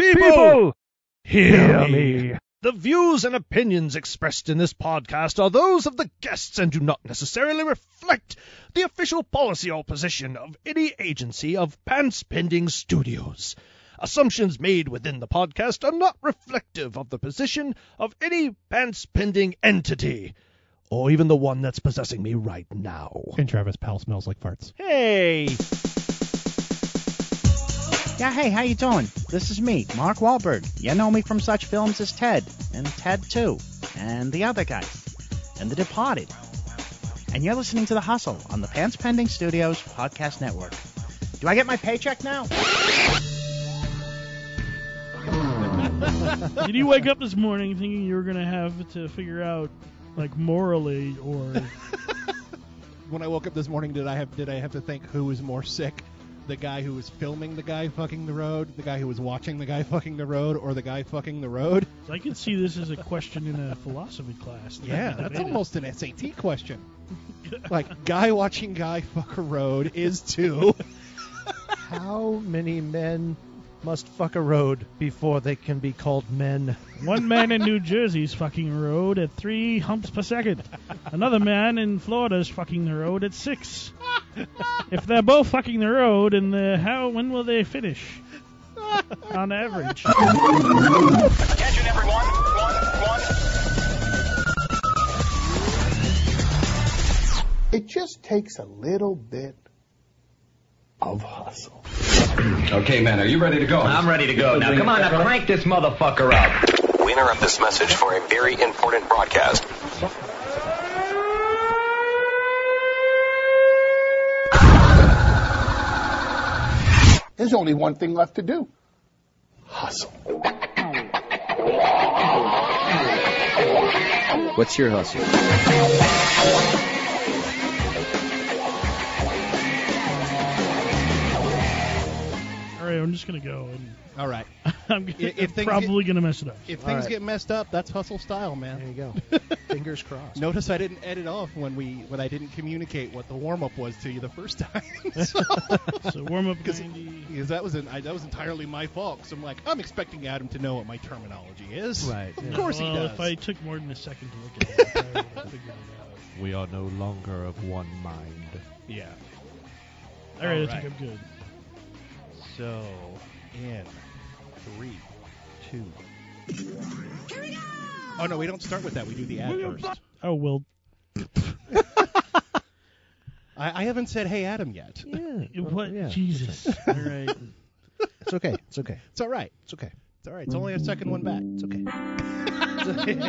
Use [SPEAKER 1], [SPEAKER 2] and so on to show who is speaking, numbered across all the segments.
[SPEAKER 1] People, hear me. The views and opinions expressed in this podcast are those of the guests and do not necessarily reflect the official policy or position of any agency of Pants Pending Studios. Assumptions made within the podcast are not reflective of the position of any Pants Pending entity, or even the one that's possessing me right now.
[SPEAKER 2] And Travis Powell smells like farts.
[SPEAKER 1] Hey!
[SPEAKER 3] Yeah, hey, how you doing? This is me, Mark Wahlberg. You know me from such films as Ted, and Ted 2, and The Other Guy, and The Departed. And you're listening to The Hustle on the Pants Pending Studios Podcast Network. Do I get my paycheck now?
[SPEAKER 4] Did you wake up this morning thinking you were gonna have to figure out, like morally or
[SPEAKER 2] When I woke up this morning, did I have did I have to think who was more sick? The guy who was filming the guy fucking the road, the guy who was watching the guy fucking the road, or the guy fucking the road?
[SPEAKER 4] I could see this as a question in a philosophy class. that
[SPEAKER 2] Yeah,
[SPEAKER 4] we
[SPEAKER 2] that's
[SPEAKER 4] debated.
[SPEAKER 2] almost an SAT question. like guy watching guy fuck a road is two.
[SPEAKER 5] How many men must fuck a road before they can be called men?
[SPEAKER 4] One man in New Jersey's fucking the road at three humps per second. Another man in Florida's fucking the road at six. If they're both fucking the road, and the how when will they finish? On average,
[SPEAKER 6] Attention everyone. One, one.
[SPEAKER 7] It just takes a little bit of hustle.
[SPEAKER 8] Okay, man, are you ready to go? I'm ready to go. Now, come on, now crank this motherfucker up.
[SPEAKER 9] We interrupt this message for a very important broadcast.
[SPEAKER 7] There's only one thing left to do. Hustle.
[SPEAKER 10] What's your hustle?
[SPEAKER 4] all right, I'm just gonna go, and
[SPEAKER 2] All right.
[SPEAKER 4] I'm, gonna,
[SPEAKER 2] If- if things
[SPEAKER 4] probably gonna mess it up.
[SPEAKER 2] If
[SPEAKER 5] All
[SPEAKER 2] things
[SPEAKER 5] right.
[SPEAKER 2] get messed up, that's hustle style, man.
[SPEAKER 5] There you go. Fingers crossed.
[SPEAKER 2] Notice I didn't edit off when we when I didn't communicate what the warm up was to you the first time.
[SPEAKER 4] So warm up
[SPEAKER 2] Because
[SPEAKER 4] 90.
[SPEAKER 2] that was an, I, that was entirely my fault. So I'm like, I'm expecting Adam to know what my terminology is.
[SPEAKER 5] Right,
[SPEAKER 2] Of
[SPEAKER 5] yeah.
[SPEAKER 2] course
[SPEAKER 4] well,
[SPEAKER 2] he does.
[SPEAKER 4] if I took more than a second to look at it, I would have figured it out.
[SPEAKER 5] We are no longer of one mind.
[SPEAKER 2] Yeah.
[SPEAKER 4] All right,
[SPEAKER 2] All
[SPEAKER 4] I
[SPEAKER 2] right.
[SPEAKER 4] think I'm good.
[SPEAKER 2] So in three, two. Oh no, we don't start with that. We do the ad first.
[SPEAKER 4] Oh well,
[SPEAKER 2] I, I haven't said hey Adam yet.
[SPEAKER 5] Yeah.
[SPEAKER 4] what?
[SPEAKER 5] yeah.
[SPEAKER 4] Jesus. All right.
[SPEAKER 5] It's okay. It's okay.
[SPEAKER 2] It's all right.
[SPEAKER 5] It's okay.
[SPEAKER 2] It's all right. It's only our second one back.
[SPEAKER 5] It's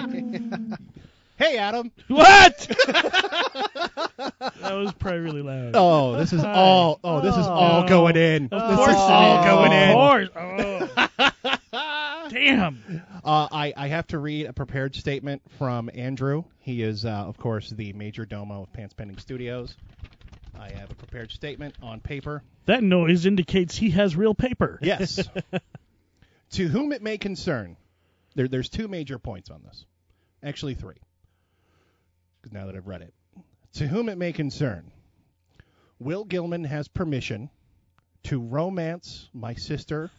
[SPEAKER 5] okay.
[SPEAKER 2] Hey Adam.
[SPEAKER 4] What? that was probably really loud.
[SPEAKER 2] Oh, this is all. Oh, this is all
[SPEAKER 4] No.
[SPEAKER 2] going in.
[SPEAKER 4] Of
[SPEAKER 2] this
[SPEAKER 4] course
[SPEAKER 2] is
[SPEAKER 4] it
[SPEAKER 2] all
[SPEAKER 4] is.
[SPEAKER 2] going in.
[SPEAKER 4] Of course. Oh. Damn.
[SPEAKER 2] Uh, I, I have to read a prepared statement from Andrew. He is, uh, of course, the major domo of Pants Pending Studios. I have a prepared statement on paper.
[SPEAKER 4] That noise indicates he has real paper.
[SPEAKER 2] Yes. to whom it may concern, there, there's two major points on this. Actually, three. 'Cause Now that I've read it. To whom it may concern, Will Gilman has permission to romance my sister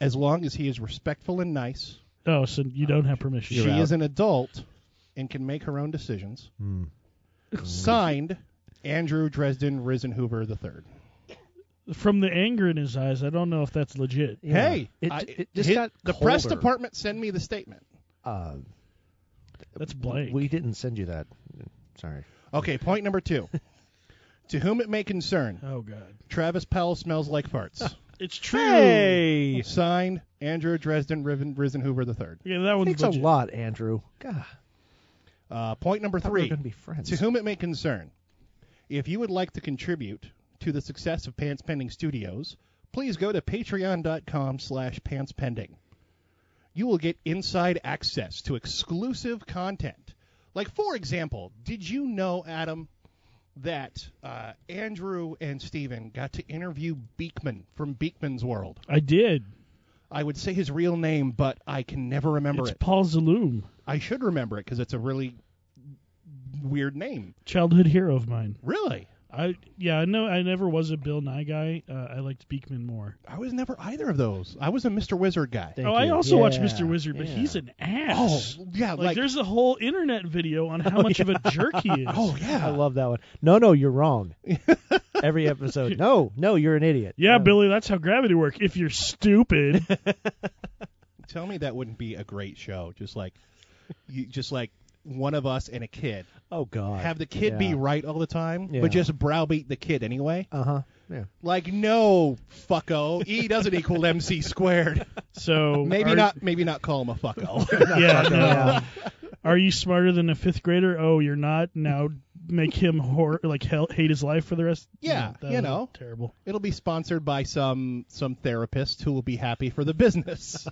[SPEAKER 2] as long as he is respectful and nice.
[SPEAKER 4] Oh, so you don't have permission.
[SPEAKER 2] she is an adult and can make her own decisions. Signed, Andrew Dresden Risenhoover III.
[SPEAKER 4] From the anger in his eyes, I don't know if that's legit.
[SPEAKER 2] Hey,
[SPEAKER 5] It-
[SPEAKER 2] I-
[SPEAKER 5] it just
[SPEAKER 2] hi-
[SPEAKER 5] got
[SPEAKER 2] the press
[SPEAKER 5] colder.
[SPEAKER 2] department send me the statement.
[SPEAKER 5] Uh,
[SPEAKER 4] That's Blake.
[SPEAKER 5] we didn't send you that. Sorry.
[SPEAKER 2] Okay, point number two. to whom it may concern,
[SPEAKER 4] Oh God.
[SPEAKER 2] Travis Powell smells like farts.
[SPEAKER 4] It's true.
[SPEAKER 2] Signed, Andrew Dresden Riven- Risenhoover III.
[SPEAKER 4] Yeah, that one's
[SPEAKER 5] Thanks a
[SPEAKER 4] legit.
[SPEAKER 5] lot, Andrew. God,
[SPEAKER 2] Uh, point number
[SPEAKER 5] thought we were
[SPEAKER 2] three.
[SPEAKER 5] going to be friends.
[SPEAKER 2] To whom it may concern, if you would like to contribute to the success of Pants Pending Studios, please go to patreon.com slash pantspending. You will get inside access to exclusive content. Like, for example, did you know, Adam, that uh, Andrew and Steven got to interview Beekman from Beekman's World?
[SPEAKER 4] I did.
[SPEAKER 2] I would say his real name, but I can never remember
[SPEAKER 4] It's
[SPEAKER 2] it.
[SPEAKER 4] Paul Zaloom,
[SPEAKER 2] I should remember it because it's a really weird name.
[SPEAKER 4] childhood hero of mine.
[SPEAKER 2] Really?
[SPEAKER 4] I yeah, I know I never was a Bill Nye guy. Uh, I liked Beekman more.
[SPEAKER 2] I was never either of those. I was a Mr. Wizard guy.
[SPEAKER 5] Thank
[SPEAKER 4] oh, I
[SPEAKER 5] you.
[SPEAKER 4] also watched
[SPEAKER 5] Yeah,
[SPEAKER 4] Mr. Wizard, but
[SPEAKER 5] yeah.
[SPEAKER 4] he's an
[SPEAKER 2] Oh,
[SPEAKER 4] ass.
[SPEAKER 2] yeah,
[SPEAKER 4] like,
[SPEAKER 2] like,
[SPEAKER 4] there's a whole internet video on how much of a jerk he is.
[SPEAKER 2] oh yeah.
[SPEAKER 5] I love that one. No, no, you're wrong. Every episode. No, no, you're an idiot.
[SPEAKER 4] Yeah,
[SPEAKER 5] No.
[SPEAKER 4] Billy, that's how gravity works. If you're stupid,
[SPEAKER 2] Tell me that wouldn't be a great show. Just like, you, just like one of us and a kid.
[SPEAKER 5] Oh God.
[SPEAKER 2] Have the kid be
[SPEAKER 5] Yeah.
[SPEAKER 2] right all the time,
[SPEAKER 5] Yeah.
[SPEAKER 2] but just browbeat the kid anyway.
[SPEAKER 5] Uh huh. Yeah.
[SPEAKER 2] Like, no, fucko. E doesn't equal MC squared.
[SPEAKER 4] so
[SPEAKER 2] Maybe
[SPEAKER 4] are-
[SPEAKER 2] not. Maybe not call him a fucko.
[SPEAKER 4] Yeah, no.
[SPEAKER 5] Yeah.
[SPEAKER 4] Are you smarter than a fifth grader? Oh, you're not. Now make him hor- like hell, hate his life for the rest.
[SPEAKER 2] Yeah,
[SPEAKER 4] that
[SPEAKER 2] you
[SPEAKER 4] was
[SPEAKER 2] know.
[SPEAKER 4] terrible.
[SPEAKER 2] It'll be sponsored by some some therapist who will be happy for the business.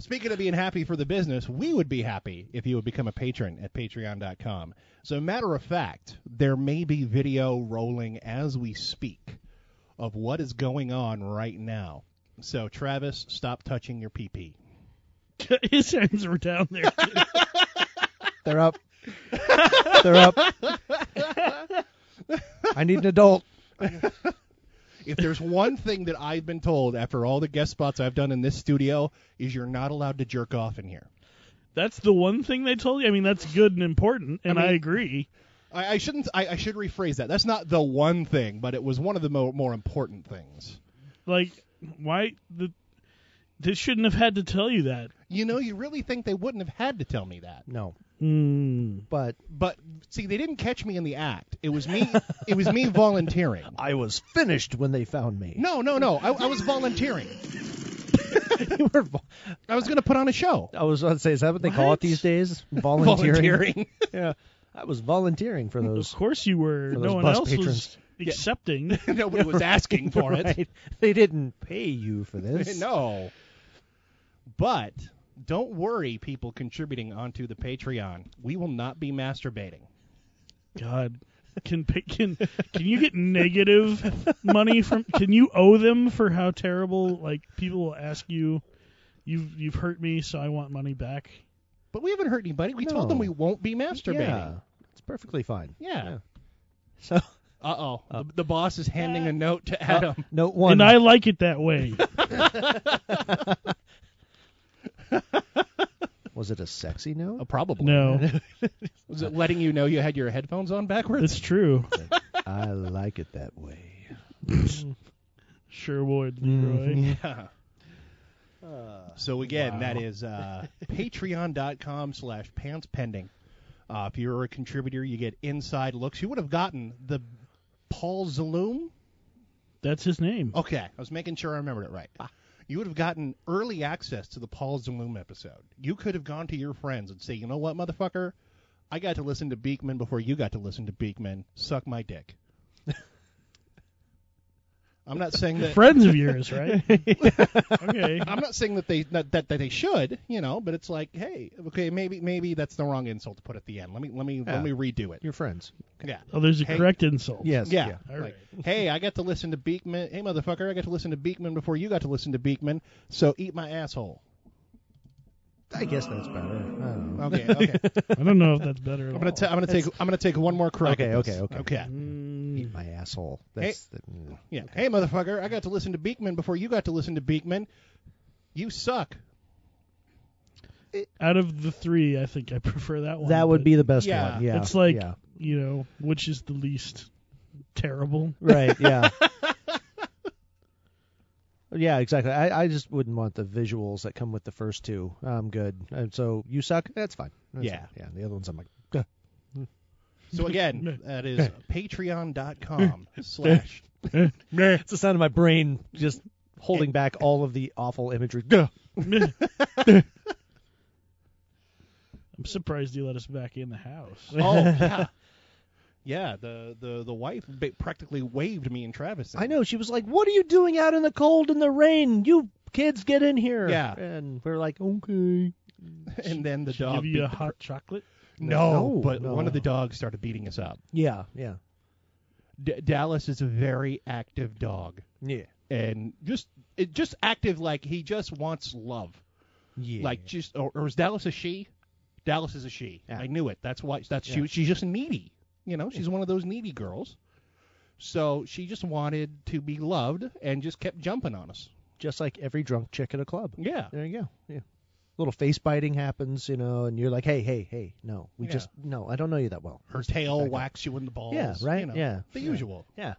[SPEAKER 2] Speaking of being happy for the business, we would be happy if you would become a patron at patreon.com. So, matter of fact, there may be video rolling as we speak of what is going on right now. So, Travis, stop touching your pee pee.
[SPEAKER 4] his hands were down there.
[SPEAKER 5] They're up. They're up. I need an adult.
[SPEAKER 2] If there's one thing that I've been told after all the guest spots I've done in this studio, is you're not allowed to jerk off in here.
[SPEAKER 4] that's the one thing they told you. I mean, that's good and important, and I,
[SPEAKER 2] mean-
[SPEAKER 4] agree.
[SPEAKER 2] I, I shouldn't. I, I should rephrase that. That's not the one thing, but it was one of the mo- more important things.
[SPEAKER 4] Like, why the they shouldn't have had to tell you that.
[SPEAKER 2] You know, you really think they wouldn't have had to tell me that.
[SPEAKER 5] No,
[SPEAKER 4] Mm.
[SPEAKER 5] but
[SPEAKER 2] But see, they didn't catch me in the act. It was me. it was me volunteering.
[SPEAKER 5] I was finished when they found me.
[SPEAKER 2] No, no, no. I, I was volunteering.
[SPEAKER 5] You were vo-
[SPEAKER 2] I was going to put on a show.
[SPEAKER 5] I was about to say, is that what they call
[SPEAKER 4] What?
[SPEAKER 5] it these days? Volunteering. yeah, I was volunteering for
[SPEAKER 4] Of
[SPEAKER 5] those.
[SPEAKER 4] course you were.
[SPEAKER 5] For
[SPEAKER 4] No
[SPEAKER 5] those
[SPEAKER 4] one
[SPEAKER 5] bus
[SPEAKER 4] else was
[SPEAKER 5] patrons.
[SPEAKER 4] accepting.
[SPEAKER 2] Nobody was asking for it.
[SPEAKER 5] Right? They didn't pay you for this.
[SPEAKER 2] no. But don't worry, people contributing onto the Patreon. We will not be masturbating.
[SPEAKER 4] God. Can pa- can can you get negative money from? Can you owe them for how terrible? Like people will ask you, you've you've hurt me, so I want money back.
[SPEAKER 2] But we haven't hurt anybody. We told
[SPEAKER 5] No.
[SPEAKER 2] them we won't be masturbating.
[SPEAKER 5] Yeah, it's perfectly fine.
[SPEAKER 2] Yeah. Uh,
[SPEAKER 5] So
[SPEAKER 2] Uh-oh. the, the boss is handing a note to Adam.
[SPEAKER 5] note one.
[SPEAKER 4] And I like it that way.
[SPEAKER 5] was it a sexy note?
[SPEAKER 2] Uh, probably.
[SPEAKER 4] No,
[SPEAKER 2] Was it letting you know you had your headphones on backwards?
[SPEAKER 4] it's true.
[SPEAKER 5] I like it that way.
[SPEAKER 4] Sure would, Leroy.
[SPEAKER 2] yeah. so again, that is uh, patreon.com slash pants pending. Uh, if you're a contributor, you get inside looks. You would have gotten the Paul Zaloom.
[SPEAKER 4] That's his name.
[SPEAKER 2] Okay, I was making sure I remembered it right. You would have gotten early access to the Paul Zaloom episode. You could have gone to your friends and say, you know what, motherfucker? I got to listen to Beekman before you got to listen to Beekman. Suck my dick. I'm not saying that.
[SPEAKER 4] Friends of yours, right? okay.
[SPEAKER 2] I'm not saying that they that, that that they should, you know, but it's like, hey, okay, maybe maybe that's the wrong insult to put at the end. Let me let me let me
[SPEAKER 5] Yeah.
[SPEAKER 2] redo it.
[SPEAKER 5] Your friends.
[SPEAKER 2] Yeah.
[SPEAKER 4] Oh, there's a
[SPEAKER 2] Hey.
[SPEAKER 4] correct insult.
[SPEAKER 5] Yes.
[SPEAKER 2] Yeah.
[SPEAKER 4] All
[SPEAKER 2] Like, hey, I got to listen to Beekman. Hey, motherfucker, I got to listen to Beekman before you got to listen to Beekman. So eat my asshole.
[SPEAKER 5] I guess that's better. I don't know.
[SPEAKER 2] Okay, okay.
[SPEAKER 4] I don't know if that's better. At
[SPEAKER 2] I'm gonna
[SPEAKER 4] all.
[SPEAKER 2] ta- I'm gonna take I'm gonna take one more crack.
[SPEAKER 5] Okay,
[SPEAKER 2] at this.
[SPEAKER 5] okay, okay.
[SPEAKER 2] okay.
[SPEAKER 4] Mm,
[SPEAKER 5] Eat my asshole. That's the, mm.
[SPEAKER 2] Yeah. Hey, motherfucker, I got to listen to Beekman before you got to listen to Beekman. You suck.
[SPEAKER 4] out of the three, I think I prefer that one.
[SPEAKER 5] that would
[SPEAKER 4] but
[SPEAKER 5] be the best
[SPEAKER 2] Yeah.
[SPEAKER 5] one. Yeah.
[SPEAKER 4] it's like
[SPEAKER 5] yeah.
[SPEAKER 4] you know, which is the least terrible.
[SPEAKER 5] right. Yeah. yeah. Exactly. I, I just wouldn't want the visuals that come with the first two. I'm good. And so you suck. That's fine. That's
[SPEAKER 2] Yeah.
[SPEAKER 5] fine. Yeah. The other ones I'm like. "Gah."
[SPEAKER 2] So again, that is patreon.com slash
[SPEAKER 5] It's the sound of my brain just holding back all of the awful imagery. Eh. Gah.
[SPEAKER 4] I'm surprised you let us back in the house.
[SPEAKER 2] Oh yeah, yeah. The the the wife ba- practically waved me and Travis. in.
[SPEAKER 5] I know. She was like, "What are you doing out in the cold and the rain? You kids, get in here."
[SPEAKER 2] Yeah.
[SPEAKER 5] And we're like, "Okay."
[SPEAKER 2] And then the dog.
[SPEAKER 4] Give you
[SPEAKER 2] beat
[SPEAKER 4] a
[SPEAKER 2] the-
[SPEAKER 4] hot chocolate.
[SPEAKER 2] no,
[SPEAKER 5] No,
[SPEAKER 2] but
[SPEAKER 5] no.
[SPEAKER 2] one of the dogs started beating us up.
[SPEAKER 5] Yeah. Yeah.
[SPEAKER 2] D- Dallas is a very active dog,
[SPEAKER 5] Yeah.
[SPEAKER 2] and just it just active like he just wants love.
[SPEAKER 5] Yeah.
[SPEAKER 2] Like just or, or is Dallas a she? Dallas is a she.
[SPEAKER 5] Yeah.
[SPEAKER 2] I knew it. That's why. That's she.
[SPEAKER 5] Yeah.
[SPEAKER 2] She's just needy. You know, she's one of those needy girls. So she just wanted to be loved and just kept jumping on us.
[SPEAKER 5] Just like every drunk chick at a club.
[SPEAKER 2] Yeah.
[SPEAKER 5] There you go. Yeah. Little face biting happens, you know, and you're like, hey, hey, hey, no, we
[SPEAKER 2] Yeah.
[SPEAKER 5] just, no, I don't know you that well.
[SPEAKER 2] Her tail whacks you in the balls.
[SPEAKER 5] Yeah, right,
[SPEAKER 2] You know,
[SPEAKER 5] yeah.
[SPEAKER 2] The usual.
[SPEAKER 5] Yeah.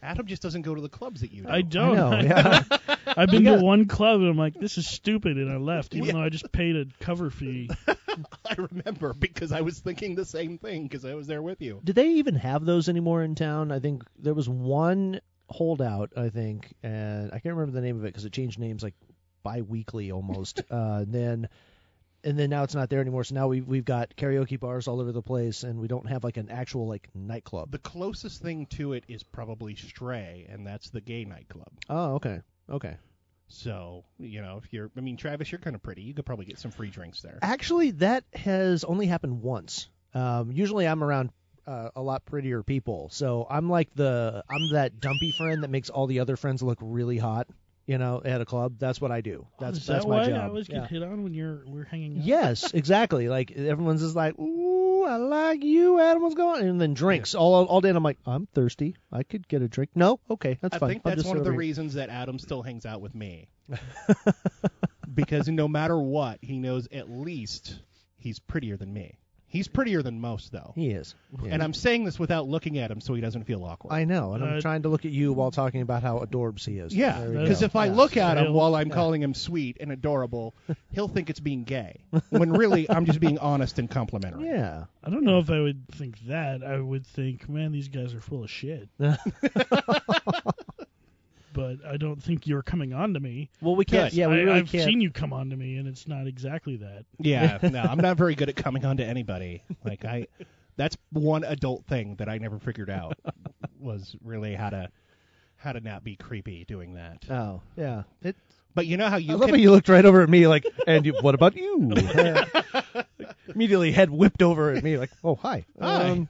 [SPEAKER 2] Adam just doesn't go to the clubs that you do.
[SPEAKER 4] I don't.
[SPEAKER 5] Oh, No, yeah.
[SPEAKER 4] I've been to one club and I'm like, this is stupid, and I left, even
[SPEAKER 2] Yeah.
[SPEAKER 4] though I just paid a cover fee.
[SPEAKER 2] I remember because I was thinking the same thing because I was there with you.
[SPEAKER 5] Do they even have those anymore in town? I think there was one holdout, I think, and I can't remember the name of it because it changed names like bi-weekly almost. uh, and then and then now it's not there anymore. So now we've we've got karaoke bars all over the place, and we don't have like an actual like nightclub.
[SPEAKER 2] The closest thing to it is probably Stray, and that's the gay nightclub.
[SPEAKER 5] Oh, okay, okay.
[SPEAKER 2] So, you know, if you're, I mean, Travis, you're kind of pretty. You could probably get some free drinks there.
[SPEAKER 5] Actually, that has only happened once. Um, usually, I'm around uh, a lot prettier people, so I'm like the I'm that dumpy friend that makes all the other friends look really hot. You know, at a club, that's what I do. That's
[SPEAKER 4] is
[SPEAKER 5] that's
[SPEAKER 4] that
[SPEAKER 5] my
[SPEAKER 4] why
[SPEAKER 5] job.
[SPEAKER 4] I always
[SPEAKER 5] Yeah.
[SPEAKER 4] get hit on when you're we're hanging out?
[SPEAKER 5] Yes, exactly. Like everyone's just like, "Ooh, I like you." Adam, what's going on? And then drinks all all day. And I'm like, I'm thirsty. I could get a drink. No, okay, that's
[SPEAKER 2] I
[SPEAKER 5] fine.
[SPEAKER 2] think
[SPEAKER 5] I'll
[SPEAKER 2] that's
[SPEAKER 5] just
[SPEAKER 2] one
[SPEAKER 5] sit
[SPEAKER 2] of the
[SPEAKER 5] over here.
[SPEAKER 2] reasons that Adam still hangs out with me. because no matter what, he knows at least he's prettier than me. He's prettier than most, though.
[SPEAKER 5] He is. Yeah.
[SPEAKER 2] And I'm saying this without looking at him so he doesn't feel awkward.
[SPEAKER 5] I know, and I'm
[SPEAKER 4] Uh,
[SPEAKER 5] trying to look at you while talking about how adorbs he is.
[SPEAKER 2] yeah,
[SPEAKER 5] There you
[SPEAKER 2] because
[SPEAKER 5] go.
[SPEAKER 2] if I
[SPEAKER 5] Yeah.
[SPEAKER 2] look at him
[SPEAKER 4] Real-
[SPEAKER 2] while I'm calling him sweet and adorable, he'll think it's being gay. When really, I'm just being honest and complimentary.
[SPEAKER 5] yeah,
[SPEAKER 4] I don't know if I would think that. I would think, man, these guys are full of shit. but I don't think you're coming on to me.
[SPEAKER 5] well, we can't.
[SPEAKER 2] Good.
[SPEAKER 5] Yeah, we
[SPEAKER 4] I,
[SPEAKER 5] really
[SPEAKER 4] I've
[SPEAKER 5] can't.
[SPEAKER 4] seen you come on to me, and it's not exactly that.
[SPEAKER 2] Yeah, no, I'm not very good at coming on to anybody. Like I, that's one adult thing that I never figured out was really how to how to not be creepy doing that.
[SPEAKER 5] Oh, yeah. It,
[SPEAKER 2] But you know how
[SPEAKER 5] I
[SPEAKER 2] you
[SPEAKER 5] love
[SPEAKER 2] can,
[SPEAKER 5] how you looked right over at me, like, and you, what about you? Immediately, head whipped over at me, like, oh hi.
[SPEAKER 2] Hi.
[SPEAKER 5] Um,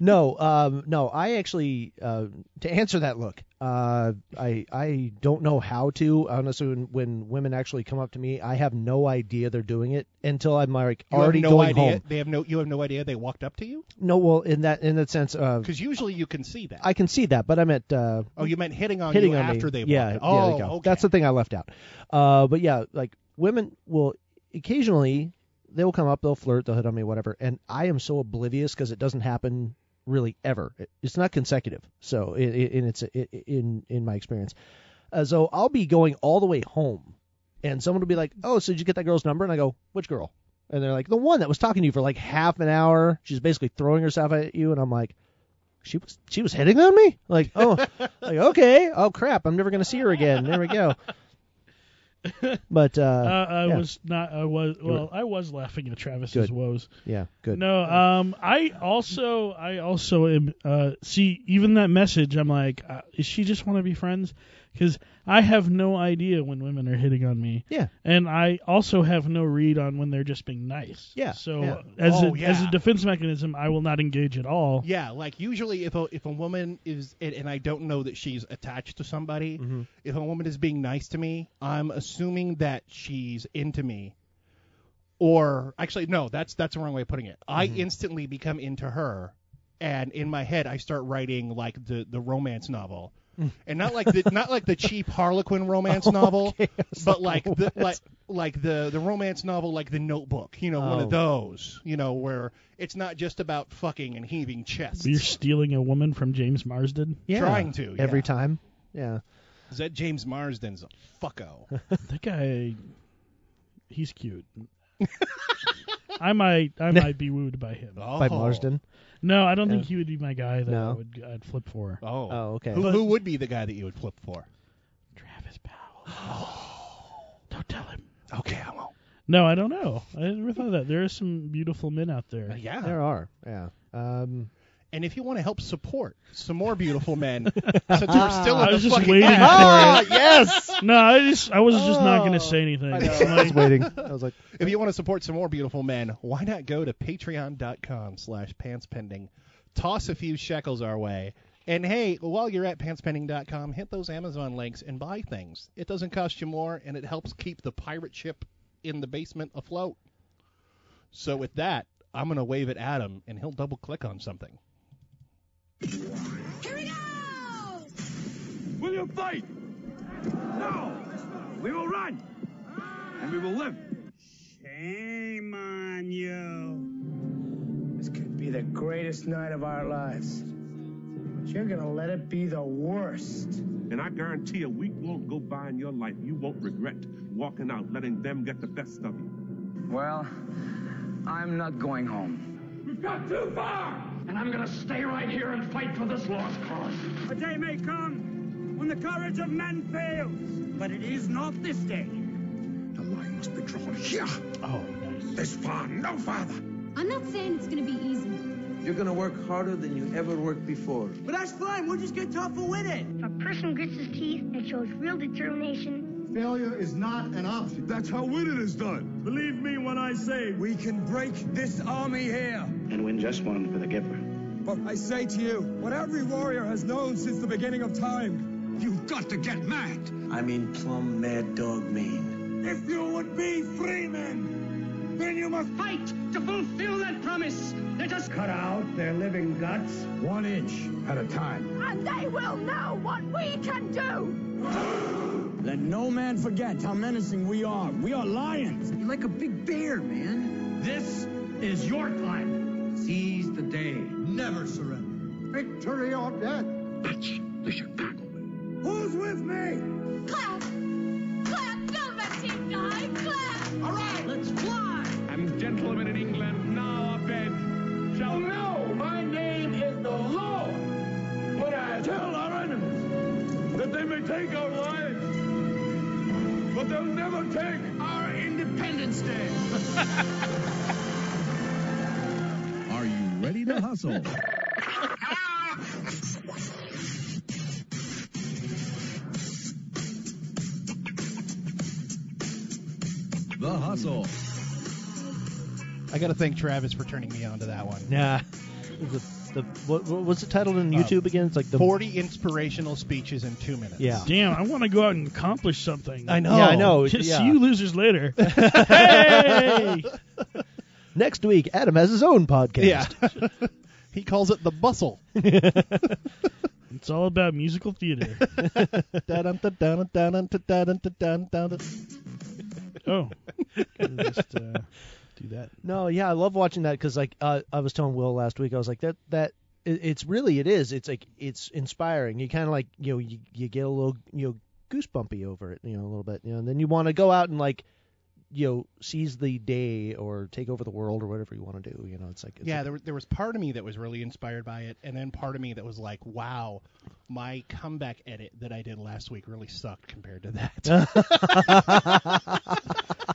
[SPEAKER 5] no, um, no. I actually, uh, to answer that look, uh, I I don't know how to. Honestly, when, when women actually come up to me, I have no idea they're doing it until I'm like
[SPEAKER 2] you
[SPEAKER 5] already
[SPEAKER 2] have no
[SPEAKER 5] going
[SPEAKER 2] idea
[SPEAKER 5] home.
[SPEAKER 2] they have no you have no idea they walked up to you
[SPEAKER 5] No, well, in that in that sense, uh,
[SPEAKER 2] because usually you can see that.
[SPEAKER 5] I can see that, but I'm at uh,
[SPEAKER 2] oh, you meant hitting on
[SPEAKER 5] hitting
[SPEAKER 2] you
[SPEAKER 5] on
[SPEAKER 2] after
[SPEAKER 5] me.
[SPEAKER 2] they
[SPEAKER 5] yeah,
[SPEAKER 2] walked.
[SPEAKER 5] yeah, there
[SPEAKER 2] Oh,
[SPEAKER 5] you go.
[SPEAKER 2] okay.
[SPEAKER 5] That's the thing I left out. Uh, but yeah, like women will occasionally they will come up, they'll flirt, they'll hit on me, whatever, and I am so oblivious because it doesn't happen really ever. It- It's not consecutive, so i i in it's i i- in in my experience. Uh, so I'll be going all the way home, and someone will be like, "Oh, so did you get that girl's number?" And I go, "Which girl?" And they're like, "The one that was talking to you for like half an hour. She's basically throwing herself at you," and I'm like she was she was hitting on me like oh like okay oh crap i'm never going to see her again there we go but uh,
[SPEAKER 4] Uh, I
[SPEAKER 5] yeah.
[SPEAKER 4] was not. I was. Well, I was laughing at Travis's
[SPEAKER 5] Good.
[SPEAKER 4] woes.
[SPEAKER 5] yeah good
[SPEAKER 4] No, um, I also, I also am. Uh, see, even that message, I'm like, uh, is she just want to be friends? Because I have no idea when women are hitting on me.
[SPEAKER 5] yeah
[SPEAKER 4] and I also have no read on when they're just being nice.
[SPEAKER 5] Yeah,
[SPEAKER 4] So
[SPEAKER 5] yeah.
[SPEAKER 4] as
[SPEAKER 2] Oh,
[SPEAKER 4] a,
[SPEAKER 2] yeah.
[SPEAKER 4] as a defense mechanism, I will not engage at all.
[SPEAKER 2] Yeah, like usually if a if a woman is and and I don't know that she's attached to somebody, if a woman is being nice to me, I'm assuming that she's into me. Or actually no, that's that's the wrong way of putting it. I instantly become into her and in my head I start writing like the the romance novel. And not like the not like the cheap Harlequin romance novel, but like the like like the the romance novel like The Notebook, you know, one
[SPEAKER 5] Oh.
[SPEAKER 2] of those, you know, where it's not just about fucking and heaving chests.
[SPEAKER 4] You're stealing a woman from James Marsden.
[SPEAKER 5] yeah
[SPEAKER 2] trying to,
[SPEAKER 5] every
[SPEAKER 2] yeah.
[SPEAKER 5] time yeah
[SPEAKER 2] Is that James Marsden's a fucko?
[SPEAKER 4] That guy, he's cute. I might, I might be wooed by him.
[SPEAKER 2] Oh.
[SPEAKER 5] by marsden
[SPEAKER 4] No, I don't think he would be my guy that I
[SPEAKER 5] No.
[SPEAKER 4] would, I'd flip for.
[SPEAKER 2] Oh.
[SPEAKER 5] Oh, okay.
[SPEAKER 2] Who,
[SPEAKER 5] But-
[SPEAKER 2] who would be the guy that you would flip for?
[SPEAKER 4] Travis Powell. don't tell him.
[SPEAKER 2] Okay, I won't.
[SPEAKER 4] No, I don't know. I never thought of that. There are some beautiful men out there.
[SPEAKER 2] Uh, Yeah.
[SPEAKER 5] there are yeah um
[SPEAKER 2] And if you want to help support some more beautiful men, since we're still in
[SPEAKER 4] I
[SPEAKER 2] the
[SPEAKER 4] was just
[SPEAKER 2] fucking
[SPEAKER 4] waiting
[SPEAKER 2] act,
[SPEAKER 4] for it.
[SPEAKER 5] Ah, yes Oh.
[SPEAKER 4] No, I just, I was just not going to say anything.
[SPEAKER 5] i was waiting i was like
[SPEAKER 2] if you want to support some more beautiful men, why not go to patreon.com slash pantspending, toss a few shekels our way, and hey, while you're at pantspending.com, hit those Amazon links and buy things. It doesn't cost you more, and it helps keep the pirate ship in the basement afloat. So with that, I'm going to wave it at him and he'll double click on something.
[SPEAKER 10] Here we go!
[SPEAKER 11] Will you fight? No! We will run! And we will live!
[SPEAKER 10] Shame on you. This could be the greatest night of our lives. But you're gonna let it be the worst.
[SPEAKER 11] And I guarantee a week won't go by in your life you won't regret walking out, letting them get the best of you.
[SPEAKER 12] Well, I'm not going home.
[SPEAKER 11] We've got too far!
[SPEAKER 12] And I'm gonna stay right here and fight for this lost cause.
[SPEAKER 10] A day may come when the courage of men fails, but it is not this day.
[SPEAKER 11] The line must be drawn here!
[SPEAKER 2] Oh, nice.
[SPEAKER 11] This far, no farther!
[SPEAKER 13] I'm not saying it's gonna be easy.
[SPEAKER 14] You're gonna work harder than you ever worked before.
[SPEAKER 10] But that's fine, we'll just get tougher with it.
[SPEAKER 13] A person grits his teeth and shows real determination.
[SPEAKER 11] Failure is not an option. That's how winning is done. Believe me when I say we can break this army here.
[SPEAKER 12] And win just one for the Gipper.
[SPEAKER 11] But I say to you, what every warrior has known since the beginning of time, you've got to get mad.
[SPEAKER 14] I mean, plumb mad dog mean.
[SPEAKER 10] If you would be free men, then you must fight to fulfill that promise. Let us cut out their living guts one inch at a time.
[SPEAKER 13] And they will know what we can do!
[SPEAKER 10] Let no man forget how menacing we are. We are lions.
[SPEAKER 12] You're like a big bear, man.
[SPEAKER 10] This is your time.
[SPEAKER 12] Seize the day. Never surrender.
[SPEAKER 10] Victory or death. Who's with me?
[SPEAKER 13] Clap! Clap! Don't let him die! Clap! All right, let's fly!
[SPEAKER 11] And gentlemen in England now are bed shall know Oh, my name is the Lord. But I tell our enemies that they may take our lives, but they'll never take our Independence Day.
[SPEAKER 15] Are you ready to hustle? The Hustle.
[SPEAKER 2] I got to thank Travis for turning me on to that one.
[SPEAKER 5] Nah. The, the, what, what was it titled on
[SPEAKER 2] Uh,
[SPEAKER 5] YouTube again? It's like the
[SPEAKER 2] 40 inspirational speeches in two minutes.
[SPEAKER 5] Yeah.
[SPEAKER 4] Damn, I want to go out and accomplish something.
[SPEAKER 2] I know.
[SPEAKER 5] Yeah, I know.
[SPEAKER 4] Just
[SPEAKER 5] yeah.
[SPEAKER 4] See you losers later. hey!
[SPEAKER 5] Next week, Adam has his own podcast.
[SPEAKER 2] Yeah. he calls it the bustle.
[SPEAKER 4] It's all about musical theater.
[SPEAKER 2] Dun-dun-dun-dun-dun-dun-dun-dun-dun.
[SPEAKER 4] Oh. Gotta just, uh, do that.
[SPEAKER 5] No, yeah, I love watching that because like uh, I was telling Will last week, I was like that that it, it's really it is. It's like it's inspiring. You kind of like you know you, you get a little you know goosebumpy over it, you know a little bit, you know, and then you want to go out and like you know seize the day or take over the world or whatever you want to do. You know, it's like it's
[SPEAKER 2] Yeah,
[SPEAKER 5] like-
[SPEAKER 2] there, were- there was part of me that was really inspired by it, and then part of me that was like, wow, my comeback edit that I did last week really sucked compared to that.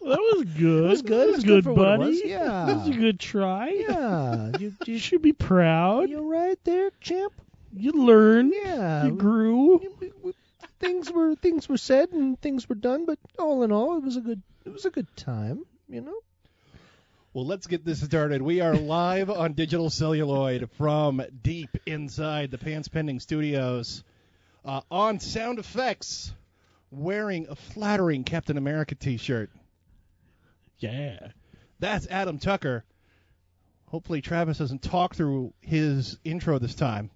[SPEAKER 4] Well, that was good. That was
[SPEAKER 5] good. It was good
[SPEAKER 4] good,
[SPEAKER 5] for what it
[SPEAKER 4] buddy.
[SPEAKER 5] was. Yeah.
[SPEAKER 4] That was a good try.
[SPEAKER 5] yeah, you,
[SPEAKER 4] You
[SPEAKER 5] you
[SPEAKER 4] should be proud.
[SPEAKER 5] you're right there, champ.
[SPEAKER 4] You learned.
[SPEAKER 5] Yeah,
[SPEAKER 4] You grew.
[SPEAKER 5] things were things were said and things were done, but all in all, it was a good it was a good time. You know.
[SPEAKER 2] well, let's get this started. We are live on Digital Celluloid from deep inside the Pants Pending Studios uh, on sound effects, wearing a flattering Captain America t shirt.
[SPEAKER 4] Yeah.
[SPEAKER 2] That's Adam Tucker. Hopefully, Travis doesn't talk through his intro this time.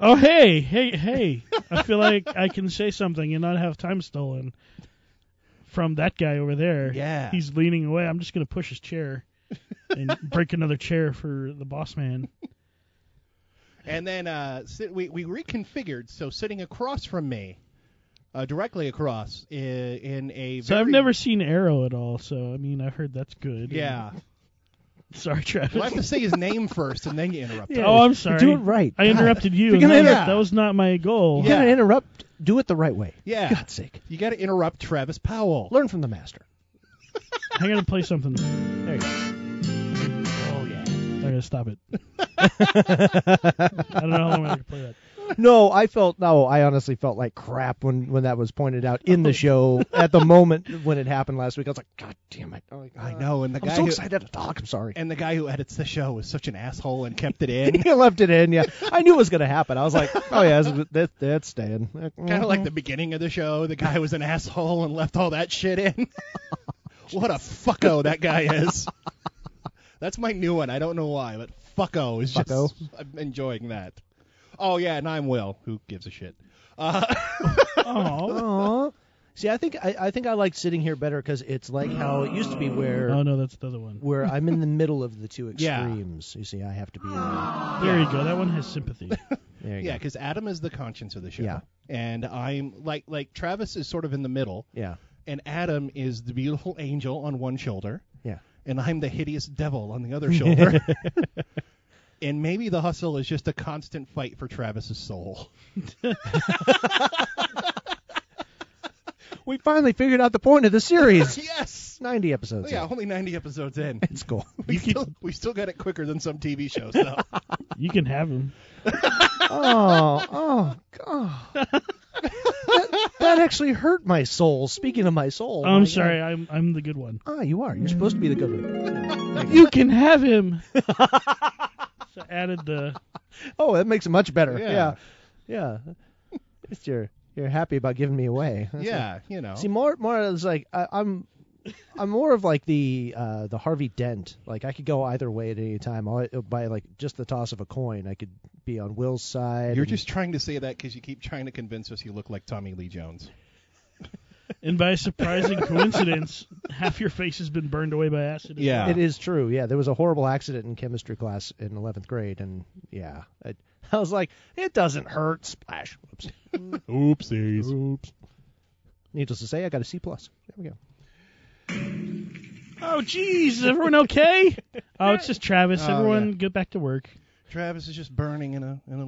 [SPEAKER 4] Oh, hey, hey, hey. I feel like I can say something and not have time stolen from that guy over there.
[SPEAKER 2] Yeah.
[SPEAKER 4] He's leaning away. I'm just going to push his chair and break another chair for the boss man.
[SPEAKER 2] And then uh, sit, we, we reconfigured, so sitting across from me, uh, directly across, i- in a.
[SPEAKER 4] So
[SPEAKER 2] very-
[SPEAKER 4] I've never seen Arrow at all, so I mean, I've heard that's good.
[SPEAKER 2] Yeah.
[SPEAKER 4] Sorry, Travis.
[SPEAKER 2] Well, I have to say his name first, and then you interrupt.
[SPEAKER 5] Yeah.
[SPEAKER 4] Oh, I'm sorry.
[SPEAKER 5] Do it right.
[SPEAKER 4] I interrupted you.
[SPEAKER 5] You're
[SPEAKER 4] and
[SPEAKER 5] gonna
[SPEAKER 4] that,
[SPEAKER 5] interrupt.
[SPEAKER 4] that was not my goal.
[SPEAKER 5] You're gonna
[SPEAKER 2] Yeah.
[SPEAKER 5] interrupt. Do it the right way.
[SPEAKER 2] Yeah.
[SPEAKER 5] God's sake.
[SPEAKER 2] You got to interrupt Travis Powell.
[SPEAKER 5] Learn from the master.
[SPEAKER 4] I'm going to play something. I'm
[SPEAKER 5] There you go.
[SPEAKER 2] Oh, yeah.
[SPEAKER 4] going to stop it. I don't know how long I'm going to play that.
[SPEAKER 5] No, I felt no. I honestly felt like crap when when that was pointed out in the show at the moment when it happened last week. I was like, God damn it! I'm like,
[SPEAKER 2] I
[SPEAKER 5] "Ah,
[SPEAKER 2] know, and the
[SPEAKER 5] I'm
[SPEAKER 2] guy
[SPEAKER 5] so
[SPEAKER 2] who,
[SPEAKER 5] excited to talk. I'm sorry.
[SPEAKER 2] and the guy who edits the show was such an asshole and kept it in.
[SPEAKER 5] he left it in. Yeah, I knew it was gonna happen. I was like, Oh yeah, that's- that, that's staying.
[SPEAKER 2] kind of like the beginning of the show. The guy was an asshole and left all that shit in. what a fucko that guy is. That's my new one. I don't know why, but fucko is
[SPEAKER 5] Fucko.
[SPEAKER 2] just. I'm enjoying that. Oh yeah, and I'm Will. Who gives a shit? Uh,
[SPEAKER 5] Aw. See, I think I, I think I like sitting here better because it's like how it used to be, where
[SPEAKER 4] Oh no, that's the other one.
[SPEAKER 5] where I'm in the middle of the two
[SPEAKER 2] Yeah.
[SPEAKER 5] extremes. You see, I have to be. In the,
[SPEAKER 4] There you go. That one has sympathy.
[SPEAKER 5] There you
[SPEAKER 2] yeah,
[SPEAKER 5] go.
[SPEAKER 2] because Adam is the conscience of the show.
[SPEAKER 5] Yeah.
[SPEAKER 2] And I'm like like Travis is sort of in the middle,
[SPEAKER 5] Yeah.
[SPEAKER 2] and Adam is the beautiful angel on one shoulder.
[SPEAKER 5] Yeah.
[SPEAKER 2] And I'm the hideous devil on the other shoulder. and maybe the hustle is just a constant fight for Travis's soul.
[SPEAKER 5] We finally figured out the point of the series.
[SPEAKER 2] yes.
[SPEAKER 5] 90 episodes.
[SPEAKER 2] Yeah,
[SPEAKER 5] in.
[SPEAKER 2] only 90 episodes in.
[SPEAKER 5] It's cool.
[SPEAKER 2] We still we still got it quicker than some TV shows though.
[SPEAKER 4] You can have him.
[SPEAKER 5] oh, oh, God. That, that actually hurt my soul. Speaking of my soul.
[SPEAKER 4] I'm
[SPEAKER 5] my
[SPEAKER 4] sorry.
[SPEAKER 5] God.
[SPEAKER 4] I'm I'm the good one.
[SPEAKER 5] Ah, you are. You're supposed to be the good one. There you
[SPEAKER 4] You can have him. so added the
[SPEAKER 5] go. Oh, that makes it much better.
[SPEAKER 2] Yeah.
[SPEAKER 5] Yeah. Yeah. It's your, you're happy about giving me away. That's it.
[SPEAKER 2] yeah, you know.
[SPEAKER 5] See, more, more is like, I, I'm. I'm more of like the uh, the Harvey Dent. Like I could go either way at any time. All, by like just the toss of a coin, I could be on Will's side.
[SPEAKER 2] You're
[SPEAKER 5] and-
[SPEAKER 2] just trying to say that because you keep trying to convince us you look like Tommy Lee Jones.
[SPEAKER 4] and by surprising coincidence, half your face has been burned away by acid.
[SPEAKER 2] Yeah.
[SPEAKER 5] It is true. Yeah, there was a horrible accident in chemistry class in 11th grade, and yeah, I, I was like, it doesn't hurt. Splash. Oops.
[SPEAKER 2] Oopsies.
[SPEAKER 5] Oops. Needless to say, I got a C plus. There we go.
[SPEAKER 4] Oh jeez, is everyone okay? oh, it's just Travis.
[SPEAKER 2] Oh,
[SPEAKER 4] everyone
[SPEAKER 2] yeah.
[SPEAKER 4] get back to work.
[SPEAKER 2] Travis is just burning in a in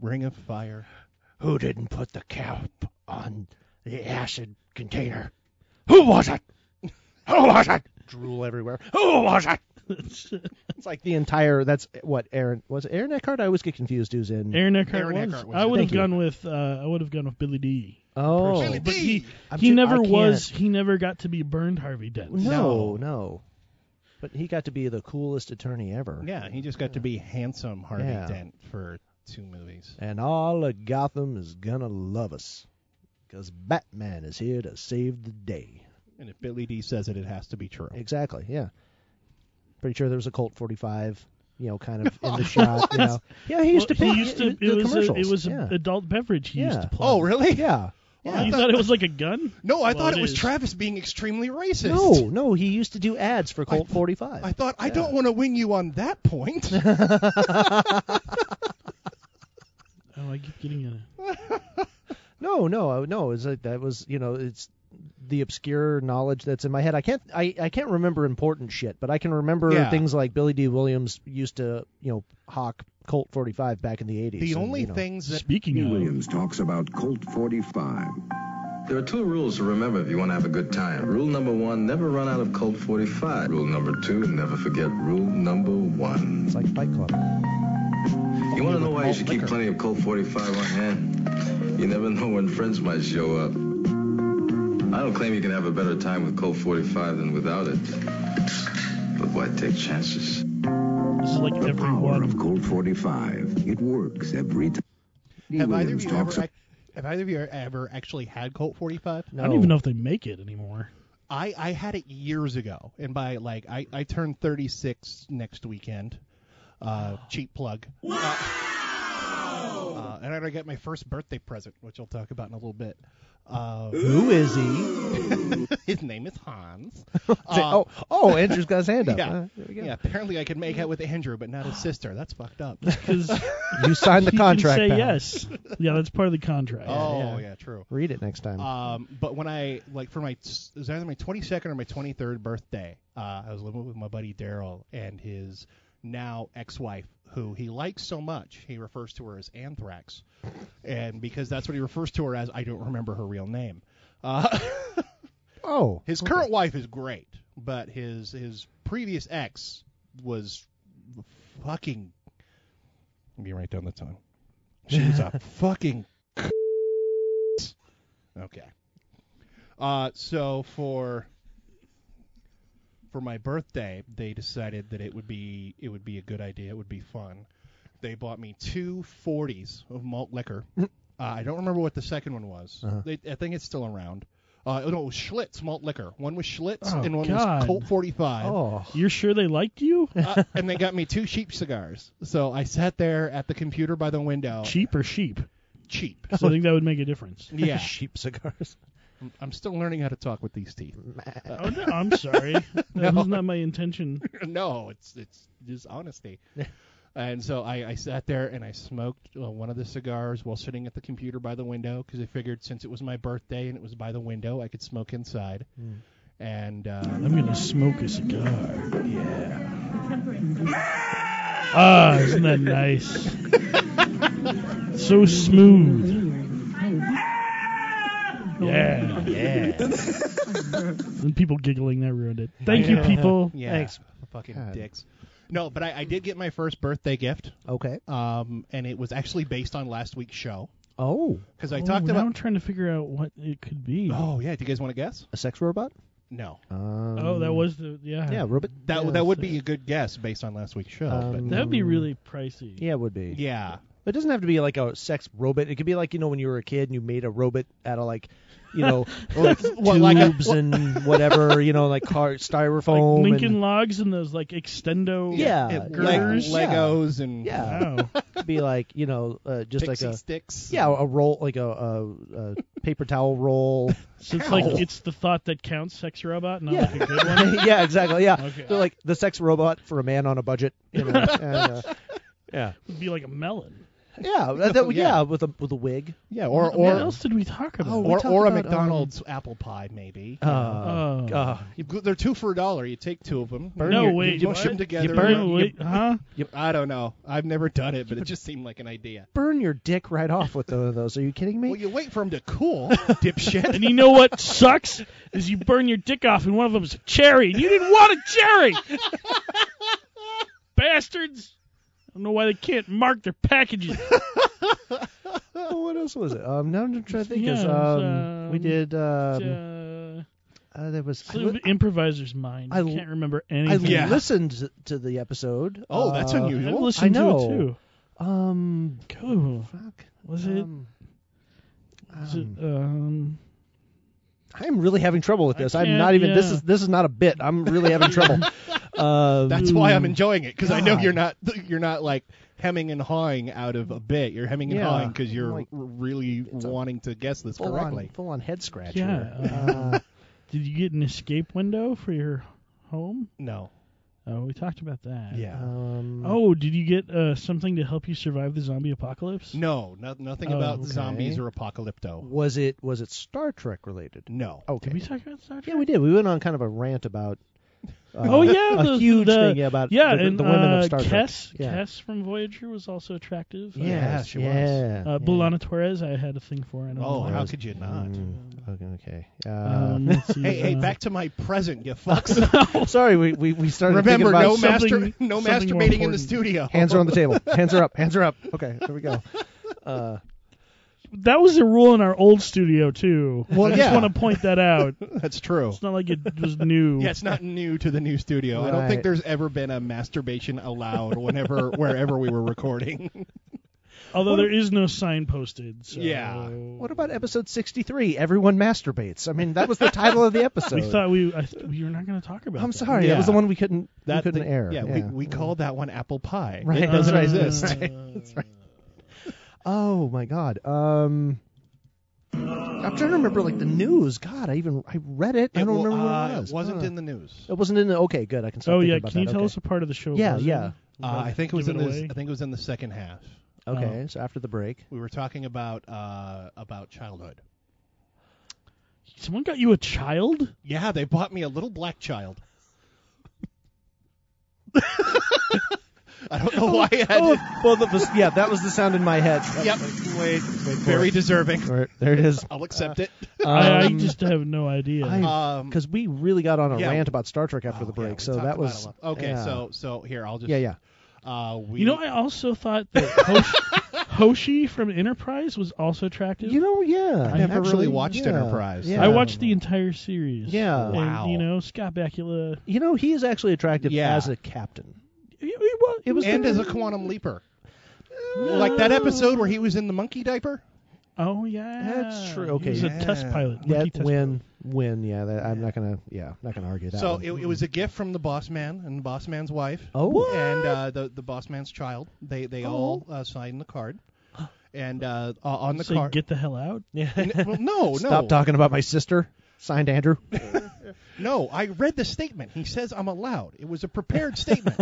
[SPEAKER 2] a ring of fire.
[SPEAKER 5] Who didn't put the cap on the acid container? Who was it? Who was it? Drool everywhere. Who was it? It's like the entire. That's what Aaron was. It Aaron Eckhart. I always get confused who's in.
[SPEAKER 4] Aaron Eckhart,
[SPEAKER 2] Aaron
[SPEAKER 4] was.
[SPEAKER 2] Eckhart was
[SPEAKER 4] I
[SPEAKER 2] it.
[SPEAKER 4] would have
[SPEAKER 5] Thank you.
[SPEAKER 4] gone with uh, I would have gone with Billy D.
[SPEAKER 5] oh,
[SPEAKER 2] Billy
[SPEAKER 4] But
[SPEAKER 2] D.
[SPEAKER 4] he
[SPEAKER 5] I'm
[SPEAKER 4] he
[SPEAKER 5] ju- I
[SPEAKER 4] never
[SPEAKER 5] can't-
[SPEAKER 4] was. He never got to be burned Harvey Dent.
[SPEAKER 5] No, no. But he got to be the coolest attorney ever.
[SPEAKER 2] Yeah, he just got to be handsome Harvey
[SPEAKER 5] Yeah.
[SPEAKER 2] Dent for two movies.
[SPEAKER 5] And all of Gotham is gonna love us. Because Batman is here to save the day.
[SPEAKER 2] And if Billy D says it, it has to be true.
[SPEAKER 5] Exactly, yeah. Pretty sure there was a Colt 45, you know, kind of in the shot. You know. Yeah, he
[SPEAKER 4] Well,
[SPEAKER 5] used to play
[SPEAKER 4] he used to,
[SPEAKER 5] in
[SPEAKER 4] it,
[SPEAKER 5] the
[SPEAKER 4] was a,
[SPEAKER 5] commercials.
[SPEAKER 4] it was an
[SPEAKER 5] yeah.
[SPEAKER 4] adult beverage he used
[SPEAKER 5] Yeah.
[SPEAKER 4] to play.
[SPEAKER 2] Oh, really?
[SPEAKER 5] yeah. yeah.
[SPEAKER 4] You thought it was like a gun?
[SPEAKER 2] No, I
[SPEAKER 4] Well,
[SPEAKER 2] thought it was
[SPEAKER 4] is.
[SPEAKER 2] Travis being extremely racist.
[SPEAKER 5] No, no, he used to do ads for Colt
[SPEAKER 2] th-
[SPEAKER 5] 45.
[SPEAKER 2] I thought I don't want to wing you on that point.
[SPEAKER 4] Oh, I keep getting a.
[SPEAKER 5] No, no, I- no. It's like that was you know it's the obscure knowledge that's in my head. I can't I, I can't remember important shit, but I can remember
[SPEAKER 2] Yeah.
[SPEAKER 5] things like Billy D. Williams used to you know hawk Colt 45 back in the 80s.
[SPEAKER 2] the
[SPEAKER 5] and,
[SPEAKER 2] only
[SPEAKER 5] you know,
[SPEAKER 2] things that
[SPEAKER 4] Speaking of,
[SPEAKER 15] talks about Colt 45.
[SPEAKER 9] There are two rules to remember if you want to have a good time. Rule number one, never run out of Colt 45. Rule number two, never forget rule number one.
[SPEAKER 5] it's like Fight Club.
[SPEAKER 9] You want to know why you
[SPEAKER 2] malt
[SPEAKER 9] should keep
[SPEAKER 2] liquor.
[SPEAKER 9] plenty of Colt 45 on hand? You never know when friends might show up. I don't claim you can have a better time with Colt 45 than without it. But why take chances?
[SPEAKER 4] this is like
[SPEAKER 15] The
[SPEAKER 4] every
[SPEAKER 15] power
[SPEAKER 4] one.
[SPEAKER 15] of Colt 45. It works every time.
[SPEAKER 2] have either of
[SPEAKER 15] Williams
[SPEAKER 2] you
[SPEAKER 15] talks
[SPEAKER 2] ever, ac- have either of you ever actually had Colt 45?
[SPEAKER 5] No.
[SPEAKER 4] I don't even know if they make it anymore.
[SPEAKER 2] I, I had it years ago, and by like I, I turned 36 next weekend. Uh, cheap plug. Uh, uh, and I got my first birthday present, which I'll talk about in a little bit. Uh,
[SPEAKER 5] Who is he?
[SPEAKER 2] his name is Hans.
[SPEAKER 5] oh, oh, Andrew's got his hand up.
[SPEAKER 2] Uh, Yeah.
[SPEAKER 5] Uh, there we go.
[SPEAKER 2] Yeah, apparently I could make out with Andrew, but not his sister. That's fucked up.
[SPEAKER 4] Because
[SPEAKER 5] You signed the contract.
[SPEAKER 4] Say
[SPEAKER 5] pal.
[SPEAKER 4] yes. Yeah, that's part of the contract.
[SPEAKER 2] oh, yeah, true.
[SPEAKER 5] Read it next time.
[SPEAKER 2] Um, but when I like for my it was either my 22nd or my 23rd birthday, uh, I was living with my buddy Daryl and his now ex-wife, who he likes so much, he refers to her as Anthrax, and because that's what he refers to her as, I don't remember her real name. Uh,
[SPEAKER 5] oh,
[SPEAKER 2] his
[SPEAKER 5] okay.
[SPEAKER 2] current wife is great, but his his previous ex was fucking. Let me write down the time. She was a fucking. okay. Uh, so for for my birthday, they decided that it would be it would be a good idea. It would be fun. They bought me two 40s of malt liquor. uh, I don't remember what the second one was.
[SPEAKER 5] Uh-huh.
[SPEAKER 2] They, I think it's still around, Uh, no, Schlitz malt liquor. One was Schlitz
[SPEAKER 4] Oh,
[SPEAKER 2] and one
[SPEAKER 4] God.
[SPEAKER 2] was Colt 45.
[SPEAKER 4] Oh. You're sure they liked you?
[SPEAKER 2] uh, and they got me two cheap cigars. So I sat there at the computer by the window.
[SPEAKER 4] Cheap or sheep?
[SPEAKER 2] Cheap.
[SPEAKER 4] So I think that would make a difference.
[SPEAKER 2] Yeah.
[SPEAKER 5] Sheep cigars.
[SPEAKER 2] I'm, I'm still learning how to talk with these teeth.
[SPEAKER 4] Oh, no, I'm sorry. That
[SPEAKER 2] No.
[SPEAKER 4] was not my intention.
[SPEAKER 2] no, it's it's just honesty. and so I, I sat there and I smoked uh, one of the cigars while sitting at the computer by the window because I figured since it was my birthday and it was by the window, I could smoke inside. And uh,
[SPEAKER 4] I'm gonna smoke a cigar.
[SPEAKER 2] Yeah.
[SPEAKER 4] Ah, isn't that nice? so smooth. Yeah.
[SPEAKER 5] Yeah.
[SPEAKER 4] and people giggling that ruined it. Thank you, people.
[SPEAKER 2] Yeah. Fucking dicks. No, but I, I did get my first birthday gift.
[SPEAKER 5] Okay.
[SPEAKER 2] Um, and it was actually based on last week's show
[SPEAKER 5] Oh.
[SPEAKER 2] because I
[SPEAKER 4] Oh,
[SPEAKER 2] talked
[SPEAKER 4] now
[SPEAKER 2] about.
[SPEAKER 4] I'm trying to figure out what it could be.
[SPEAKER 2] Oh yeah, do you guys want to guess?
[SPEAKER 5] A sex robot?
[SPEAKER 2] No.
[SPEAKER 5] Um,
[SPEAKER 4] Oh, that was the yeah.
[SPEAKER 5] Yeah, robot.
[SPEAKER 2] That
[SPEAKER 4] Yeah,
[SPEAKER 2] that would
[SPEAKER 4] so-
[SPEAKER 2] be a good guess based on last week's show.
[SPEAKER 5] Um,
[SPEAKER 2] but
[SPEAKER 4] That'd be really pricey.
[SPEAKER 5] Yeah, it would be.
[SPEAKER 2] yeah.
[SPEAKER 5] It doesn't have to be like a sex robot. It could be like you know when you were a kid and you made a robot out of like, you know, like
[SPEAKER 2] What,
[SPEAKER 5] tubes
[SPEAKER 2] like a- what-
[SPEAKER 5] and whatever. You know, like car
[SPEAKER 4] Like
[SPEAKER 5] styrofoam. and-
[SPEAKER 4] Lincoln Logs and those like extendo
[SPEAKER 5] Yeah,
[SPEAKER 2] It- Leg-
[SPEAKER 5] yeah.
[SPEAKER 4] girders.
[SPEAKER 2] Legos and
[SPEAKER 5] Yeah.
[SPEAKER 4] Wow.
[SPEAKER 5] It'd be like you know uh, just
[SPEAKER 2] pixie
[SPEAKER 5] like a
[SPEAKER 2] sticks.
[SPEAKER 5] yeah a roll like a, a, a paper towel roll.
[SPEAKER 4] So it's like it's the thought that counts, sex robot, not
[SPEAKER 5] Yeah.
[SPEAKER 4] like a good one.
[SPEAKER 5] yeah, exactly. Yeah,
[SPEAKER 4] Okay.
[SPEAKER 5] they're like the sex robot for a man on a budget. You know, and, uh, yeah,
[SPEAKER 4] It'd be like a melon.
[SPEAKER 5] yeah, that, that,
[SPEAKER 2] Yeah.
[SPEAKER 5] yeah. with a with a wig.
[SPEAKER 2] Yeah, or
[SPEAKER 4] what
[SPEAKER 2] or
[SPEAKER 4] else did we talk about?
[SPEAKER 5] Oh, we
[SPEAKER 2] or,
[SPEAKER 5] talked
[SPEAKER 2] or a
[SPEAKER 5] about, um,
[SPEAKER 2] McDonald's apple pie maybe.
[SPEAKER 5] Uh,
[SPEAKER 4] Oh.
[SPEAKER 5] uh,
[SPEAKER 2] You- they're two for a dollar. You take two of them.
[SPEAKER 4] no,
[SPEAKER 5] your-
[SPEAKER 4] wait.
[SPEAKER 2] you
[SPEAKER 4] what?
[SPEAKER 2] mush 'em together
[SPEAKER 4] You
[SPEAKER 2] and
[SPEAKER 4] no,
[SPEAKER 2] you-
[SPEAKER 4] wait, huh?
[SPEAKER 2] I don't know. I've never done it, but it just seemed like an idea.
[SPEAKER 5] burn your dick right off with one of those. Are you kidding me?
[SPEAKER 2] Well, you wait for them to cool, dipshit.
[SPEAKER 4] And you know what sucks is you burn your dick off, and one of them's a cherry, and you didn't want a cherry. Bastards! I don't know why they can't mark their packages.
[SPEAKER 5] Oh, what else was it? Um, now I'm trying to think. 'cause,
[SPEAKER 4] Yeah, it was,
[SPEAKER 5] um, we
[SPEAKER 4] um,
[SPEAKER 5] did. Um,
[SPEAKER 4] Uh,
[SPEAKER 5] uh, there was. I,
[SPEAKER 4] sort of
[SPEAKER 5] li-
[SPEAKER 4] improviser's mind. I
[SPEAKER 5] I l-
[SPEAKER 4] can't remember
[SPEAKER 5] I
[SPEAKER 4] anything.
[SPEAKER 2] Yeah.
[SPEAKER 5] listened to the episode.
[SPEAKER 2] Oh, that's
[SPEAKER 5] uh,
[SPEAKER 4] I've
[SPEAKER 2] unusual.
[SPEAKER 4] listened
[SPEAKER 5] I know.
[SPEAKER 4] to it too.
[SPEAKER 5] Um,
[SPEAKER 4] Cool.
[SPEAKER 5] fuck.
[SPEAKER 4] Was it?
[SPEAKER 5] Um,
[SPEAKER 4] was
[SPEAKER 5] um,
[SPEAKER 4] it um,
[SPEAKER 5] I'm really having trouble with
[SPEAKER 4] I
[SPEAKER 5] this. I'm
[SPEAKER 4] can't-
[SPEAKER 5] not even. This
[SPEAKER 4] yeah.
[SPEAKER 5] is this is not a bit. I'm really having trouble. Um,
[SPEAKER 2] That's why I'm enjoying it because I know
[SPEAKER 5] God.
[SPEAKER 2] you're not you're not like hemming and hawing out of a bit. You're hemming and
[SPEAKER 5] Yeah.
[SPEAKER 2] hawing because you're
[SPEAKER 5] Like,
[SPEAKER 2] r- really wanting to guess this
[SPEAKER 5] full on,
[SPEAKER 2] correctly.
[SPEAKER 5] full on head scratch.
[SPEAKER 4] Yeah,
[SPEAKER 5] here.
[SPEAKER 4] uh,
[SPEAKER 5] Uh,
[SPEAKER 4] Did you get an escape window for your home?
[SPEAKER 2] No.
[SPEAKER 4] Oh, we talked about that.
[SPEAKER 2] Yeah.
[SPEAKER 5] um,
[SPEAKER 4] uh, Oh, did you get uh, something to help you survive the zombie apocalypse?
[SPEAKER 2] No. No. Nothing
[SPEAKER 4] Oh,
[SPEAKER 2] about
[SPEAKER 4] okay.
[SPEAKER 2] zombies or apocalypto.
[SPEAKER 5] was it was it Star Trek related?
[SPEAKER 2] No.
[SPEAKER 5] Okay.
[SPEAKER 4] Did we talk about Star Trek?
[SPEAKER 5] Yeah, we did. We went on kind of a rant about. Uh,
[SPEAKER 4] Oh yeah,
[SPEAKER 5] a
[SPEAKER 4] the,
[SPEAKER 5] huge
[SPEAKER 4] the,
[SPEAKER 5] thing about
[SPEAKER 4] yeah,
[SPEAKER 5] the,
[SPEAKER 4] and,
[SPEAKER 5] the women
[SPEAKER 4] uh,
[SPEAKER 5] of Star
[SPEAKER 4] Kess,
[SPEAKER 5] Trek. Yeah.
[SPEAKER 4] Kess from Voyager was also attractive.
[SPEAKER 5] Yes,
[SPEAKER 2] Yeah, she was.
[SPEAKER 5] Oh, yeah,
[SPEAKER 4] Uh, uh, Belana Torres, I had a thing for. I don't
[SPEAKER 2] Oh,
[SPEAKER 4] know.
[SPEAKER 2] how
[SPEAKER 4] why.
[SPEAKER 2] could you not?
[SPEAKER 5] Mm, okay, okay. Uh,
[SPEAKER 4] Um, let's see,
[SPEAKER 2] Hey, hey,
[SPEAKER 4] uh,
[SPEAKER 2] back to my present, you fucks.
[SPEAKER 5] sorry, we, we, we started. thinking
[SPEAKER 2] Remember,
[SPEAKER 5] about
[SPEAKER 2] no
[SPEAKER 5] something-
[SPEAKER 2] master,
[SPEAKER 4] something-
[SPEAKER 2] no
[SPEAKER 4] something more
[SPEAKER 2] masturbating in the
[SPEAKER 4] important.
[SPEAKER 2] studio.
[SPEAKER 5] Hands are on the table. Hands are up. Hands are up. Okay, there we go. Uh,
[SPEAKER 4] that was a rule in our old studio too.
[SPEAKER 2] Well,
[SPEAKER 4] I
[SPEAKER 2] yeah.
[SPEAKER 4] just want to point that out.
[SPEAKER 2] That's true.
[SPEAKER 4] It's not like it was new.
[SPEAKER 2] Yeah, it's not new to the new studio. I don't think
[SPEAKER 5] Right.
[SPEAKER 2] there's ever been a masturbation allowed whenever wherever we were recording.
[SPEAKER 4] Although there is no sign posted. So
[SPEAKER 2] Yeah.
[SPEAKER 5] what about episode sixty-three? Everyone masturbates. I mean, that was the title of the episode.
[SPEAKER 4] We thought we I th- we were not going to talk about.
[SPEAKER 5] I'm
[SPEAKER 4] that.
[SPEAKER 5] sorry,
[SPEAKER 2] Yeah.
[SPEAKER 5] that was the one we couldn't we
[SPEAKER 2] That
[SPEAKER 5] couldn't
[SPEAKER 2] thing-
[SPEAKER 5] air.
[SPEAKER 2] Yeah, we we called that one apple pie.
[SPEAKER 5] Right,
[SPEAKER 2] It
[SPEAKER 5] that's
[SPEAKER 2] doesn't
[SPEAKER 5] right.
[SPEAKER 2] exist.
[SPEAKER 5] That's right. That's right. Oh my God. Um, I'm trying to remember like the news. God, I even I read it. I
[SPEAKER 2] It
[SPEAKER 5] don't
[SPEAKER 2] wa-
[SPEAKER 5] remember
[SPEAKER 2] uh,
[SPEAKER 5] what it was.
[SPEAKER 2] It wasn't
[SPEAKER 5] Huh.
[SPEAKER 2] in the news.
[SPEAKER 5] It wasn't in the. Okay, good. I can. Stop
[SPEAKER 4] Oh
[SPEAKER 5] thinking
[SPEAKER 4] yeah,
[SPEAKER 5] about
[SPEAKER 4] can you
[SPEAKER 5] that.
[SPEAKER 4] tell
[SPEAKER 5] okay.
[SPEAKER 4] us a part of the show?
[SPEAKER 5] Yeah,
[SPEAKER 4] was in?
[SPEAKER 5] yeah.
[SPEAKER 2] Uh, I think it was
[SPEAKER 4] Give
[SPEAKER 2] in
[SPEAKER 4] it
[SPEAKER 2] the
[SPEAKER 4] away.
[SPEAKER 2] I think it was in the second half.
[SPEAKER 5] Okay, so after the break.
[SPEAKER 2] We were talking about uh, about childhood.
[SPEAKER 4] Someone got you a child?
[SPEAKER 2] Yeah, they bought me a little black child. I don't know why I had
[SPEAKER 5] Oh, well, that was yeah. That was the sound in my head.
[SPEAKER 2] Yep.
[SPEAKER 5] Wait. Wait.
[SPEAKER 2] very deserving.
[SPEAKER 5] All right, there it is.
[SPEAKER 2] I'll accept it.
[SPEAKER 4] I, I just have no idea.
[SPEAKER 5] Um, I-
[SPEAKER 2] Um,
[SPEAKER 5] Because we really got on a
[SPEAKER 2] Yeah.
[SPEAKER 5] rant about Star Trek after the
[SPEAKER 2] Oh, yeah,
[SPEAKER 5] break,
[SPEAKER 2] we
[SPEAKER 5] so
[SPEAKER 2] talked
[SPEAKER 5] that
[SPEAKER 2] about
[SPEAKER 5] was
[SPEAKER 2] it a lot. okay.
[SPEAKER 5] yeah.
[SPEAKER 2] So so here I'll just
[SPEAKER 5] yeah, yeah.
[SPEAKER 2] Uh, we
[SPEAKER 4] you know, I also thought that Hoshi, Hoshi from Enterprise was also attractive.
[SPEAKER 5] You know, yeah.
[SPEAKER 2] I never
[SPEAKER 5] actually,
[SPEAKER 2] really watched
[SPEAKER 5] yeah,
[SPEAKER 2] Enterprise.
[SPEAKER 5] Yeah.
[SPEAKER 4] I watched the entire series.
[SPEAKER 5] Yeah.
[SPEAKER 4] And,
[SPEAKER 2] Wow.
[SPEAKER 4] You know, Scott Bakula.
[SPEAKER 5] You know, he is actually attractive
[SPEAKER 2] Yeah.
[SPEAKER 5] as a captain.
[SPEAKER 4] He, he wa-
[SPEAKER 5] It was
[SPEAKER 2] and
[SPEAKER 5] the-
[SPEAKER 2] as a quantum leaper. Like that episode where he was in the monkey diaper.
[SPEAKER 4] oh yeah,
[SPEAKER 5] That's true.
[SPEAKER 4] He
[SPEAKER 5] Okay.
[SPEAKER 4] was a test
[SPEAKER 2] Yeah.
[SPEAKER 4] pilot.
[SPEAKER 5] Yet
[SPEAKER 4] monkey test
[SPEAKER 5] when
[SPEAKER 4] pilot.
[SPEAKER 5] win. Yeah, that, I'm not gonna. Yeah, not gonna argue that.
[SPEAKER 2] so
[SPEAKER 5] one.
[SPEAKER 2] it, it was a gift from the boss man and the boss man's wife.
[SPEAKER 5] Oh. What?
[SPEAKER 2] and uh, the the boss man's child. They they
[SPEAKER 4] Oh.
[SPEAKER 2] all uh, signed the card. And uh, o- on the
[SPEAKER 4] Say,
[SPEAKER 2] card,
[SPEAKER 4] "Get the hell out.
[SPEAKER 5] Yeah.
[SPEAKER 2] well, no,
[SPEAKER 5] Stop
[SPEAKER 2] oh, no. Oh,
[SPEAKER 5] talking about my sister. Signed Andrew.
[SPEAKER 2] No, I read the statement. He says I'm allowed. It was a prepared statement.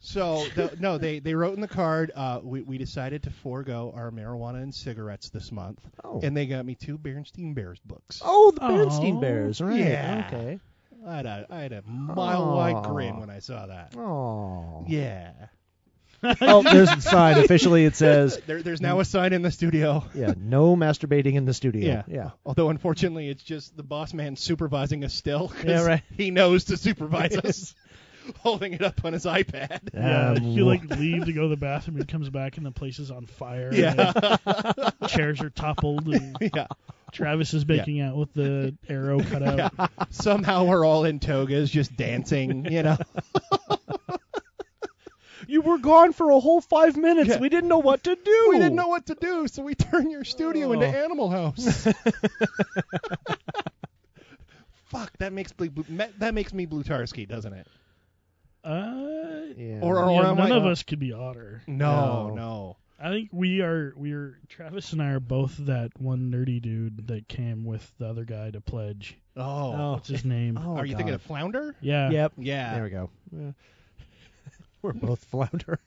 [SPEAKER 2] so the, no, they they wrote in the card. Uh, we we decided to forego our marijuana and cigarettes this month,
[SPEAKER 5] Oh.
[SPEAKER 2] and they got me two Bernstein Bears books.
[SPEAKER 5] Oh, the
[SPEAKER 2] Oh,
[SPEAKER 5] Bernstein Bears, right?
[SPEAKER 2] yeah.
[SPEAKER 5] Okay.
[SPEAKER 2] I had a I had a mile wide
[SPEAKER 5] Aw.
[SPEAKER 2] grin when I saw that.
[SPEAKER 5] Oh.
[SPEAKER 2] Yeah.
[SPEAKER 5] oh, there's a sign. Officially, it says.
[SPEAKER 2] There, there's now a sign in the studio.
[SPEAKER 5] Yeah, no masturbating in the studio.
[SPEAKER 2] Yeah.
[SPEAKER 5] yeah.
[SPEAKER 2] Although unfortunately, it's just the boss man supervising us still. 'cause
[SPEAKER 5] Yeah, right.
[SPEAKER 2] He knows to supervise us, holding it up on his iPad.
[SPEAKER 4] Yeah,
[SPEAKER 5] Um,
[SPEAKER 4] you like leave to go to the bathroom. He comes back and the place is on fire.
[SPEAKER 2] Yeah.
[SPEAKER 4] and chairs are toppled. And
[SPEAKER 2] yeah.
[SPEAKER 4] Travis is
[SPEAKER 2] Yeah.
[SPEAKER 4] making out with the arrow cut out.
[SPEAKER 2] Yeah. Somehow we're all in togas, just dancing. You know.
[SPEAKER 5] You were gone for a whole five minutes.
[SPEAKER 2] Yeah.
[SPEAKER 5] We didn't know what to do.
[SPEAKER 2] We didn't know what to do, so we turned your studio into
[SPEAKER 5] Oh.
[SPEAKER 2] Animal House. Fuck, that makes me blue, that makes me Blutarski, doesn't it?
[SPEAKER 4] Uh,
[SPEAKER 5] Yeah.
[SPEAKER 2] Or, or
[SPEAKER 4] yeah,
[SPEAKER 2] am
[SPEAKER 4] none
[SPEAKER 2] I-
[SPEAKER 4] of us could be Otter.
[SPEAKER 2] No,
[SPEAKER 5] No.
[SPEAKER 2] no.
[SPEAKER 4] I think we are. We are. Travis and I are both that one nerdy dude that came with the other guy to pledge.
[SPEAKER 2] Oh.
[SPEAKER 4] What's his name?
[SPEAKER 5] Oh,
[SPEAKER 2] Are you thinking
[SPEAKER 5] God.
[SPEAKER 2] of Flounder?
[SPEAKER 4] Yeah.
[SPEAKER 5] Yep.
[SPEAKER 2] Yeah.
[SPEAKER 5] There we go. Yeah. We're both flounder.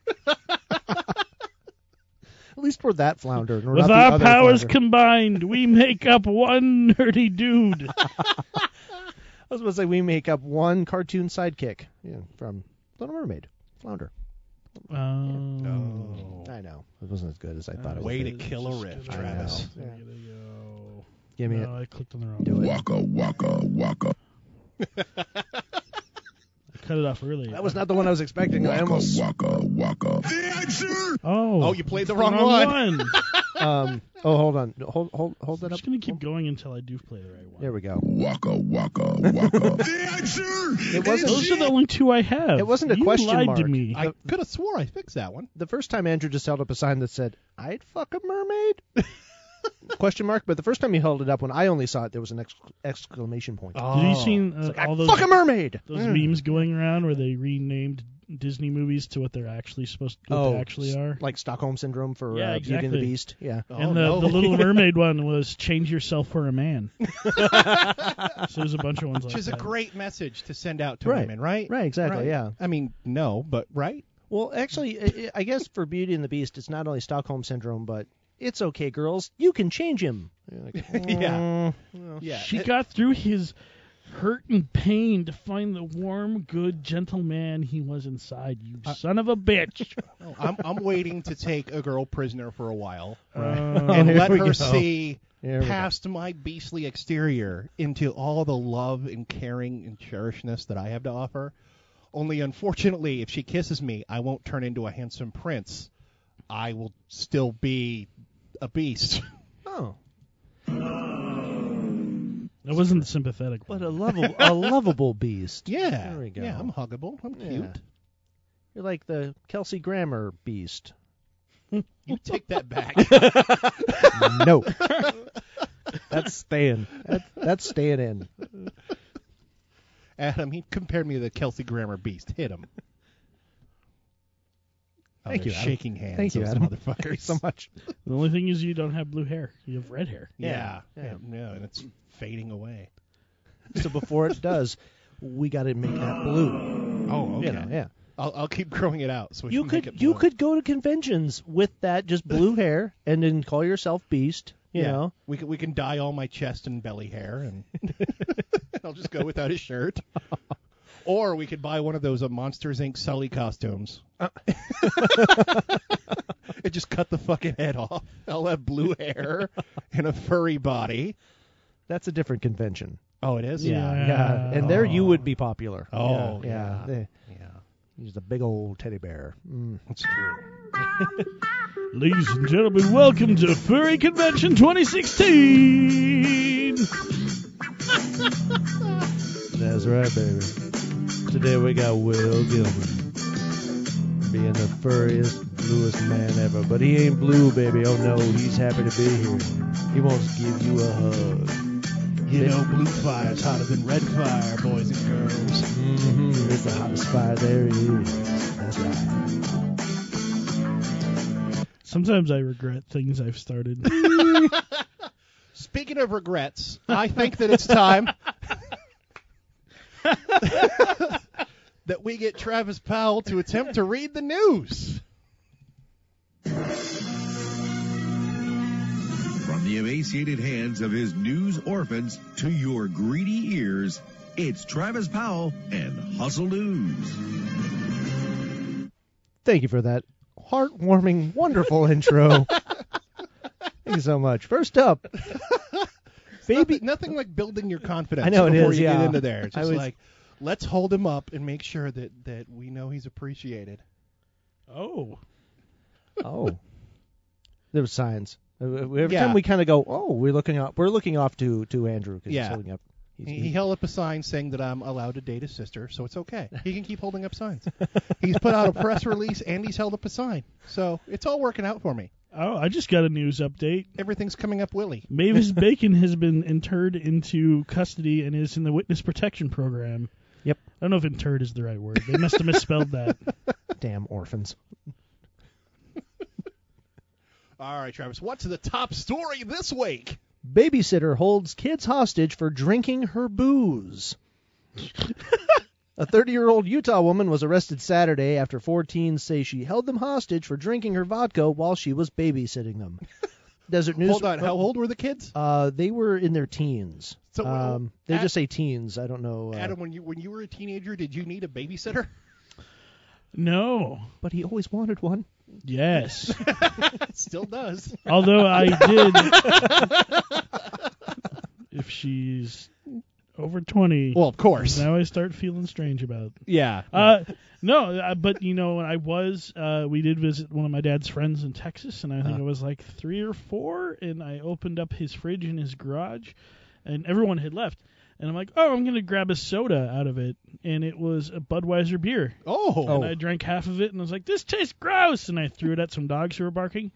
[SPEAKER 5] At least we're that flounder. and we're
[SPEAKER 4] With
[SPEAKER 5] not the
[SPEAKER 4] our
[SPEAKER 5] other
[SPEAKER 4] powers
[SPEAKER 5] flounder.
[SPEAKER 4] combined, we make up one nerdy dude.
[SPEAKER 5] I was going to say we make up one cartoon sidekick yeah, from Little Mermaid. Flounder. Oh.
[SPEAKER 4] Um,
[SPEAKER 5] I know. It wasn't as good as I thought it was.
[SPEAKER 2] Oh. Way to
[SPEAKER 5] gonna be.
[SPEAKER 2] kill a riff,
[SPEAKER 4] I
[SPEAKER 2] Travis.
[SPEAKER 5] know.
[SPEAKER 4] There you go.
[SPEAKER 5] Give me
[SPEAKER 4] no, I clicked on the wrong.
[SPEAKER 5] it. Do it.
[SPEAKER 15] Waka, waka, waka.
[SPEAKER 4] I cut it off early.
[SPEAKER 5] That was not the one I was expecting. I
[SPEAKER 15] Waka,
[SPEAKER 5] almost.
[SPEAKER 15] waka, waka.
[SPEAKER 4] Oh.
[SPEAKER 2] Oh, you played the wrong,
[SPEAKER 4] wrong
[SPEAKER 2] one.
[SPEAKER 4] one.
[SPEAKER 5] Um, oh, hold on. Hold, hold, hold
[SPEAKER 4] I'm
[SPEAKER 5] that up.
[SPEAKER 4] just gonna keep going until I do play the right one.
[SPEAKER 5] There we go.
[SPEAKER 15] Waka, waka, waka.
[SPEAKER 5] It wasn't.
[SPEAKER 4] Those are the only two I have.
[SPEAKER 5] It wasn't a
[SPEAKER 4] you
[SPEAKER 5] question
[SPEAKER 4] lied to
[SPEAKER 5] mark.
[SPEAKER 4] me.
[SPEAKER 2] I could have swore I fixed that one.
[SPEAKER 5] the first time Andrew just held up a sign that said "I'd fuck a mermaid." Question mark. But the first time he held it up, when I only saw it, there was an ex- exclamation point.
[SPEAKER 4] Have you seen uh, all those
[SPEAKER 5] fuck a mermaid. Mm.
[SPEAKER 4] those memes going around where they renamed Disney movies to what they're actually supposed what
[SPEAKER 5] oh,
[SPEAKER 4] they actually
[SPEAKER 5] s-
[SPEAKER 4] are?
[SPEAKER 5] like Stockholm syndrome for
[SPEAKER 4] Yeah,
[SPEAKER 5] uh, Beauty and the
[SPEAKER 4] exactly.
[SPEAKER 5] Beast. Yeah.
[SPEAKER 2] Oh,
[SPEAKER 4] and the,
[SPEAKER 2] no.
[SPEAKER 4] the Little Mermaid one was change yourself for a man. so there's a bunch of ones like
[SPEAKER 2] Which is a
[SPEAKER 4] that.
[SPEAKER 2] great message to send out to
[SPEAKER 5] Right.
[SPEAKER 2] women, right?
[SPEAKER 5] Right, exactly, yeah.
[SPEAKER 2] I mean, no, but right?
[SPEAKER 5] Well, actually, I- I I guess for Beauty and the Beast, it's not only Stockholm syndrome, but it's okay, girls. You can change him. You're like,
[SPEAKER 2] Yeah.
[SPEAKER 5] mm,
[SPEAKER 2] Yeah.
[SPEAKER 4] She
[SPEAKER 2] it-
[SPEAKER 4] got through his hurt and pain to find the warm, good, gentle man he was inside. You son of a bitch.
[SPEAKER 2] oh, I'm, I'm waiting to take a girl prisoner for a while
[SPEAKER 4] Uh,
[SPEAKER 2] and
[SPEAKER 5] here
[SPEAKER 2] let
[SPEAKER 5] we
[SPEAKER 2] her
[SPEAKER 5] go.
[SPEAKER 2] see
[SPEAKER 5] Here we go.
[SPEAKER 2] past my beastly exterior into all the love and caring and cherishness that I have to offer. Only unfortunately, if she kisses me, I won't turn into a handsome prince. I will still be a beast.
[SPEAKER 5] Oh,
[SPEAKER 4] that wasn't sympathetic.
[SPEAKER 5] but a lovable, a lovable beast.
[SPEAKER 2] Yeah.
[SPEAKER 5] There we go.
[SPEAKER 2] Yeah, I'm huggable. I'm
[SPEAKER 5] Yeah.
[SPEAKER 2] cute.
[SPEAKER 5] You're like the Kelsey Grammer beast.
[SPEAKER 2] You take that back.
[SPEAKER 5] no. That's staying. That's, that's staying in.
[SPEAKER 2] Adam, he compared me to the Kelsey Grammer beast. Hit him. Oh,
[SPEAKER 5] Thank
[SPEAKER 2] they're
[SPEAKER 5] you, Adam.
[SPEAKER 2] Shaking hands.
[SPEAKER 5] Thank you,
[SPEAKER 2] those
[SPEAKER 5] Adam.
[SPEAKER 2] motherfuckers.
[SPEAKER 5] Thank you so much.
[SPEAKER 4] The only thing is you don't have blue hair. You have red hair.
[SPEAKER 2] Yeah.
[SPEAKER 5] Yeah.
[SPEAKER 2] Yeah. No, and it's fading away.
[SPEAKER 5] So before it does, we got to make that blue.
[SPEAKER 2] Oh, okay.
[SPEAKER 5] You know, yeah.
[SPEAKER 2] I'll, I'll keep growing it out. So we
[SPEAKER 5] You
[SPEAKER 2] can make
[SPEAKER 5] could
[SPEAKER 2] it
[SPEAKER 5] you
[SPEAKER 2] blue.
[SPEAKER 5] could go to conventions with that just blue hair and then call yourself Beast. You
[SPEAKER 2] yeah.
[SPEAKER 5] know.
[SPEAKER 2] We can we can dye all my chest and belly hair, and I'll just go without a shirt. Or we could buy one of those uh, Monsters Inc. Sully costumes. and just cut the fucking head off. I'll have blue hair and a furry body.
[SPEAKER 5] That's a different convention.
[SPEAKER 2] Oh, it is.
[SPEAKER 4] Yeah.
[SPEAKER 5] yeah. And there you would be popular.
[SPEAKER 2] Oh,
[SPEAKER 5] yeah.
[SPEAKER 2] yeah.
[SPEAKER 5] They-
[SPEAKER 2] yeah.
[SPEAKER 5] He's the big old teddy bear. Mm.
[SPEAKER 2] That's true.
[SPEAKER 4] Ladies and gentlemen, welcome to Furry Convention 2016.
[SPEAKER 5] That's right, baby. Today we got Will Gilman being the furriest, bluest man ever. But he ain't blue, baby. Oh no, he's happy to be here. He wants to give you a hug.
[SPEAKER 2] You know, blue fire's hotter than red fire, boys and girls. Mm-hmm.
[SPEAKER 5] It's the hottest fire there is. That's right.
[SPEAKER 4] Sometimes I regret things I've started.
[SPEAKER 2] Speaking of regrets, I think that it's time that we get Travis Powell to attempt to read the news.
[SPEAKER 16] From the emaciated hands of his news orphans to your greedy ears, it's Travis Powell and Hustle News.
[SPEAKER 5] Thank you for that heartwarming, wonderful intro. Thank you so much. First up,
[SPEAKER 2] Baby, nothing, nothing like building your confidence.
[SPEAKER 5] I know it
[SPEAKER 2] before
[SPEAKER 5] is,
[SPEAKER 2] you get
[SPEAKER 5] yeah.
[SPEAKER 2] into there. It's
[SPEAKER 5] I
[SPEAKER 2] just
[SPEAKER 5] was-
[SPEAKER 2] like let's hold him up and make sure that that we know he's appreciated.
[SPEAKER 4] Oh.
[SPEAKER 5] oh, there were signs. Uh, Every
[SPEAKER 2] Yeah.
[SPEAKER 5] time we kind of go, oh, we're looking up. We're looking off to to Andrew 'cause
[SPEAKER 2] Yeah.
[SPEAKER 5] he's holding up. He's,
[SPEAKER 2] He, he held up a sign saying that I'm allowed to date his sister, so it's okay. He can keep holding up signs. he's put out a press release and he's held up a sign, so it's all working out for me.
[SPEAKER 4] Oh, I just got a news update.
[SPEAKER 2] Everything's coming up, Willie.
[SPEAKER 4] Mavis Bacon has been interred into custody and is in the witness protection program.
[SPEAKER 5] Yep.
[SPEAKER 4] I don't know if interred is the right word. They must have misspelled that.
[SPEAKER 5] damn orphans.
[SPEAKER 2] All right, Travis, what's the top story this week?
[SPEAKER 5] Babysitter holds kids hostage for drinking her booze. A 30 year old Utah woman was arrested Saturday after four teens say she held them hostage for drinking her vodka while she was babysitting them. Desert News.
[SPEAKER 2] Hold on, how old were the kids?
[SPEAKER 5] Uh, they were in their teens.
[SPEAKER 2] So, uh,
[SPEAKER 5] um, they
[SPEAKER 2] at-
[SPEAKER 5] just say teens. I don't know. Uh,
[SPEAKER 2] Adam, when you when you were a teenager, did you need a babysitter?
[SPEAKER 4] No.
[SPEAKER 5] but he always wanted one.
[SPEAKER 4] Yes.
[SPEAKER 2] Still does.
[SPEAKER 4] Although I did. if she's over 20.
[SPEAKER 2] Well, of course.
[SPEAKER 4] Now I start feeling strange about
[SPEAKER 2] Yeah.
[SPEAKER 4] Uh, no, uh, but you know, when I was, uh, we did visit one of my dad's friends in Texas, and I think I was like three or four, and I opened up his fridge in his garage, and everyone had left, and I'm like, oh, I'm gonna grab a soda out of it, and it was a Budweiser beer,
[SPEAKER 2] Oh.
[SPEAKER 4] and I drank half of it, and I was like, this tastes gross, and I threw it at some dogs who were barking.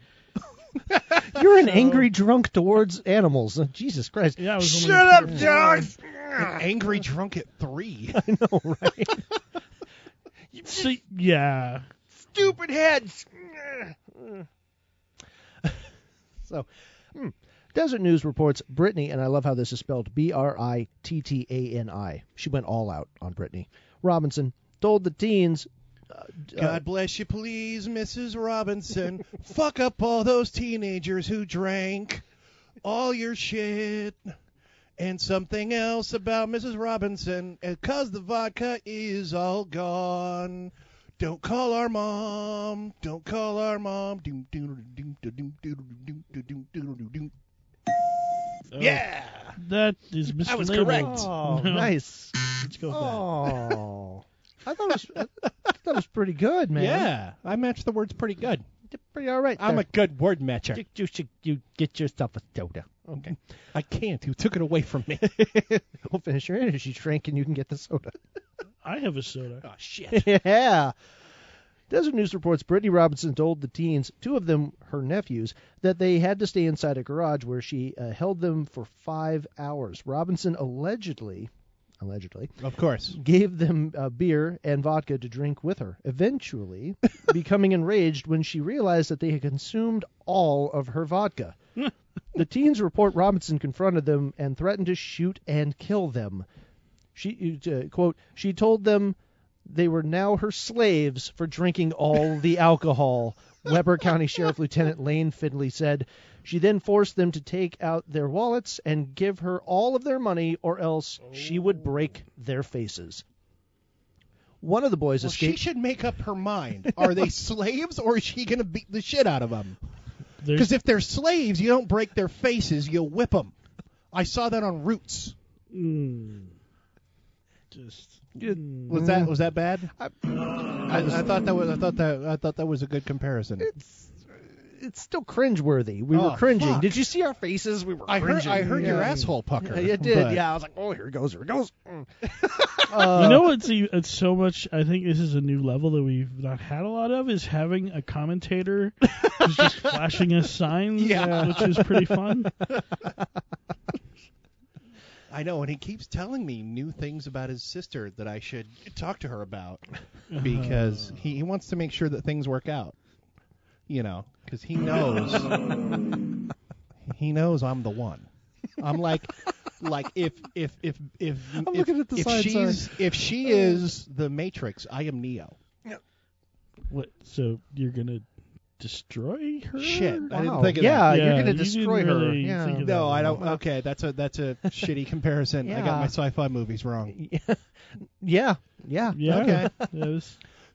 [SPEAKER 5] You're an angry drunk towards animals. Uh, Jesus Christ.
[SPEAKER 4] Yeah, I was only three
[SPEAKER 5] Shut up,
[SPEAKER 4] or four.
[SPEAKER 5] Josh.
[SPEAKER 2] An angry drunk at three.
[SPEAKER 5] I know, right?
[SPEAKER 4] So, yeah,
[SPEAKER 5] Stupid heads. so, hmm. Desert News reports Brittany, and I love how this is spelled B R I T T A N I. She went all out on Brittany. Robinson told the teens.
[SPEAKER 2] God bless you, please, Mrs. Robinson. Fuck up all those teenagers who drank all your shit. And something else about Mrs. Robinson, because the vodka is all gone. Don't call our mom. Don't call our mom. Doom, doom, doom, doom, doom, doom, doom, doom, doom, doom, doom, doom. Yeah!
[SPEAKER 4] that is mislabeled.
[SPEAKER 2] I was correct.
[SPEAKER 5] Oh,
[SPEAKER 4] No.
[SPEAKER 5] nice.
[SPEAKER 4] Let's go with
[SPEAKER 5] Oh. I thought, it was, I thought it was pretty good, man.
[SPEAKER 2] Yeah, I matched the words pretty good.
[SPEAKER 5] Pretty all right.
[SPEAKER 2] I'm
[SPEAKER 5] there.
[SPEAKER 2] a good word matcher.
[SPEAKER 5] You should you get yourself a soda.
[SPEAKER 2] Okay. I can't. You took it away from me.
[SPEAKER 5] we'll finish your energy drink and you can get the soda.
[SPEAKER 4] that. I have a soda.
[SPEAKER 2] oh, shit.
[SPEAKER 5] yeah. Desert News reports Brittany Robinson told the teens, two of them her nephews, that they had to stay inside a garage where she uh, held them for five hours. Robinson allegedly, allegedly,
[SPEAKER 2] Of course.
[SPEAKER 5] gave them uh, beer and vodka to drink with her, eventually becoming enraged when she realized that they had consumed all of her vodka. the teens report Robinson confronted them and threatened to shoot and kill them. She uh, quote, she told them they were now her slaves for drinking all the alcohol. Weber County Sheriff Lieutenant Lane Findley said she then forced them to take out their wallets and give her all of their money, or else she
[SPEAKER 2] Oh.
[SPEAKER 5] would break their faces. One of the boys
[SPEAKER 2] Well, she
[SPEAKER 5] escaped.
[SPEAKER 2] should make up her mind. Are they slaves or is she going to beat the shit out of them?
[SPEAKER 4] There's
[SPEAKER 2] Because if they're slaves, you don't break their faces, you whip them. I saw that on Roots.
[SPEAKER 4] Mm. Just
[SPEAKER 2] Was that was that bad?
[SPEAKER 5] I-
[SPEAKER 2] Mm. I, I thought that was I thought that I thought that was a good comparison.
[SPEAKER 5] It's still cringeworthy. We
[SPEAKER 2] Oh,
[SPEAKER 5] were cringing.
[SPEAKER 2] fuck.
[SPEAKER 5] Did you see our faces? We were
[SPEAKER 2] I heard
[SPEAKER 5] cringing.
[SPEAKER 2] I heard your
[SPEAKER 5] Yeah.
[SPEAKER 2] asshole pucker.
[SPEAKER 5] It did.
[SPEAKER 2] but-
[SPEAKER 5] Yeah, I was like, oh, here it goes, here it goes. Mm.
[SPEAKER 2] Uh,
[SPEAKER 4] you know what's e- it's so much I think this is a new level that we've not had a lot of is having a commentator who's just flashing us signs,
[SPEAKER 2] Yeah.
[SPEAKER 4] which is pretty fun.
[SPEAKER 2] I know, and he keeps telling me new things about his sister that I should talk to her about because he, he wants to make sure that things work out. You know, because he knows he knows I'm the one. I'm like, like if if if if
[SPEAKER 17] I'm
[SPEAKER 2] if,
[SPEAKER 17] looking at the
[SPEAKER 2] if
[SPEAKER 17] side,
[SPEAKER 2] she's
[SPEAKER 17] sorry.
[SPEAKER 2] if she is the Matrix, I am Neo.
[SPEAKER 4] What? So you're gonna destroy her?
[SPEAKER 2] Shit, I didn't
[SPEAKER 5] Oh.
[SPEAKER 4] Wow.
[SPEAKER 2] think of that.
[SPEAKER 4] you didn't really think of
[SPEAKER 2] No,
[SPEAKER 4] that
[SPEAKER 2] I
[SPEAKER 4] one.
[SPEAKER 2] don't. Okay, that's a that's a shitty comparison. I got
[SPEAKER 4] Yeah.
[SPEAKER 2] my sci-fi movies wrong.
[SPEAKER 5] Yeah, yeah,
[SPEAKER 2] Okay.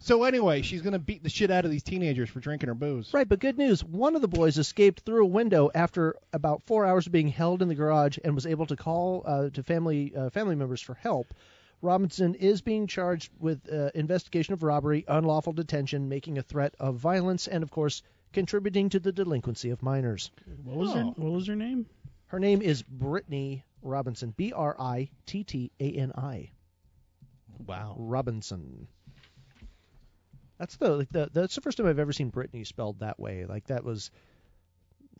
[SPEAKER 2] So anyway, she's gonna beat the shit out of these teenagers for drinking her booze.
[SPEAKER 5] Right, but good news. One of the boys escaped through a window after about four hours of being held in the garage and was able to call uh, to family uh, family members for help. Robinson is being charged with uh, investigation of robbery, unlawful detention, making a threat of violence, and of course contributing to the delinquency of minors.
[SPEAKER 4] What was
[SPEAKER 2] Oh.
[SPEAKER 4] her? What was her name?
[SPEAKER 5] Her name is Brittany Robinson. B R I T T A N I.
[SPEAKER 2] Wow.
[SPEAKER 5] Robinson. That's the, like the that's the first time I've ever seen Brittany spelled that way. Like that was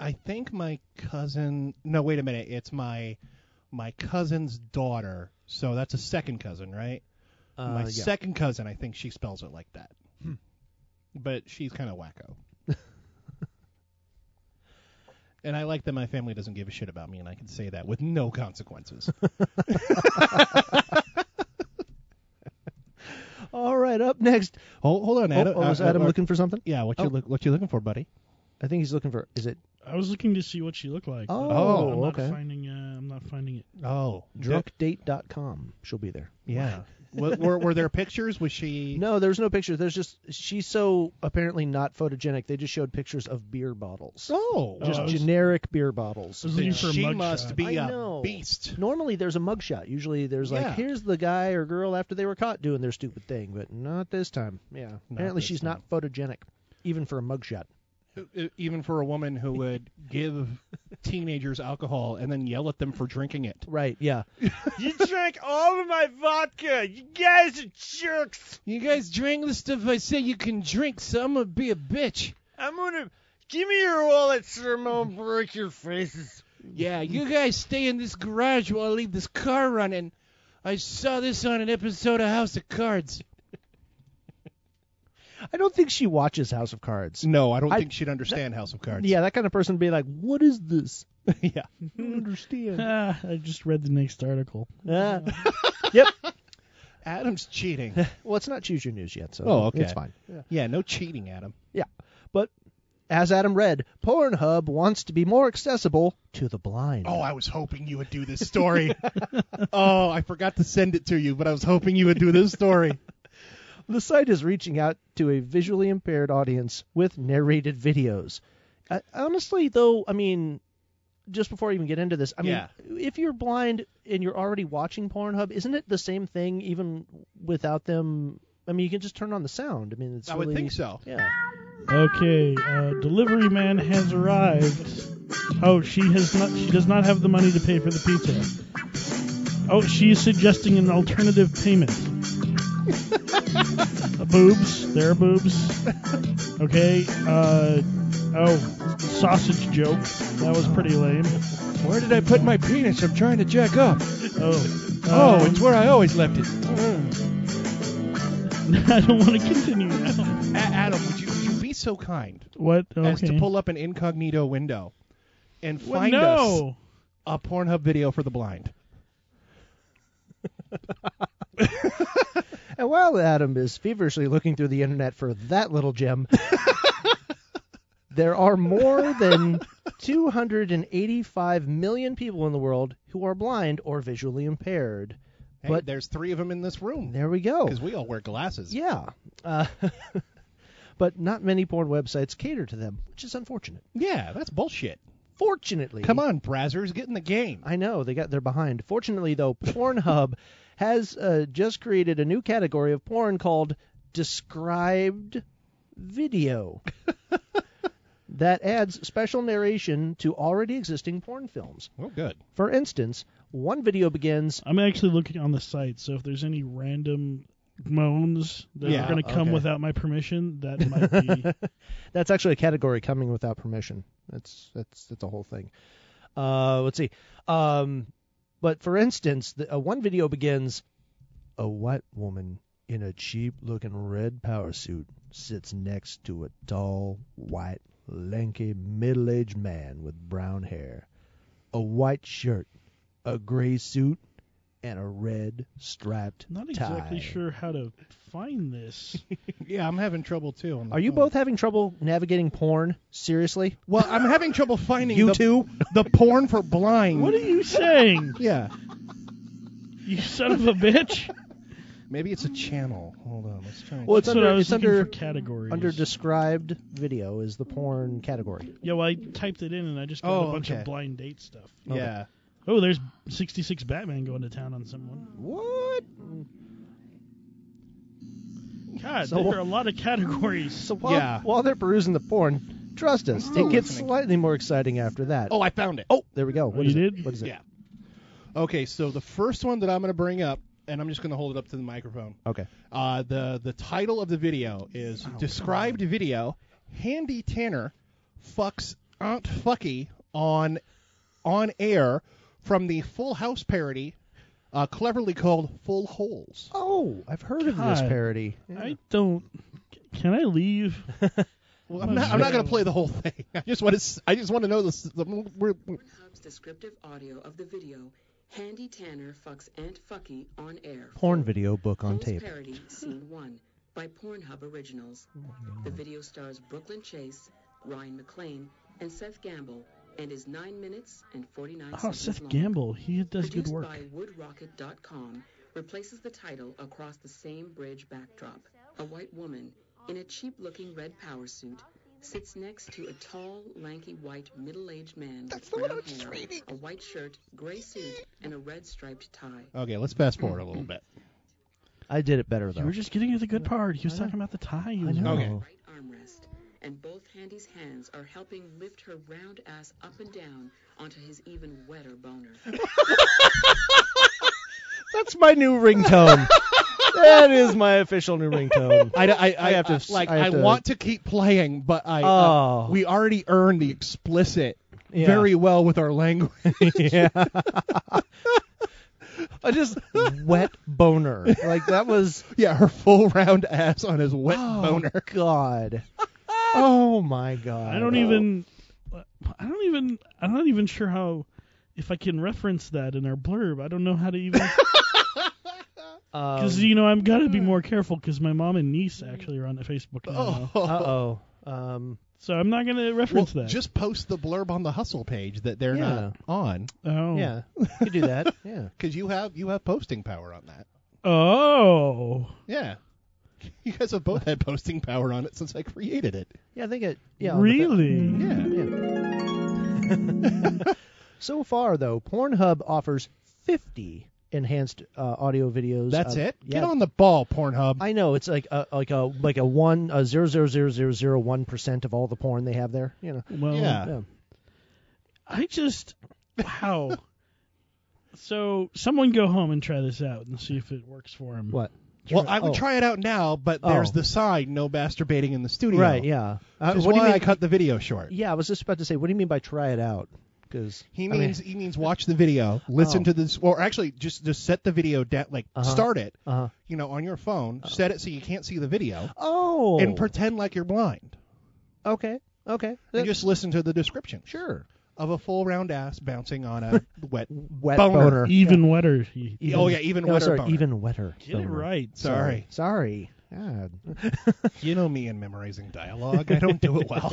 [SPEAKER 2] I think my cousin. No, wait a minute. It's my my cousin's daughter. So that's a second cousin, right?
[SPEAKER 5] Uh,
[SPEAKER 2] my
[SPEAKER 5] yeah.
[SPEAKER 2] second cousin. I think she spells it like that. But she's kind of wacko. and I like that my family doesn't give a shit about me, and I can say that with no consequences.
[SPEAKER 5] All right, up next.
[SPEAKER 2] Hold, hold on, Adam.
[SPEAKER 5] Oh, oh, was
[SPEAKER 2] Uh,
[SPEAKER 5] Adam
[SPEAKER 2] uh,
[SPEAKER 5] looking for something?
[SPEAKER 2] Yeah, what you
[SPEAKER 5] Oh.
[SPEAKER 2] look what you looking for, buddy?
[SPEAKER 5] I think he's looking for. Is it?
[SPEAKER 4] I was looking to see what she looked like.
[SPEAKER 5] Oh,
[SPEAKER 4] I'm not
[SPEAKER 5] okay.
[SPEAKER 4] Finding, uh, I'm not finding it.
[SPEAKER 2] Oh,
[SPEAKER 5] drunkdate.com. She'll be there.
[SPEAKER 2] Yeah. were, were, were there pictures? Was she?
[SPEAKER 5] No, there's no picture. There's just she's so apparently not photogenic. They just showed pictures of beer bottles.
[SPEAKER 2] Oh,
[SPEAKER 5] just
[SPEAKER 2] Oh, I was-
[SPEAKER 5] generic beer bottles.
[SPEAKER 2] I was looking Then for a she mug
[SPEAKER 4] uh,
[SPEAKER 2] must shot. be
[SPEAKER 5] I
[SPEAKER 2] a
[SPEAKER 5] know.
[SPEAKER 2] beast.
[SPEAKER 5] Normally there's a mugshot. Usually there's like
[SPEAKER 2] Yeah.
[SPEAKER 5] here's the guy or girl after they were caught doing their stupid thing, but not this time. Yeah. apparently
[SPEAKER 2] this
[SPEAKER 5] she's not photogenic, even for a mugshot.
[SPEAKER 2] e- even for a woman who would give teenagers alcohol and then yell at them for drinking it.
[SPEAKER 5] Right. Yeah.
[SPEAKER 18] You drank all of my vodka. You guys are jerks.
[SPEAKER 2] You guys drink the stuff I say you can drink, so I'm gonna be a bitch.
[SPEAKER 18] I'm gonna give me your wallet, sir. I'm gonna break your faces.
[SPEAKER 19] Yeah, you guys stay in this garage while I leave this car running. I saw this on an episode of House of Cards.
[SPEAKER 5] I don't think she watches House of Cards.
[SPEAKER 2] No, I don't think she'd understand House of Cards.
[SPEAKER 5] Yeah, that kind of person would be like, "What is this?"
[SPEAKER 2] yeah.
[SPEAKER 5] understand.
[SPEAKER 4] Ah, I just read the next article.
[SPEAKER 5] Yeah. yep.
[SPEAKER 2] Adam's cheating.
[SPEAKER 5] well, it's not choose your news yet, so
[SPEAKER 2] Oh, okay.
[SPEAKER 5] it's fine.
[SPEAKER 2] Yeah. no cheating, Adam.
[SPEAKER 5] Yeah. But as Adam read, Pornhub wants to be more accessible to the blind.
[SPEAKER 2] Oh, I was hoping you would do this story. oh, I forgot to send it to you, but I was hoping you would do this story.
[SPEAKER 5] The site is reaching out to a visually impaired audience with narrated videos. I, honestly, though, I mean, just before I even get into this, I mean,
[SPEAKER 2] Yeah.
[SPEAKER 5] if you're blind and you're already watching Pornhub, isn't it the same thing even without them? I mean, you can just turn on the sound. I mean, it's
[SPEAKER 2] I would
[SPEAKER 5] really-
[SPEAKER 2] think so.
[SPEAKER 5] Yeah.
[SPEAKER 4] Okay, uh, delivery man has arrived. Oh, she has not. She does not have the money to pay for the pizza. Oh, she is suggesting an alternative payment. Uh, boobs. There are boobs. Okay. Uh, oh, sausage joke. That was pretty lame.
[SPEAKER 19] Where did I put my penis? I'm trying to jack up.
[SPEAKER 4] Oh.
[SPEAKER 19] Oh,
[SPEAKER 4] um,
[SPEAKER 19] it's where I always left it.
[SPEAKER 4] um, I don't want to continue now.
[SPEAKER 2] A- Adam, would you, would you be so kind
[SPEAKER 4] What?
[SPEAKER 2] as to
[SPEAKER 4] Okay.
[SPEAKER 2] pull up an incognito window and
[SPEAKER 4] Well,
[SPEAKER 2] find
[SPEAKER 4] no.
[SPEAKER 2] us a Pornhub video for the blind?
[SPEAKER 5] And while Adam is feverishly looking through the internet for that little gem, there are more than 285 million people in the world who are blind or visually impaired.
[SPEAKER 2] Hey,
[SPEAKER 5] But
[SPEAKER 2] there's three of them in this room.
[SPEAKER 5] there we go.
[SPEAKER 2] Because we all wear glasses.
[SPEAKER 5] Yeah. Uh, but not many porn websites cater to them, which is unfortunate.
[SPEAKER 2] Yeah, that's bullshit.
[SPEAKER 5] Fortunately,
[SPEAKER 2] Come on, Brazzers, get in the game.
[SPEAKER 5] I know they got they're behind. Fortunately, though, Pornhub has uh, just created a new category of porn called described video that adds special narration to already existing porn films.
[SPEAKER 2] Well, good.
[SPEAKER 5] For instance, one video begins.
[SPEAKER 4] I'm actually looking on the site, so if there's any random moans that
[SPEAKER 5] Yeah,
[SPEAKER 4] are going to come
[SPEAKER 5] okay.
[SPEAKER 4] without my permission, that might be.
[SPEAKER 5] That's actually a category coming without permission. That's that's that's a whole thing. Uh, let's see. Um, But for instance, the, uh, one video begins a white woman in a cheap looking red power suit sits next to a tall, white, lanky, middle aged man with brown hair, a white shirt, a gray suit, and a red striped
[SPEAKER 4] Not
[SPEAKER 5] tie.
[SPEAKER 4] exactly sure how to find this.
[SPEAKER 2] yeah, I'm having trouble too. On the
[SPEAKER 5] Are you
[SPEAKER 2] phone.
[SPEAKER 5] both having trouble navigating porn? Seriously?
[SPEAKER 2] Well, I'm having trouble finding
[SPEAKER 5] You
[SPEAKER 2] the,
[SPEAKER 5] two?
[SPEAKER 2] the porn for blind.
[SPEAKER 4] What are you saying?
[SPEAKER 2] Yeah,
[SPEAKER 4] You son of a bitch.
[SPEAKER 2] maybe it's a channel. Hold on, let's try.
[SPEAKER 5] Well, it's
[SPEAKER 4] That's what I
[SPEAKER 5] under
[SPEAKER 4] was
[SPEAKER 5] it's
[SPEAKER 4] looking
[SPEAKER 5] under
[SPEAKER 4] for categories.
[SPEAKER 5] under described video is the porn category.
[SPEAKER 4] Yeah, well, I typed it in and I just got
[SPEAKER 2] Oh,
[SPEAKER 4] a bunch
[SPEAKER 2] okay.
[SPEAKER 4] of blind date stuff.
[SPEAKER 2] yeah.
[SPEAKER 4] Oh, there's 66 Batman going to town on someone.
[SPEAKER 5] What?
[SPEAKER 4] God,
[SPEAKER 5] So-
[SPEAKER 4] there are a lot of categories.
[SPEAKER 5] So while
[SPEAKER 2] Yeah.
[SPEAKER 5] while they're perusing the porn, trust us,
[SPEAKER 2] Still
[SPEAKER 5] it gets
[SPEAKER 2] listening.
[SPEAKER 5] slightly more exciting after that.
[SPEAKER 2] Oh, I found it.
[SPEAKER 5] Oh, there we go. What
[SPEAKER 4] you
[SPEAKER 5] is it?
[SPEAKER 4] did?
[SPEAKER 5] What is it?
[SPEAKER 2] Yeah. Okay, so the first one that I'm going to bring up, and I'm just going to hold it up to the microphone.
[SPEAKER 5] Okay.
[SPEAKER 2] Uh, the the title of the video is described video. Handy Tanner fucks Aunt Fucky on on air from the Full House parody, uh, cleverly called Full Holes.
[SPEAKER 5] Oh, I've heard of this
[SPEAKER 4] God.
[SPEAKER 5] parody.
[SPEAKER 4] I don't. Can I leave?
[SPEAKER 2] Well, I'm not, I'm not going to play the whole thing. I just want to I just want to know this. The, we're, we're-
[SPEAKER 17] Pornhub's descriptive audio of the video, Handy Tanner fucks Aunt Fucky on air.
[SPEAKER 5] Porn
[SPEAKER 17] for
[SPEAKER 5] video book on
[SPEAKER 17] Holes
[SPEAKER 5] tape. Oh,
[SPEAKER 17] Parody, scene one, by Pornhub Originals. The video stars Brooklyn Chase, Ryan McLean, and Seth Gamble, and is 9 minutes and 49
[SPEAKER 5] Ah.
[SPEAKER 4] Oh,
[SPEAKER 17] seconds
[SPEAKER 4] Seth
[SPEAKER 17] long.
[SPEAKER 4] Gamble. He does good
[SPEAKER 17] Produced
[SPEAKER 4] work.
[SPEAKER 17] by woodrocket.com replaces the title across the same bridge backdrop. A white woman in a cheap-looking red power suit sits next to a tall, lanky, white, middle-aged man with brown hair, a white shirt, gray suit, and a red striped tie.
[SPEAKER 2] okay, let's fast forward a little bit.
[SPEAKER 5] I did it better
[SPEAKER 4] You
[SPEAKER 5] though.
[SPEAKER 4] were just getting at the good part. He was talking about the tie. He was
[SPEAKER 5] know.
[SPEAKER 4] wearing.
[SPEAKER 2] Okay.
[SPEAKER 5] Oh.
[SPEAKER 17] Right armrest, and both Handy's hands are helping lift her round ass up and down onto his even wetter boner.
[SPEAKER 5] That's my new ringtone. that is my official new ringtone.
[SPEAKER 2] I, I, I,
[SPEAKER 5] I have to s-
[SPEAKER 2] like.
[SPEAKER 5] I
[SPEAKER 2] I,
[SPEAKER 5] have to-
[SPEAKER 2] want to keep playing, but I. uh,
[SPEAKER 5] Oh.
[SPEAKER 2] we already earned the explicit
[SPEAKER 5] Yeah.
[SPEAKER 2] very well with our language.
[SPEAKER 5] yeah. I just wet boner. Like that was
[SPEAKER 2] yeah, her full round ass on his wet
[SPEAKER 5] oh,
[SPEAKER 2] boner.
[SPEAKER 5] God. Oh my God.
[SPEAKER 4] I don't even. I don't even. I'm not even sure how. If I can reference that in our blurb, I don't know how to even. Because
[SPEAKER 5] Um,
[SPEAKER 4] you know I've got to be more careful because my mom and niece actually are on the Facebook now.
[SPEAKER 5] Oh. Uh-oh. Um,
[SPEAKER 4] So I'm not gonna
[SPEAKER 2] Well,
[SPEAKER 4] reference that.
[SPEAKER 2] just post the blurb on the hustle page that they're not on
[SPEAKER 4] oh
[SPEAKER 5] Yeah, you do that. Yeah.
[SPEAKER 2] because you have you have posting power on that.
[SPEAKER 4] Oh.
[SPEAKER 2] Yeah, you guys have both had posting power on it since I created it.
[SPEAKER 5] Yeah, I think it. Yeah. on the fa-
[SPEAKER 4] really?
[SPEAKER 2] Yeah.
[SPEAKER 5] Mm-hmm. Yeah. so far, though, Pornhub offers 50 enhanced uh, audio videos.
[SPEAKER 2] That's
[SPEAKER 5] of-
[SPEAKER 2] it.
[SPEAKER 5] Yeah.
[SPEAKER 2] Get on the ball, Pornhub.
[SPEAKER 5] Uh, I know it's like a like a like a one a zero zero zero zero zero one percent of all the porn they have there. You know.
[SPEAKER 4] Well,
[SPEAKER 2] Yeah.
[SPEAKER 4] I just wow. so someone go home and try this out and see if it works for him.
[SPEAKER 5] What?
[SPEAKER 2] well, I would
[SPEAKER 5] oh.
[SPEAKER 2] try it out now, but there's
[SPEAKER 5] Oh.
[SPEAKER 2] the sign: no masturbating in the studio.
[SPEAKER 5] Right. Yeah. Uh,
[SPEAKER 2] Which is
[SPEAKER 5] what do
[SPEAKER 2] why
[SPEAKER 5] you mean?
[SPEAKER 2] I cut the video short.
[SPEAKER 5] yeah, I was just about to say, what do you mean by try it out? Because
[SPEAKER 2] He means he means watch the video, listen
[SPEAKER 5] Oh.
[SPEAKER 2] to this, or actually just just set the video down, like
[SPEAKER 5] Uh-huh.
[SPEAKER 2] start it,
[SPEAKER 5] Uh huh.
[SPEAKER 2] you know, on your phone, set it so you can't see the video,
[SPEAKER 5] Oh.
[SPEAKER 2] and pretend like you're blind.
[SPEAKER 5] okay. Okay.
[SPEAKER 2] And just listen to the description
[SPEAKER 5] sure.
[SPEAKER 2] of a full round ass bouncing on a wet.
[SPEAKER 5] Wet
[SPEAKER 2] Boner.
[SPEAKER 5] boner.
[SPEAKER 4] Even wetter. he-
[SPEAKER 2] oh yeah, even
[SPEAKER 5] No,
[SPEAKER 2] wetter.
[SPEAKER 5] sorry,
[SPEAKER 2] boner.
[SPEAKER 5] even wetter.
[SPEAKER 4] Get it
[SPEAKER 5] boner.
[SPEAKER 4] right.
[SPEAKER 2] Sorry.
[SPEAKER 5] Sorry. God.
[SPEAKER 2] you know me and memorizing dialogue. I don't do it well.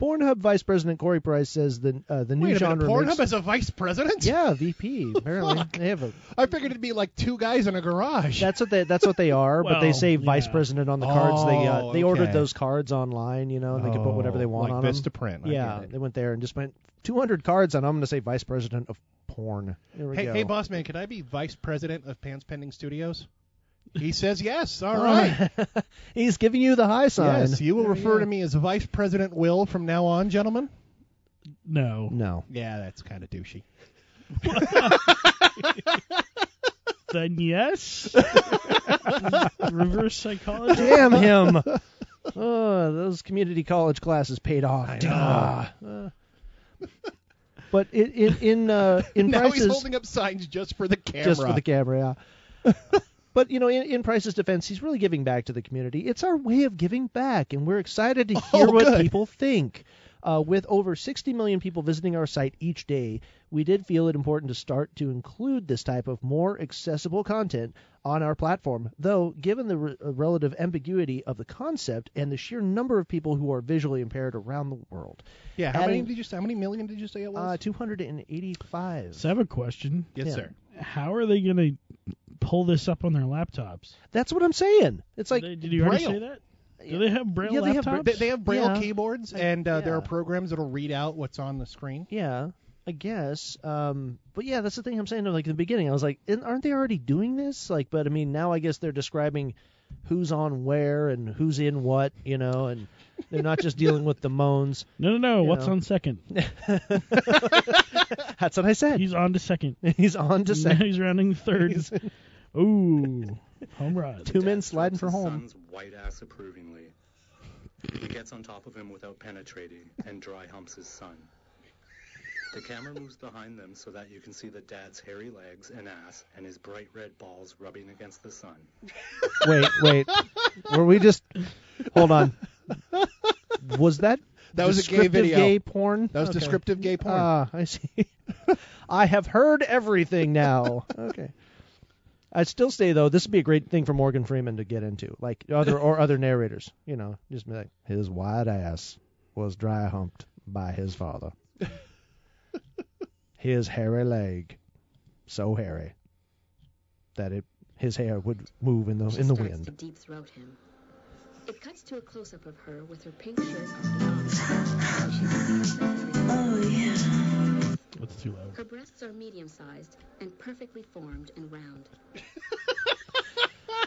[SPEAKER 5] Pornhub Vice President Corey Price says the uh, the new
[SPEAKER 2] Wait a minute,
[SPEAKER 5] genre.
[SPEAKER 2] Pornhub
[SPEAKER 5] makes-
[SPEAKER 2] as a vice president?
[SPEAKER 5] yeah, VP. Apparently,
[SPEAKER 2] Fuck.
[SPEAKER 5] they have a.
[SPEAKER 2] I figured it'd be like two guys in a garage.
[SPEAKER 5] That's what they. That's what they are. but they
[SPEAKER 4] Well,
[SPEAKER 5] say Vice
[SPEAKER 4] yeah.
[SPEAKER 5] President on the cards. they uh,
[SPEAKER 2] Oh,
[SPEAKER 5] they ordered
[SPEAKER 2] okay. Oh,
[SPEAKER 5] those cards online. You know, and they can put whatever they want
[SPEAKER 2] like
[SPEAKER 5] on
[SPEAKER 2] Vista
[SPEAKER 5] them.
[SPEAKER 2] Print. I
[SPEAKER 5] Yeah,
[SPEAKER 2] get it.
[SPEAKER 5] they went there and just went 200 cards on. I'm going to say Vice President of Porn. There we
[SPEAKER 2] Hey,
[SPEAKER 5] go.
[SPEAKER 2] hey, boss man, can I be vice president of Pants Pending Studios? He says yes. All right.
[SPEAKER 5] He's giving you the high sign.
[SPEAKER 2] Yes, you will refer to me as Vice President Will from now on, gentlemen.
[SPEAKER 4] No.
[SPEAKER 5] No.
[SPEAKER 2] Yeah, that's kind of douchey.
[SPEAKER 4] Then yes. Reverse psychology.
[SPEAKER 5] Damn him. Oh, those community college classes paid off. Duh. Uh, But in in in, uh, in
[SPEAKER 2] now
[SPEAKER 5] prices
[SPEAKER 2] he's holding up signs just for the camera.
[SPEAKER 5] just for the camera, yeah. but you know, in, in Price's defense, he's really giving back to the community. It's our way of giving back, and we're excited to hear
[SPEAKER 2] Oh,
[SPEAKER 5] what
[SPEAKER 2] good.
[SPEAKER 5] people think. Uh, with over 60 million people visiting our site each day, we did feel it important to start to include this type of more accessible content on our platform. Though, given the re- uh, relative ambiguity of the concept and the sheer number of people who are visually impaired around the world,
[SPEAKER 2] Yeah, how
[SPEAKER 5] Adding-
[SPEAKER 2] many did you say? How many million did you say it was?
[SPEAKER 5] uh, 285.
[SPEAKER 4] So I have a question.
[SPEAKER 2] Yes, Yeah. sir.
[SPEAKER 4] How are they going to pull this up on their laptops?
[SPEAKER 5] That's what I'm saying. It's like
[SPEAKER 4] did you already say that? Do they have braille
[SPEAKER 5] Yeah, they
[SPEAKER 4] laptops?
[SPEAKER 5] have bra-
[SPEAKER 2] They, they have braille
[SPEAKER 5] Yeah.
[SPEAKER 2] keyboards, and uh, there are programs that'll read out what's on the screen.
[SPEAKER 5] Yeah, I guess. Um, but yeah, that's the thing I'm saying. Like in the beginning, I was like, "Isn't- aren't they already doing this? Like, but I mean, now I guess they're describing who's on where and who's in what, you know, and they're not just dealing with the moans.
[SPEAKER 4] no, no, no.
[SPEAKER 5] you
[SPEAKER 4] What's
[SPEAKER 5] know.
[SPEAKER 4] on second?
[SPEAKER 5] That's what I said.
[SPEAKER 4] He's on to second.
[SPEAKER 5] He's on to
[SPEAKER 4] Now
[SPEAKER 5] second.
[SPEAKER 4] he's rounding third. Ooh, home run.
[SPEAKER 5] Two men sliding for home.
[SPEAKER 20] Son's white ass approvingly. He gets on top of him without penetrating and dry humps his son. The camera moves behind them so that you can see the dad's hairy legs and ass and his bright red balls rubbing against the sun.
[SPEAKER 5] Wait, wait. Were we just? Hold on. Was that?
[SPEAKER 2] That was a gay
[SPEAKER 5] descriptive
[SPEAKER 2] video.
[SPEAKER 5] Gay porn.
[SPEAKER 2] That was
[SPEAKER 5] Okay.
[SPEAKER 2] descriptive gay porn.
[SPEAKER 5] Ah, I see. I have heard everything now. okay. I still say though, this would be a great thing for Morgan Freeman to get into, like other or other narrators. You know, just be like, his wide ass was dry humped by his father. his hairy leg, so hairy that it his hair would move in the
[SPEAKER 17] She
[SPEAKER 5] in the
[SPEAKER 17] starts
[SPEAKER 5] wind.
[SPEAKER 17] to deep throat him. It cuts to a close up of her with her pink shirt off. Oh yeah.
[SPEAKER 4] That's too loud.
[SPEAKER 17] Her breasts are medium sized and perfectly formed and round.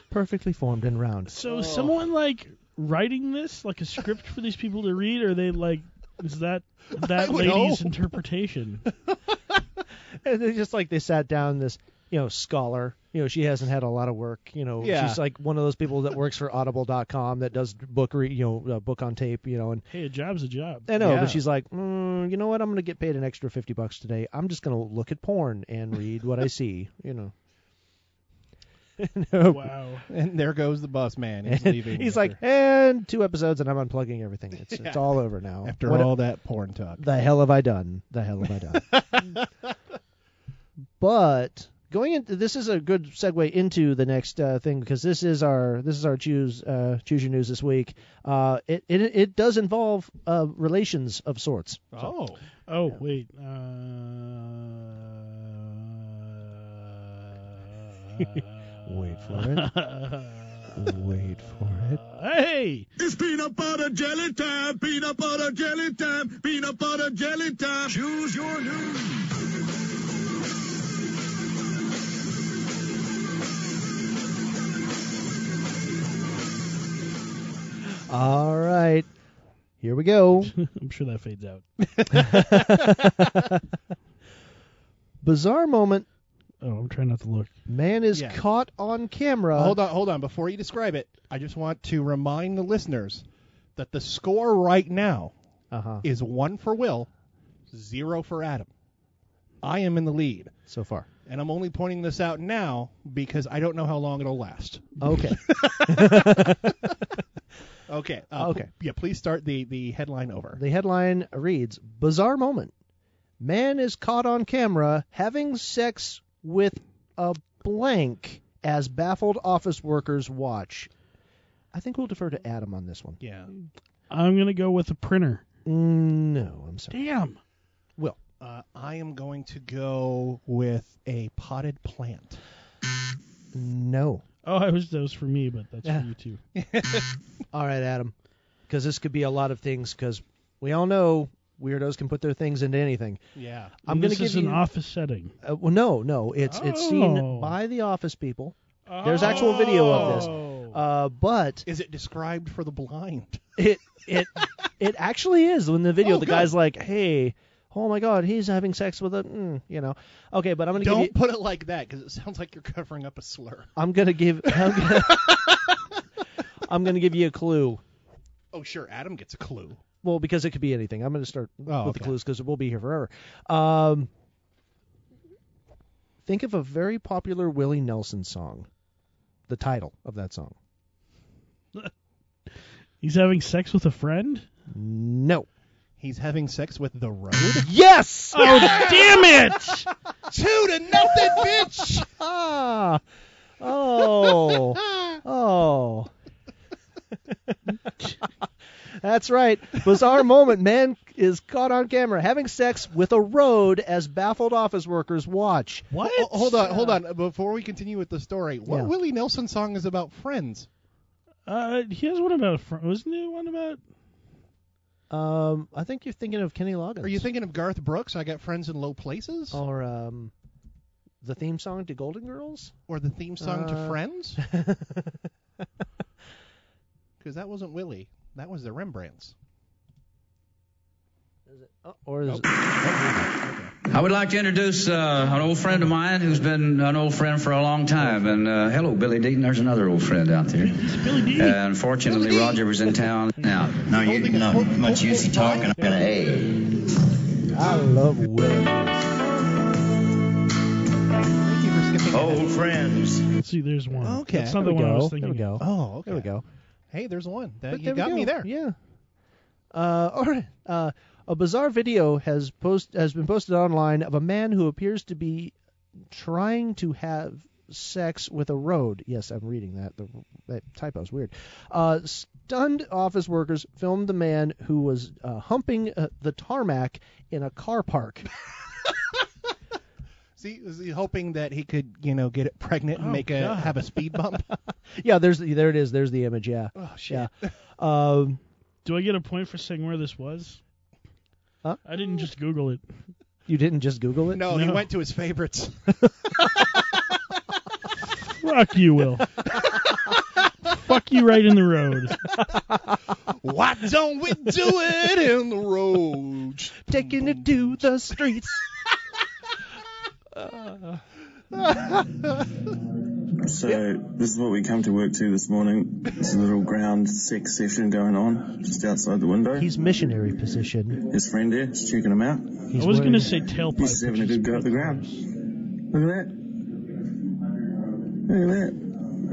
[SPEAKER 5] Perfectly formed and round.
[SPEAKER 4] So is someone like writing this, like a script for these people to read, or are they like, is that that
[SPEAKER 5] would
[SPEAKER 4] lady's
[SPEAKER 5] hope.
[SPEAKER 4] interpretation?
[SPEAKER 5] And they just like they sat down this, you know, scholar. You know, she hasn't had a lot of work. You know,
[SPEAKER 4] Yeah.
[SPEAKER 5] she's like one of those people that works for Audible.com that does book, re- you know, uh, book on tape. You know, and
[SPEAKER 4] Hey, a job's a job.
[SPEAKER 5] I know, but she's like, mm, you know what? I'm gonna get paid an extra fifty bucks today. I'm just gonna look at porn and read what I see. You know.
[SPEAKER 4] Wow.
[SPEAKER 2] And there goes the bus man. He's leaving.
[SPEAKER 5] He's like, and two episodes, and I'm unplugging everything. It's, it's
[SPEAKER 2] Yeah.
[SPEAKER 5] all over now.
[SPEAKER 2] after
[SPEAKER 5] What-
[SPEAKER 2] all that porn talk.
[SPEAKER 5] the hell have I done? The hell have I done? but going into this is a good segue into the next uh, thing because this is our this is our choose uh, choose your news this week. Uh, it, it it does involve uh, relations of sorts.
[SPEAKER 2] Oh.
[SPEAKER 4] Oh wait. Uh,
[SPEAKER 5] Wait for it. Wait for it.
[SPEAKER 4] hey.
[SPEAKER 11] It's peanut butter jelly time, peanut butter jelly time, peanut butter jelly time. Choose your news.
[SPEAKER 5] All right, here we go.
[SPEAKER 4] I'm sure that fades out.
[SPEAKER 5] Bizarre moment.
[SPEAKER 4] Oh, I'm trying not to look.
[SPEAKER 5] Man is
[SPEAKER 2] Yeah.
[SPEAKER 5] caught on camera.
[SPEAKER 2] uh, hold on, hold on. Before you describe it, I just want to remind the listeners that the score right now
[SPEAKER 5] Uh-huh.
[SPEAKER 2] is one for Will, zero for Adam. I am in the lead,
[SPEAKER 5] So far.
[SPEAKER 2] and I'm only pointing this out now because I don't know how long it'll last.
[SPEAKER 5] Okay.
[SPEAKER 2] Okay. Uh,
[SPEAKER 5] Okay.
[SPEAKER 2] p- yeah, please start the the headline over.
[SPEAKER 5] The headline reads Bizarre Moment. Man is caught on camera having sex with a blank as baffled office workers watch. I think we'll defer to Adam on this one.
[SPEAKER 2] Yeah.
[SPEAKER 4] I'm gonna go with a printer.
[SPEAKER 5] Mm, No, I'm sorry.
[SPEAKER 4] Damn.
[SPEAKER 5] Will.
[SPEAKER 2] Uh, I am going to go with a potted plant.
[SPEAKER 5] No.
[SPEAKER 4] Oh, I was that was for me, but that's
[SPEAKER 5] Yeah.
[SPEAKER 4] for you too.
[SPEAKER 5] All right, Adam. Because this could be a lot of things, because we all know weirdos can put their things into anything.
[SPEAKER 2] Yeah.
[SPEAKER 5] I'm going
[SPEAKER 4] this
[SPEAKER 5] to give
[SPEAKER 4] is
[SPEAKER 5] you.
[SPEAKER 4] an office setting.
[SPEAKER 5] uh, well, no, no. It's, it's seen
[SPEAKER 4] Oh.
[SPEAKER 5] by the office people. There's actual video of this.
[SPEAKER 4] Oh.
[SPEAKER 5] Uh, but
[SPEAKER 2] Is it described for the blind?
[SPEAKER 5] It it it actually is. When the video,
[SPEAKER 2] Oh,
[SPEAKER 5] the
[SPEAKER 2] good.
[SPEAKER 5] guy's like, "Hey, oh my God, he's having sex with a," mm, you know. Okay, but I'm gonna
[SPEAKER 2] Don't
[SPEAKER 5] give you,
[SPEAKER 2] put it like that because it sounds like you're covering up a slur.
[SPEAKER 5] I'm gonna give I'm gonna, I'm gonna give you a clue.
[SPEAKER 2] Oh, sure. Adam gets a clue.
[SPEAKER 5] well, because it could be anything. I'm going to start with
[SPEAKER 2] Oh, okay.
[SPEAKER 5] the clues because we'll be here forever. Um, think of a very popular Willie Nelson song. The title of that song.
[SPEAKER 4] He's having sex with a friend?
[SPEAKER 5] No.
[SPEAKER 2] He's having sex with the road.
[SPEAKER 5] Yes.
[SPEAKER 4] Oh, damn it!
[SPEAKER 2] Two to nothing, bitch.
[SPEAKER 5] Ah. Oh. Oh. That's right. Bizarre moment. Man is caught on camera having sex with a road as baffled office workers watch.
[SPEAKER 2] What? Oh,
[SPEAKER 4] Oh,
[SPEAKER 2] hold on, hold on. Before we continue with the story, what
[SPEAKER 5] Yeah.
[SPEAKER 2] Willie Nelson song is about friends?
[SPEAKER 4] Uh, he has one about a friend. Wasn't there one about?
[SPEAKER 5] Um, I think you're thinking of Kenny Loggins.
[SPEAKER 2] Are you thinking of Garth Brooks? I got friends in low places,
[SPEAKER 5] or um, the theme song to Golden Girls?
[SPEAKER 2] or the theme song to
[SPEAKER 5] Uh,
[SPEAKER 2] Friends? Because that wasn't Willie. That was the Rembrandts.
[SPEAKER 5] Or is
[SPEAKER 2] Oh.
[SPEAKER 21] I would like to introduce uh, an old friend of mine who's been an old friend for a long time. And uh, hello, Billy Deaton. There's another old friend out there. Uh, unfortunately, Roger was in town. Now, no, you not much use you talking. I'm gonna a.
[SPEAKER 5] I love Willie.
[SPEAKER 2] Oh.
[SPEAKER 21] Old friends.
[SPEAKER 4] See, there's one.
[SPEAKER 2] Okay.
[SPEAKER 4] That's not the
[SPEAKER 5] There we
[SPEAKER 4] one I was
[SPEAKER 5] go.
[SPEAKER 4] thinking.
[SPEAKER 5] There we go.
[SPEAKER 2] Oh, okay.
[SPEAKER 5] There we go.
[SPEAKER 2] Hey, there's one. That,
[SPEAKER 5] But
[SPEAKER 2] you
[SPEAKER 5] we
[SPEAKER 2] got me
[SPEAKER 5] go.
[SPEAKER 2] there.
[SPEAKER 5] Yeah. Uh, all right. Uh, a bizarre video has post has been posted online of a man who appears to be trying to have sex with a road. Yes, I'm reading that. The, that typo is weird. Uh, stunned office workers filmed the man who was uh, humping uh, the tarmac in a car park.
[SPEAKER 2] See, was he hoping that he could, you know, get it pregnant and
[SPEAKER 5] Oh,
[SPEAKER 2] make a
[SPEAKER 5] God.
[SPEAKER 2] have a speed bump?
[SPEAKER 5] yeah, there's the, there it is. There's the image. Yeah. Oh
[SPEAKER 2] shit.
[SPEAKER 5] Yeah. Um,
[SPEAKER 4] Do I get a point for saying where this was?
[SPEAKER 5] Huh?
[SPEAKER 4] I didn't just Google it.
[SPEAKER 5] you didn't just Google it.
[SPEAKER 2] no, he went to his favorites.
[SPEAKER 4] Fuck you, Will. Fuck you right in the road.
[SPEAKER 2] Why don't we do it in the road?
[SPEAKER 5] Taking it to the streets.
[SPEAKER 22] So this is what we come to work to this morning. It's a little ground sex session going on just outside the window.
[SPEAKER 5] He's missionary position.
[SPEAKER 22] His friend there, just checking him out.
[SPEAKER 4] I was going to say tailpipe.
[SPEAKER 22] He's having a good go at the ground. Look at that. Look at that.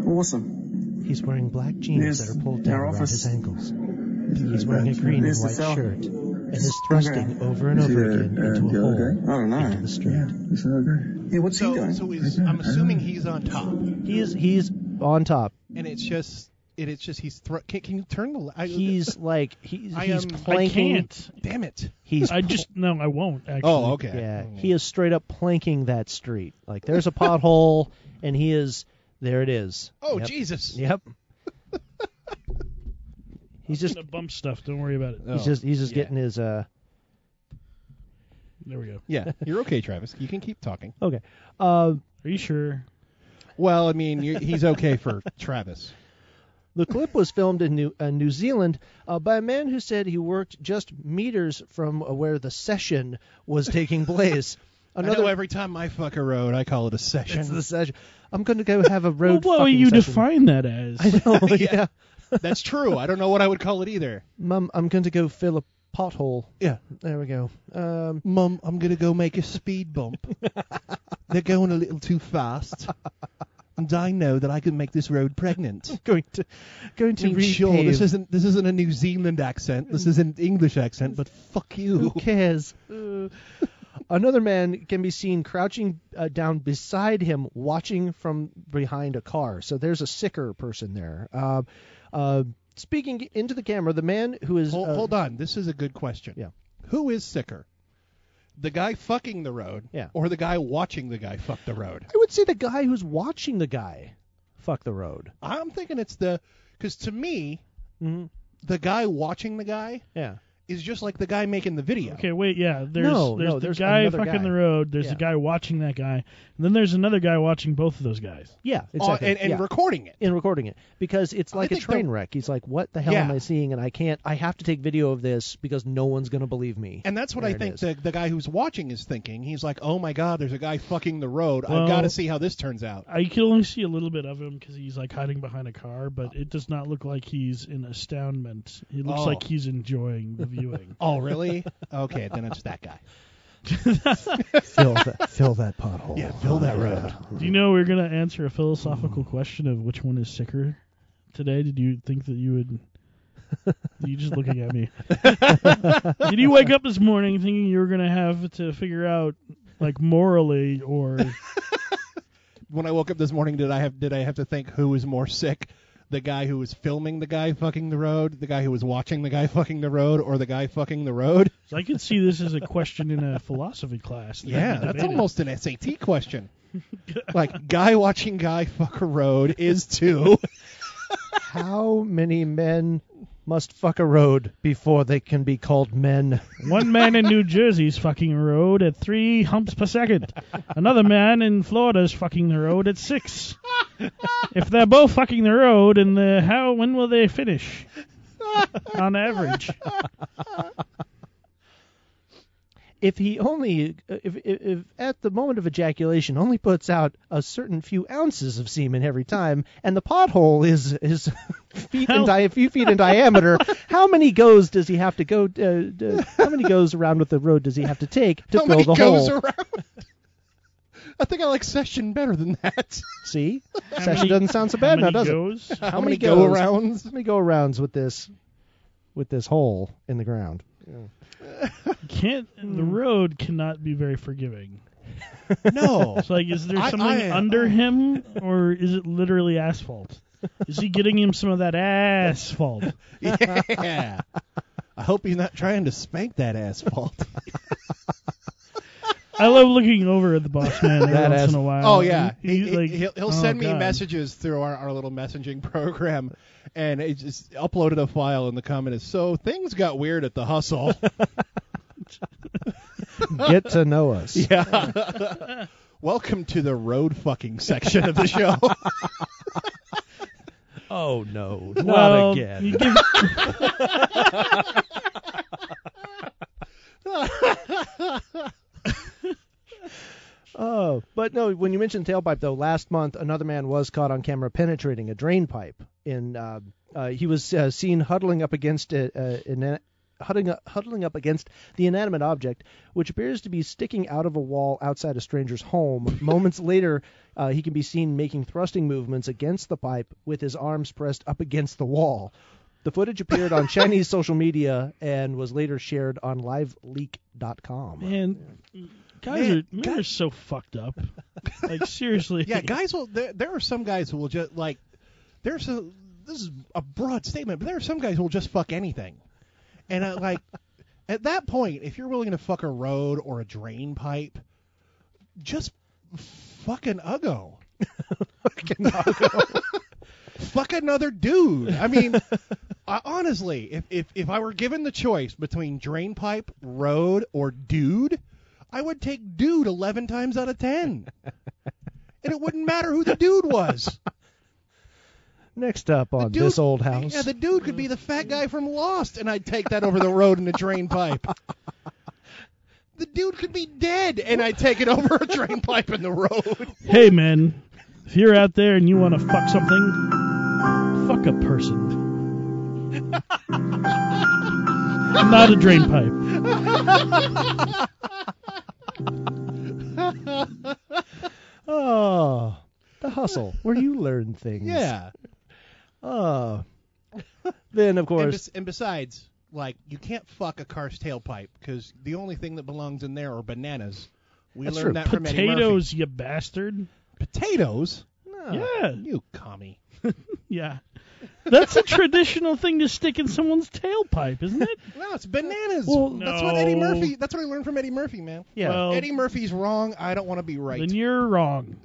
[SPEAKER 22] Awesome.
[SPEAKER 5] He's wearing black jeans
[SPEAKER 22] Yes,
[SPEAKER 5] that are pulled down
[SPEAKER 22] our
[SPEAKER 5] around
[SPEAKER 22] office.
[SPEAKER 5] his ankles. He's wearing a green and
[SPEAKER 22] There's the
[SPEAKER 5] white
[SPEAKER 22] cell.
[SPEAKER 5] shirt and is thrusting over and
[SPEAKER 22] Is
[SPEAKER 5] over
[SPEAKER 22] he a-
[SPEAKER 5] again
[SPEAKER 10] uh,
[SPEAKER 22] a
[SPEAKER 5] into a
[SPEAKER 22] girl
[SPEAKER 5] hole
[SPEAKER 22] guy?
[SPEAKER 10] Oh,
[SPEAKER 22] I don't know.
[SPEAKER 5] into the street.
[SPEAKER 22] Is that okay? Yeah, what's
[SPEAKER 2] so,
[SPEAKER 22] he doing?
[SPEAKER 2] so he's, I'm assuming he's on top, and
[SPEAKER 5] He is he's on top.
[SPEAKER 2] it's just, it, it's just he's. Thro- can, can you turn the? li- I,
[SPEAKER 5] He's like he's
[SPEAKER 2] I
[SPEAKER 5] he's
[SPEAKER 2] am- I
[SPEAKER 5] planking.
[SPEAKER 4] um, can't.
[SPEAKER 2] Damn it!
[SPEAKER 5] He's
[SPEAKER 4] I just no, I won't. Actually.
[SPEAKER 2] Oh, okay.
[SPEAKER 5] yeah. He is straight up planking that street. Like there's a pothole and he is there. It is.
[SPEAKER 2] Oh
[SPEAKER 5] Yep.
[SPEAKER 2] Jesus!
[SPEAKER 5] Yep. He's just Oh.
[SPEAKER 4] I'm gonna bump stuff. Don't worry about it.
[SPEAKER 2] Oh.
[SPEAKER 5] he's just he's just getting his uh
[SPEAKER 4] There we go.
[SPEAKER 2] Yeah, you're okay, Travis. You can keep talking.
[SPEAKER 5] okay. Uh,
[SPEAKER 4] Are you sure?
[SPEAKER 2] Well, I mean, you he's okay for Travis.
[SPEAKER 5] The clip was filmed in New, uh, New Zealand uh, by a man who said he worked just meters from uh, where the session was taking place.
[SPEAKER 2] I know every time I fuck a road, I call it a session.
[SPEAKER 5] It's the session. I'm going to go have a road.
[SPEAKER 4] well, what would
[SPEAKER 5] fucking
[SPEAKER 4] you
[SPEAKER 5] session.
[SPEAKER 4] define that as?
[SPEAKER 5] I know. yeah.
[SPEAKER 2] That's true. I don't know what I would call it either.
[SPEAKER 5] Mum, I'm going to go fill a pothole.
[SPEAKER 2] Yeah.
[SPEAKER 5] There we go. Um,
[SPEAKER 2] Mum, I'm gonna go make a speed bump. They're going a little too fast. And I know that I can make this road pregnant.
[SPEAKER 5] going to, going to
[SPEAKER 2] I mean, sure, this
[SPEAKER 5] repave.
[SPEAKER 2] isn't this isn't a New Zealand accent. This is an English accent, but fuck
[SPEAKER 5] Who
[SPEAKER 2] you.
[SPEAKER 5] cares? Uh, another man can be seen crouching uh, down beside him, watching from behind a car. So there's a sicker person there. Uh, uh, speaking into the camera, the man who is
[SPEAKER 2] Hold,
[SPEAKER 5] uh,
[SPEAKER 2] hold on, this is a good question.
[SPEAKER 5] Yeah.
[SPEAKER 2] Who is sicker? The guy fucking the road,
[SPEAKER 5] Yeah.
[SPEAKER 2] or the guy watching the guy fuck the road?
[SPEAKER 5] I would say the guy who's watching the guy fuck the road.
[SPEAKER 2] I'm thinking it's the because to me,
[SPEAKER 5] Mhm.
[SPEAKER 2] the guy watching the guy
[SPEAKER 5] Yeah.
[SPEAKER 2] is just like the guy making the video.
[SPEAKER 4] Okay, wait, yeah. There's
[SPEAKER 5] No,
[SPEAKER 4] there's
[SPEAKER 5] no,
[SPEAKER 4] the
[SPEAKER 5] there's
[SPEAKER 4] guy
[SPEAKER 5] another
[SPEAKER 4] fucking
[SPEAKER 5] guy.
[SPEAKER 4] the road. There's
[SPEAKER 5] Yeah.
[SPEAKER 4] the guy watching that guy, and then there's another guy watching both of those guys.
[SPEAKER 5] Yeah,
[SPEAKER 2] Oh,
[SPEAKER 5] exactly.
[SPEAKER 2] and, and
[SPEAKER 5] yeah.
[SPEAKER 2] recording it.
[SPEAKER 5] in recording it because it's like a
[SPEAKER 2] think
[SPEAKER 5] train
[SPEAKER 2] the-
[SPEAKER 5] wreck. He's like, "What the hell am
[SPEAKER 2] Yeah.
[SPEAKER 5] I seeing?" And I can't. I have to take video of this because no one's gonna believe me.
[SPEAKER 2] And that's what
[SPEAKER 5] There
[SPEAKER 2] I
[SPEAKER 5] it
[SPEAKER 2] think
[SPEAKER 5] is.
[SPEAKER 2] the, the guy who's watching is thinking. He's like, oh my God, there's a guy fucking the road. I've
[SPEAKER 4] Well-
[SPEAKER 2] got to see how this turns out.
[SPEAKER 4] I can only see a little bit of him because he's like hiding behind a car, but it does not look like he's in astoundment. He looks
[SPEAKER 2] Oh.
[SPEAKER 4] like he's enjoying the viewing.
[SPEAKER 2] Oh, really? Okay, then it's that guy.
[SPEAKER 5] fill that fill that pothole.
[SPEAKER 2] Yeah, fill that road.
[SPEAKER 4] Do you know we're gonna answer a philosophical question of which one is sicker today? Did you think that you would? you just looking at me. Did you wake up this morning thinking you were gonna have to figure out, like morally or
[SPEAKER 2] When I woke up this morning, did I have did I have to think who was more sick? The guy who was filming the guy fucking the road, the guy who was watching the guy fucking the road, or the guy fucking the road?
[SPEAKER 4] So I could see this as a question in a philosophy class. that
[SPEAKER 2] Yeah,
[SPEAKER 4] we
[SPEAKER 2] that's
[SPEAKER 4] debated.
[SPEAKER 2] almost an SAT question. like guy watching guy fuck a road is two.
[SPEAKER 5] How many men must fuck a road before they can be called men?
[SPEAKER 4] One man in New Jersey's fucking a road at three humps per second. Another man in Florida's fucking the road at six. If they're both fucking the road, and the how when will they finish? On average,
[SPEAKER 5] If he only, if, if, if at the moment of ejaculation only puts out a certain few ounces of semen every time, and the pothole is is feet in di- a few feet in diameter, how many goes does he have to go? Uh, uh, how many goes around with the road does he have to take to
[SPEAKER 2] How
[SPEAKER 5] fill
[SPEAKER 2] many
[SPEAKER 5] the
[SPEAKER 2] goes
[SPEAKER 5] hole?
[SPEAKER 2] around? I think I like session better than that.
[SPEAKER 5] See,
[SPEAKER 2] How
[SPEAKER 5] session
[SPEAKER 2] many-
[SPEAKER 5] doesn't sound so
[SPEAKER 2] how
[SPEAKER 5] bad now,
[SPEAKER 2] many
[SPEAKER 5] does
[SPEAKER 2] goes?
[SPEAKER 5] it?
[SPEAKER 2] How many go
[SPEAKER 5] goes?
[SPEAKER 2] arounds?
[SPEAKER 5] How many go arounds with this, with this hole in the ground?
[SPEAKER 4] can't the road cannot be very forgiving.
[SPEAKER 2] No.
[SPEAKER 4] It's like, is there
[SPEAKER 2] I-
[SPEAKER 4] something
[SPEAKER 2] I-
[SPEAKER 4] under him, or is it literally asphalt? Is he getting him some of that asphalt?
[SPEAKER 2] yeah. I hope he's not trying to spank that asphalt.
[SPEAKER 4] I love looking over at the boss man every
[SPEAKER 5] That
[SPEAKER 4] once
[SPEAKER 5] ass-
[SPEAKER 4] in a while.
[SPEAKER 2] Oh yeah,
[SPEAKER 4] Um, He-
[SPEAKER 2] he,
[SPEAKER 4] he, like,
[SPEAKER 2] will he'll
[SPEAKER 4] oh,
[SPEAKER 2] send me
[SPEAKER 4] God.
[SPEAKER 2] messages through our, our little messaging program, and it just uploaded a file, and the comment is so things got weird at the hustle.
[SPEAKER 5] Get to know us.
[SPEAKER 2] yeah. Welcome to the road fucking section of the show.
[SPEAKER 5] Oh no, not
[SPEAKER 4] Well,
[SPEAKER 5] again.
[SPEAKER 4] you give-
[SPEAKER 5] oh, but no, when you mentioned tailpipe though, last month another man was caught on camera penetrating a drain pipe. In uh, uh, he was uh, seen huddling up against a, a, an huddling up, huddling up against the inanimate object, which appears to be sticking out of a wall outside a stranger's home. Moments later, uh, he can be seen making thrusting movements against the pipe with his arms pressed up against the wall. The footage appeared on Chinese social media and was later shared on liveleak.com.
[SPEAKER 4] Man, guys
[SPEAKER 2] Man,
[SPEAKER 4] are men are so fucked up. Like seriously.
[SPEAKER 2] yeah, guys will. There, there are some guys who will just like. There's a. This is a broad statement, but there are some guys who will just fuck anything, and I, like. At that point, if you're willing to fuck a road or a drain pipe, just fuck an uggo. fuck another dude. I mean, I, honestly, if, if if I were given the choice between drain pipe, road, or dude, I would take dude eleven times out of ten, and it wouldn't matter who the dude was.
[SPEAKER 5] Next up on
[SPEAKER 2] dude-
[SPEAKER 5] this old house.
[SPEAKER 2] Yeah, the dude could be the fat guy from Lost, and I'd take that over the road and the drain pipe. The dude could be dead, and I'd take it over a drain pipe in the road.
[SPEAKER 4] Hey man, if you're out there and you want to fuck something, fuck a person. Not a drain pipe.
[SPEAKER 5] oh, the hustle, where you learn things.
[SPEAKER 2] Yeah.
[SPEAKER 5] Oh. Then
[SPEAKER 2] And,
[SPEAKER 5] of course,
[SPEAKER 2] bes- and besides, like you can't fuck a car's tailpipe because the only thing that belongs in there are bananas. We
[SPEAKER 5] That's
[SPEAKER 2] learned
[SPEAKER 5] true.
[SPEAKER 2] that from Eddie Murphy.
[SPEAKER 4] Potatoes, you bastard.
[SPEAKER 2] Potatoes.
[SPEAKER 4] Yeah.
[SPEAKER 2] You commie.
[SPEAKER 4] Yeah. That's a traditional thing to stick in someone's tailpipe, isn't it?
[SPEAKER 2] No, it's bananas.
[SPEAKER 4] Well,
[SPEAKER 2] that's what Eddie
[SPEAKER 4] no.
[SPEAKER 2] Murphy. That's what I learned from Eddie Murphy, man.
[SPEAKER 5] Yeah.
[SPEAKER 4] Well-
[SPEAKER 2] Eddie Murphy's wrong. I don't want to be right.
[SPEAKER 4] Then you're wrong.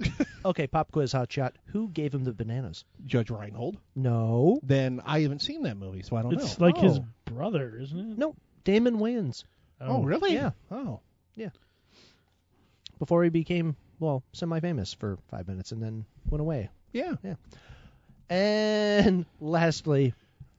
[SPEAKER 5] okay, pop quiz hot shot. Who gave him the bananas?
[SPEAKER 2] Judge Reinhold.
[SPEAKER 5] No.
[SPEAKER 2] Then I haven't seen that movie, so I don't know.
[SPEAKER 4] It's like his
[SPEAKER 5] Oh.
[SPEAKER 4] brother, isn't it?
[SPEAKER 5] No, Damon Wayans.
[SPEAKER 2] Oh, really?
[SPEAKER 5] Yeah.
[SPEAKER 2] Oh.
[SPEAKER 5] Before he became, well, semi famous for five minutes and then went away.
[SPEAKER 2] Yeah.
[SPEAKER 5] Yeah. And lastly,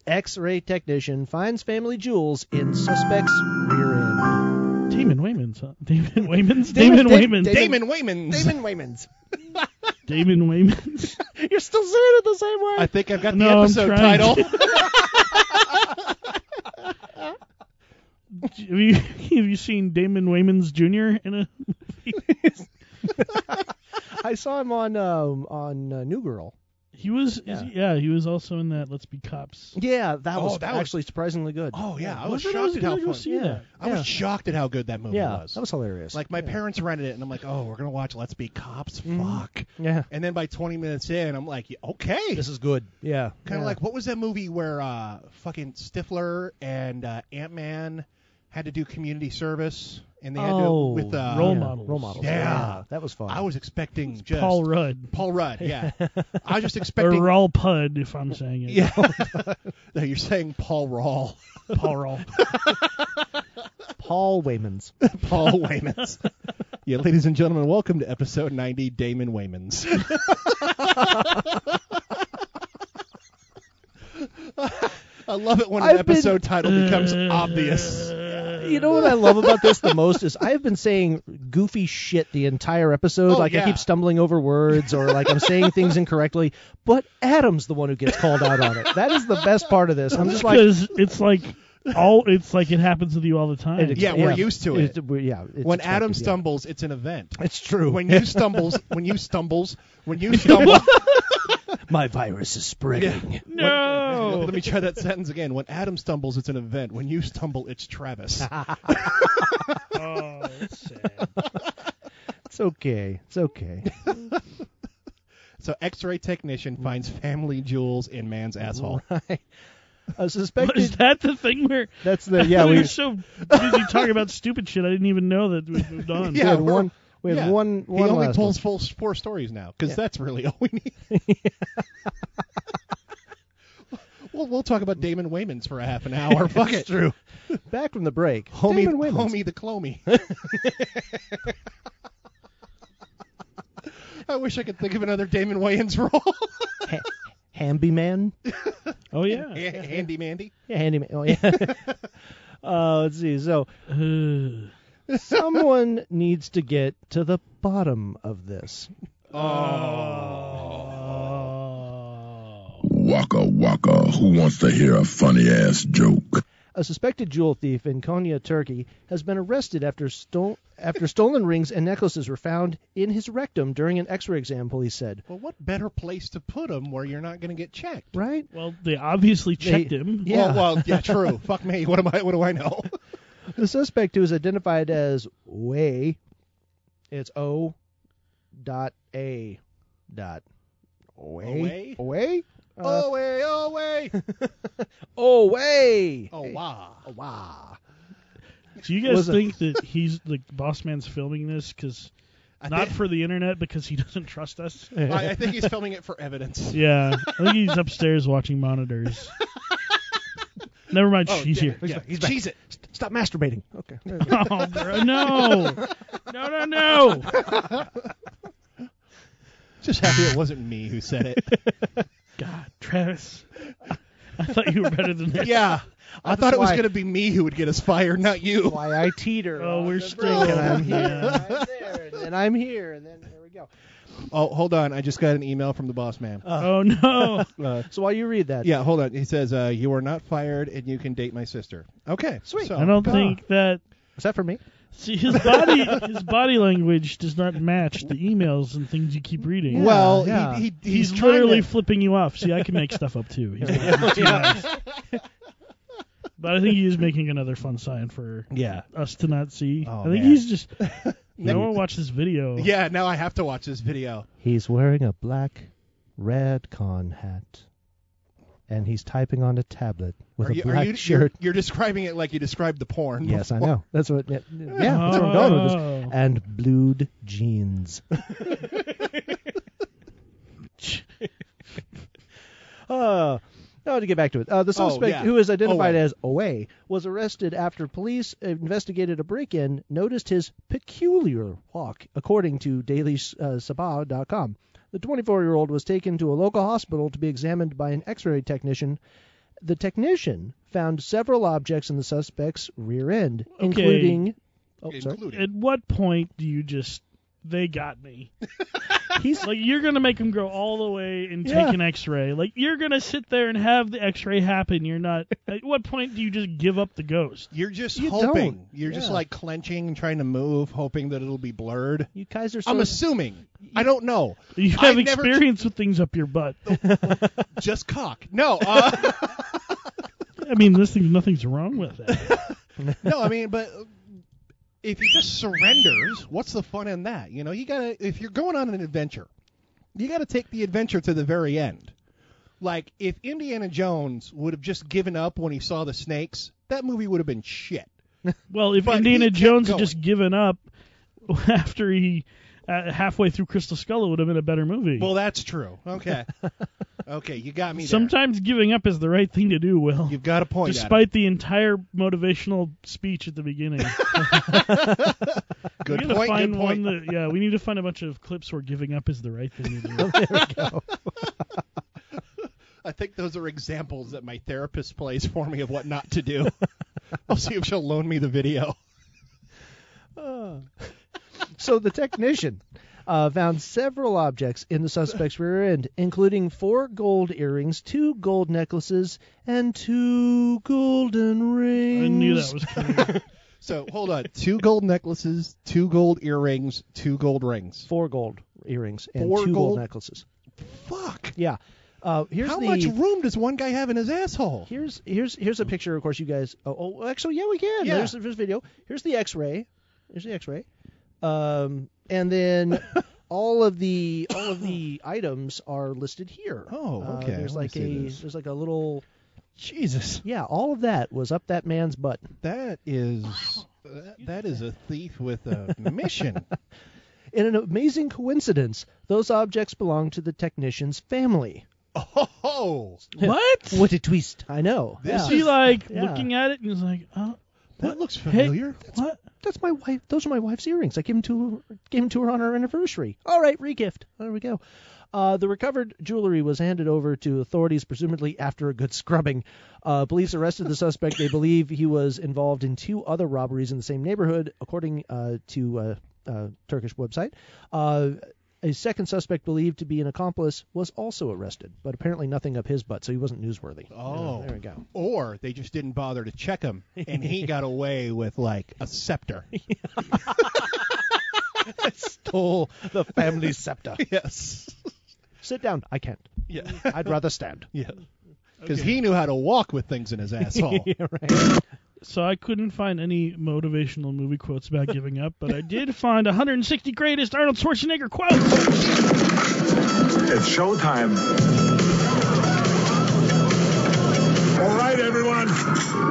[SPEAKER 5] X ray technician finds family jewels in suspect's rear end.
[SPEAKER 4] Damon Wayman's. Huh? Damon Wayman's. Damon, Wayman.
[SPEAKER 2] Damon Waymans.
[SPEAKER 5] Damon Waymans.
[SPEAKER 4] Damon Wayman's.
[SPEAKER 5] You're still saying it the same way.
[SPEAKER 2] I think I've got
[SPEAKER 4] No,
[SPEAKER 2] the
[SPEAKER 4] I'm
[SPEAKER 2] episode
[SPEAKER 4] trying.
[SPEAKER 2] title.
[SPEAKER 4] have you have you seen Damon Waymans Jr. in a
[SPEAKER 5] I saw him on um, on uh, New Girl.
[SPEAKER 4] He was yeah. He, yeah he was also in that Let's Be Cops.
[SPEAKER 5] Yeah, that
[SPEAKER 2] Oh,
[SPEAKER 5] was
[SPEAKER 2] that was-
[SPEAKER 5] actually surprisingly good.
[SPEAKER 2] Oh yeah, I was
[SPEAKER 4] Wasn't it? I
[SPEAKER 2] shocked
[SPEAKER 4] was
[SPEAKER 2] at how
[SPEAKER 4] gonna go
[SPEAKER 2] fun.
[SPEAKER 4] see that.
[SPEAKER 2] I was shocked at how good that movie
[SPEAKER 5] Yeah,
[SPEAKER 2] was.
[SPEAKER 5] that was hilarious.
[SPEAKER 2] Like my parents rented it, and I'm like, oh, we're gonna watch Let's Be Cops. Fuck.
[SPEAKER 5] Yeah.
[SPEAKER 2] And then by 20 minutes in, I'm like, yeah, okay,
[SPEAKER 5] This is good. Yeah.
[SPEAKER 2] Kind of
[SPEAKER 5] yeah.
[SPEAKER 2] like what was that movie where uh, fucking Stifler and uh, Ant Man had to do community service and they had to
[SPEAKER 5] Oh,
[SPEAKER 2] with uh,
[SPEAKER 4] Role models.
[SPEAKER 5] Role models.
[SPEAKER 2] Yeah.
[SPEAKER 5] that was fun.
[SPEAKER 2] I was expecting just
[SPEAKER 4] Paul Rudd
[SPEAKER 2] Paul Rudd, yeah. I was just
[SPEAKER 4] or
[SPEAKER 2] expecting.
[SPEAKER 4] Raul Pud if I'm saying it.
[SPEAKER 2] Yeah. no, you're saying Paul Rawl,
[SPEAKER 4] Paul Raul.
[SPEAKER 5] Paul Waymans.
[SPEAKER 2] Paul Waymans. yeah, ladies and gentlemen, welcome to episode 90, Damon Waymans. I love it when an
[SPEAKER 5] I've been-
[SPEAKER 2] episode title becomes obvious.
[SPEAKER 5] You know what I love about this the most is I've been saying goofy shit the entire episode.
[SPEAKER 2] Oh,
[SPEAKER 5] like
[SPEAKER 2] yeah.
[SPEAKER 5] I keep stumbling over words or like I'm saying things incorrectly. But Adam's the one who gets called out on it. That is the best part of this. I'm just like,
[SPEAKER 4] Because it's like all it's like it happens with you all the time.
[SPEAKER 5] It-
[SPEAKER 2] Yeah, we're used to it.
[SPEAKER 5] It's- we're- yeah, it's
[SPEAKER 2] when
[SPEAKER 5] expected,
[SPEAKER 2] Adam
[SPEAKER 5] yeah.
[SPEAKER 2] stumbles, it's an event.
[SPEAKER 5] it's true.
[SPEAKER 2] When you stumbles, when you stumbles, when you stumble.
[SPEAKER 5] my virus is spreading.
[SPEAKER 4] no.
[SPEAKER 2] Let me try that sentence again. When Adam stumbles, it's an event. When you stumble, it's Travis.
[SPEAKER 4] oh, that's sad.
[SPEAKER 5] It's okay. It's okay.
[SPEAKER 2] So, X-ray technician finds family jewels in man's asshole.
[SPEAKER 5] right. A
[SPEAKER 4] What, is
[SPEAKER 5] suspected.
[SPEAKER 4] that the thing where
[SPEAKER 5] That's the yeah.
[SPEAKER 4] we
[SPEAKER 5] We
[SPEAKER 4] were so busy talking about stupid shit I didn't even know that we moved on.
[SPEAKER 5] we
[SPEAKER 2] Yeah.
[SPEAKER 5] had
[SPEAKER 2] we're-
[SPEAKER 5] one. We had
[SPEAKER 2] yeah.
[SPEAKER 5] one. One
[SPEAKER 2] he only
[SPEAKER 5] last
[SPEAKER 2] pulls full four stories now because that's really all we need. well, we'll talk about Damon Waymans for a half an hour. Fuck it. True.
[SPEAKER 5] one. back from the break.
[SPEAKER 2] Homie,
[SPEAKER 5] Homie, Wayman's.
[SPEAKER 2] homie the Clomey. I wish I could think of another Damon Wayans role.
[SPEAKER 5] Ha- Hamby man.
[SPEAKER 4] Oh yeah.
[SPEAKER 2] Ha- Handy Mandy.
[SPEAKER 5] Yeah, handyman. Oh yeah. uh, let's see. So someone needs to get to the bottom of this.
[SPEAKER 15] Waka Waka, who wants to hear a funny ass joke?
[SPEAKER 5] A suspected jewel thief in Konya, Turkey, has been arrested after stole after stolen rings and necklaces were found in his rectum during an X-ray exam. Police said.
[SPEAKER 2] Well, what better place to put him where you're not going to get checked?
[SPEAKER 5] Right.
[SPEAKER 4] well, they obviously checked
[SPEAKER 5] They-
[SPEAKER 4] him.
[SPEAKER 5] Yeah.
[SPEAKER 2] Well, well, yeah, true. Fuck me. What am I? What do I know?
[SPEAKER 5] The suspect, who is identified as Way, it's O. Dot A. Dot. Way.
[SPEAKER 2] Way?
[SPEAKER 5] Way. Uh,
[SPEAKER 2] oh way, oh way,
[SPEAKER 5] oh way.
[SPEAKER 2] oh wow.
[SPEAKER 5] Oh, wow.
[SPEAKER 4] Do you guys
[SPEAKER 5] Was it-
[SPEAKER 4] think that he's like the boss man's filming this because
[SPEAKER 2] I
[SPEAKER 4] not
[SPEAKER 2] thi-
[SPEAKER 4] for the internet because he doesn't trust us?
[SPEAKER 2] I, I think he's filming it for evidence.
[SPEAKER 4] Yeah, I think he's upstairs watching monitors. Never mind,
[SPEAKER 2] Oh,
[SPEAKER 4] she's
[SPEAKER 2] yeah,
[SPEAKER 4] here.
[SPEAKER 2] Yeah, She's it.
[SPEAKER 5] Stop masturbating. Okay.
[SPEAKER 4] Oh, bro, no, no, no, no.
[SPEAKER 2] Just happy it wasn't me who said it.
[SPEAKER 4] God, Travis, I thought you were better than that.
[SPEAKER 2] yeah. I thought it was
[SPEAKER 5] why-
[SPEAKER 2] going to be me who would get us fired, not you.
[SPEAKER 5] Why I teeter.
[SPEAKER 4] Oh,
[SPEAKER 5] on
[SPEAKER 4] we're
[SPEAKER 5] the
[SPEAKER 4] still
[SPEAKER 5] brink, and
[SPEAKER 4] on
[SPEAKER 5] I'm here.
[SPEAKER 4] that.
[SPEAKER 5] and I'm there, and then I'm here, and then there we go.
[SPEAKER 2] Oh, hold on. I just got an email from the boss man.
[SPEAKER 4] Oh no.
[SPEAKER 2] Uh,
[SPEAKER 5] So while you read that,
[SPEAKER 2] yeah, hold on. He says, uh, You are not fired and you can date my sister. Okay.
[SPEAKER 5] Sweet.
[SPEAKER 2] So,
[SPEAKER 4] I don't
[SPEAKER 5] God.
[SPEAKER 4] think that.
[SPEAKER 5] is that for me?
[SPEAKER 4] See, his body, his body language does not match the emails and things you keep reading.
[SPEAKER 2] well,
[SPEAKER 5] Yeah.
[SPEAKER 2] He, he,
[SPEAKER 4] he's,
[SPEAKER 2] he's, trying
[SPEAKER 4] literally
[SPEAKER 2] to-
[SPEAKER 4] flipping you off. See, I can make stuff up too. He's not being too nice. But I think he is making another fun sign for
[SPEAKER 5] Yeah.
[SPEAKER 4] us to not see.
[SPEAKER 5] Oh,
[SPEAKER 4] I think
[SPEAKER 5] man.
[SPEAKER 4] he's just. No one watch this video.
[SPEAKER 2] Yeah, now I have to watch this video.
[SPEAKER 5] He's wearing a black red con hat, and he's typing on a tablet with
[SPEAKER 2] Are
[SPEAKER 5] a
[SPEAKER 2] you,
[SPEAKER 5] black
[SPEAKER 2] are you,
[SPEAKER 5] shirt.
[SPEAKER 2] You're, you're describing it like you described the porn.
[SPEAKER 5] Yes, I
[SPEAKER 2] before.
[SPEAKER 5] know. That's what. Yeah, yeah, that's where I'm going with this.
[SPEAKER 4] Oh.
[SPEAKER 5] And blued jeans. Uh, no, to get back to it. Uh, the
[SPEAKER 2] Oh,
[SPEAKER 5] suspect,
[SPEAKER 2] yeah.
[SPEAKER 5] who is identified
[SPEAKER 2] Away.
[SPEAKER 5] as Away, was arrested after police investigated a break in, noticed his peculiar walk, according to uh, DailySabah.com. The 24 year old was taken to a local hospital to be examined by an x ray technician. The technician found several objects in the suspect's rear end,
[SPEAKER 4] Okay.
[SPEAKER 5] including. Oh, sorry.
[SPEAKER 2] Including.
[SPEAKER 4] At what point do you just they got me. He's like, you're gonna make him go all the way and take
[SPEAKER 5] Yeah.
[SPEAKER 4] an X-ray. Like, you're gonna sit there and have the X-ray happen. You're not. At what point do you just give up the ghost?
[SPEAKER 2] You're just
[SPEAKER 4] You
[SPEAKER 2] hoping.
[SPEAKER 4] don't.
[SPEAKER 2] You're just
[SPEAKER 4] Yeah.
[SPEAKER 2] like clenching and trying to move, hoping that it'll be blurred.
[SPEAKER 5] You guys are.
[SPEAKER 2] I'm
[SPEAKER 4] sort of-
[SPEAKER 2] assuming. I don't know.
[SPEAKER 4] You have
[SPEAKER 2] I've never-
[SPEAKER 4] experience with things up your butt.
[SPEAKER 2] just cock. No. Uh,
[SPEAKER 4] I mean, this thing, nothing's wrong with it.
[SPEAKER 2] no, I mean, but if he just surrenders, what's the fun in that? You know, you gotta if you're going on an adventure, you gotta take the adventure to the very end. Like if Indiana Jones would have just given up when he saw the snakes, that movie would have been shit.
[SPEAKER 4] Well, if
[SPEAKER 2] But he
[SPEAKER 4] Indiana
[SPEAKER 2] kept
[SPEAKER 4] Jones had
[SPEAKER 2] going.
[SPEAKER 4] just given up after he uh, halfway through Crystal Skull, it would have been a better movie.
[SPEAKER 2] Well, that's true. Okay, okay, you got me. There.
[SPEAKER 4] Sometimes giving up is the right thing to do, Will.
[SPEAKER 2] You've got a point. Adam.
[SPEAKER 4] Despite the entire motivational speech at the beginning.
[SPEAKER 2] Good
[SPEAKER 4] we gotta
[SPEAKER 2] point, good
[SPEAKER 4] Find One
[SPEAKER 2] point.
[SPEAKER 4] that, yeah, we need to find a bunch of clips where giving up is the right thing to do.
[SPEAKER 2] I think those are examples that my therapist plays for me of what not to do. I'll see if she'll loan me the video.
[SPEAKER 5] so the technician uh, found several objects in the suspect's rear end, including four gold earrings, two gold necklaces, and two golden rings.
[SPEAKER 4] I knew that was coming.
[SPEAKER 2] So hold on. Two gold necklaces, two gold earrings, two gold rings.
[SPEAKER 5] Four gold earrings and
[SPEAKER 2] Four
[SPEAKER 5] two gold,
[SPEAKER 2] gold-
[SPEAKER 5] necklaces.
[SPEAKER 2] Fuck.
[SPEAKER 5] Yeah. Uh, here's
[SPEAKER 2] How
[SPEAKER 5] the-
[SPEAKER 2] much room does one guy have in his asshole?
[SPEAKER 5] Here's here's here's a picture. Of course, you guys. Oh, oh actually, yeah, we can.
[SPEAKER 2] Hmm. Yeah.
[SPEAKER 5] There's, there's video. Here's the X-ray. Here's the X-ray. Um, and then all of the all of the items are listed here.
[SPEAKER 2] Oh,
[SPEAKER 5] Uh,
[SPEAKER 2] okay.
[SPEAKER 5] there's
[SPEAKER 2] Let me
[SPEAKER 5] like
[SPEAKER 2] see
[SPEAKER 5] a
[SPEAKER 2] this.
[SPEAKER 5] there's like a little.
[SPEAKER 2] Jesus.
[SPEAKER 5] Yeah, all of that was up that man's butt.
[SPEAKER 2] That is that, that is a thief with a mission.
[SPEAKER 5] In an amazing coincidence, those objects belong to the technician's family.
[SPEAKER 2] Oh,
[SPEAKER 4] What?
[SPEAKER 5] what a twist! I know.
[SPEAKER 4] Is
[SPEAKER 5] Yeah.
[SPEAKER 4] he like
[SPEAKER 5] Yeah.
[SPEAKER 4] looking at it and he's like, oh,
[SPEAKER 2] that looks
[SPEAKER 4] hey,
[SPEAKER 2] familiar.
[SPEAKER 4] what?
[SPEAKER 5] That's my wife. Those are my wife's earrings. I gave them to her, gave 'em to her on our anniversary. All right, regift. There we go. Uh, the recovered jewelry was handed over to authorities, presumably after a good scrubbing. Uh, police arrested the suspect. They believe he was involved in two other robberies in the same neighborhood, according uh, to uh, uh, Turkish website. Uh, a second suspect believed to be an accomplice was also arrested, but apparently nothing up his butt, so he wasn't newsworthy.
[SPEAKER 2] Oh,
[SPEAKER 5] there we go.
[SPEAKER 2] Or they just didn't bother to check him, and he got away with like a scepter.
[SPEAKER 5] Stole the family scepter.
[SPEAKER 2] yes.
[SPEAKER 5] Sit down. I can't.
[SPEAKER 2] Yeah.
[SPEAKER 5] I'd rather stand.
[SPEAKER 2] Yeah. Because he knew how to walk with things in his asshole.
[SPEAKER 5] Yeah, right.
[SPEAKER 4] So I couldn't find any motivational movie quotes about giving up, but I did find 160 greatest Arnold Schwarzenegger quotes.
[SPEAKER 10] It's showtime. All right, everyone.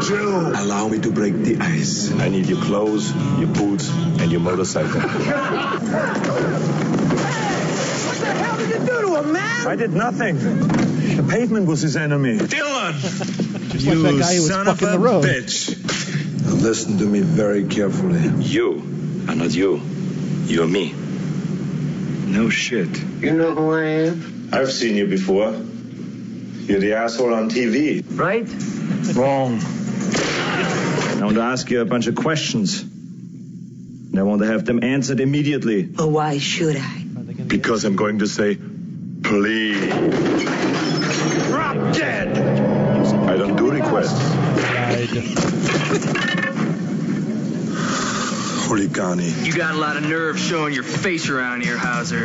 [SPEAKER 10] Jill.
[SPEAKER 9] Allow me to break the ice. I need your clothes, your boots, and your
[SPEAKER 10] What
[SPEAKER 9] motorcycle.
[SPEAKER 10] the hell did you do to him, man? I did nothing. The pavement was his enemy. Dylan!
[SPEAKER 2] Just like that guy who was fucking the road.
[SPEAKER 10] bitch.
[SPEAKER 9] Now listen to me very carefully.
[SPEAKER 8] You are not you. You're me.
[SPEAKER 9] No shit.
[SPEAKER 12] You know who I am,
[SPEAKER 9] I've seen you before. You're the asshole on TV.
[SPEAKER 12] right?
[SPEAKER 9] Wrong. I want to ask you a bunch of questions. And I want to have them answered immediately.
[SPEAKER 12] Oh, why should I?
[SPEAKER 9] Because I'm going to say, please.
[SPEAKER 10] Drop dead!
[SPEAKER 9] I don't do requests. Holigani.
[SPEAKER 12] You got a lot of nerve showing your face around here, Hauser.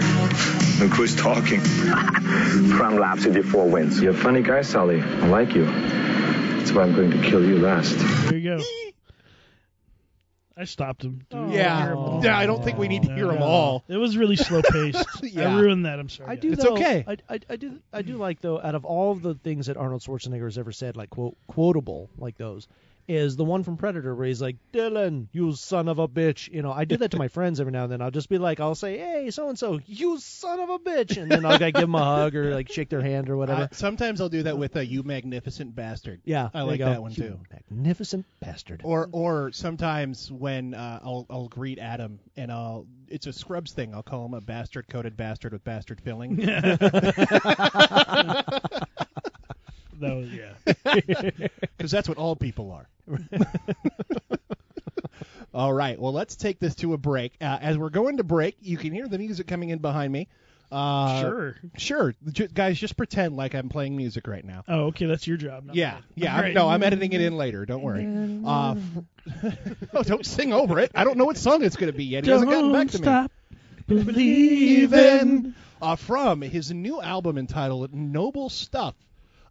[SPEAKER 9] Look who's talking.
[SPEAKER 8] Crumb laps with your four wins. You're a funny guy, Sully. I like you. That's why I'm going to kill you last.
[SPEAKER 4] There you go. I stopped him. Didn't
[SPEAKER 2] Oh. Yeah.
[SPEAKER 4] hear 'em all.
[SPEAKER 2] Yeah, I don't think we need to
[SPEAKER 4] No,
[SPEAKER 2] hear them
[SPEAKER 4] no.
[SPEAKER 2] all.
[SPEAKER 4] It was really slow paced.
[SPEAKER 2] Yeah.
[SPEAKER 4] I ruined that. I'm sorry.
[SPEAKER 5] I
[SPEAKER 4] guys.
[SPEAKER 5] do.
[SPEAKER 2] It's
[SPEAKER 5] though-
[SPEAKER 2] okay.
[SPEAKER 5] I, I, I do. I do like though. Out of all of the things that Arnold Schwarzenegger has ever said, like quote quotable, like those, is the one from Predator where he's like, "Dylan, you son of a bitch." You know, I do that to my friends every now and then. I'll just be like, I'll say, "Hey, so and so, you son of a bitch," and then I'll like, give them a hug or like shake their hand or whatever.
[SPEAKER 2] I- sometimes I'll do that with a "you magnificent bastard."
[SPEAKER 5] yeah,
[SPEAKER 2] I
[SPEAKER 5] there
[SPEAKER 2] like
[SPEAKER 5] you go.
[SPEAKER 2] that one
[SPEAKER 5] You
[SPEAKER 2] too.
[SPEAKER 5] Magnificent bastard.
[SPEAKER 2] Or or sometimes when uh, I'll I'll greet Adam and I'll it's a Scrubs thing. I'll call him a bastard coated bastard with bastard filling.
[SPEAKER 4] That was, yeah.
[SPEAKER 2] because that's what all people are. All right. Well, let's take this to a break. Uh, as we're going to break, you can hear the music coming in behind me. Uh,
[SPEAKER 4] Sure.
[SPEAKER 2] Sure. Ju- guys, just pretend like I'm playing music right now.
[SPEAKER 4] Oh, okay, that's your job. not
[SPEAKER 2] Yeah,
[SPEAKER 4] mine.
[SPEAKER 2] yeah.
[SPEAKER 4] All
[SPEAKER 2] I'm-
[SPEAKER 4] right.
[SPEAKER 2] No, I'm editing it in later. Don't worry. Uh, oh, don't sing over it. I don't know what song it's going to be yet. He hasn't gotten back to
[SPEAKER 4] Don't
[SPEAKER 2] me.
[SPEAKER 4] stop believing.
[SPEAKER 2] Uh, from his new album entitled Noble Stuff.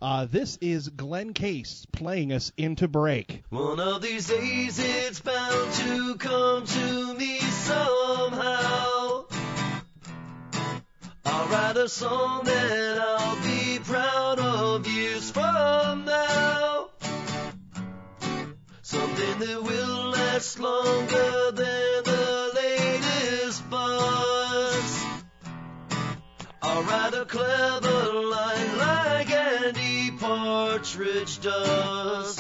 [SPEAKER 2] Uh, this is Glenn Case playing us into break.
[SPEAKER 1] One of these days it's bound to come to me somehow. I'll write a song that I'll be proud of years from now. Something that will last longer than the latest buzz. I'll write a clever line like Andy Partridge does.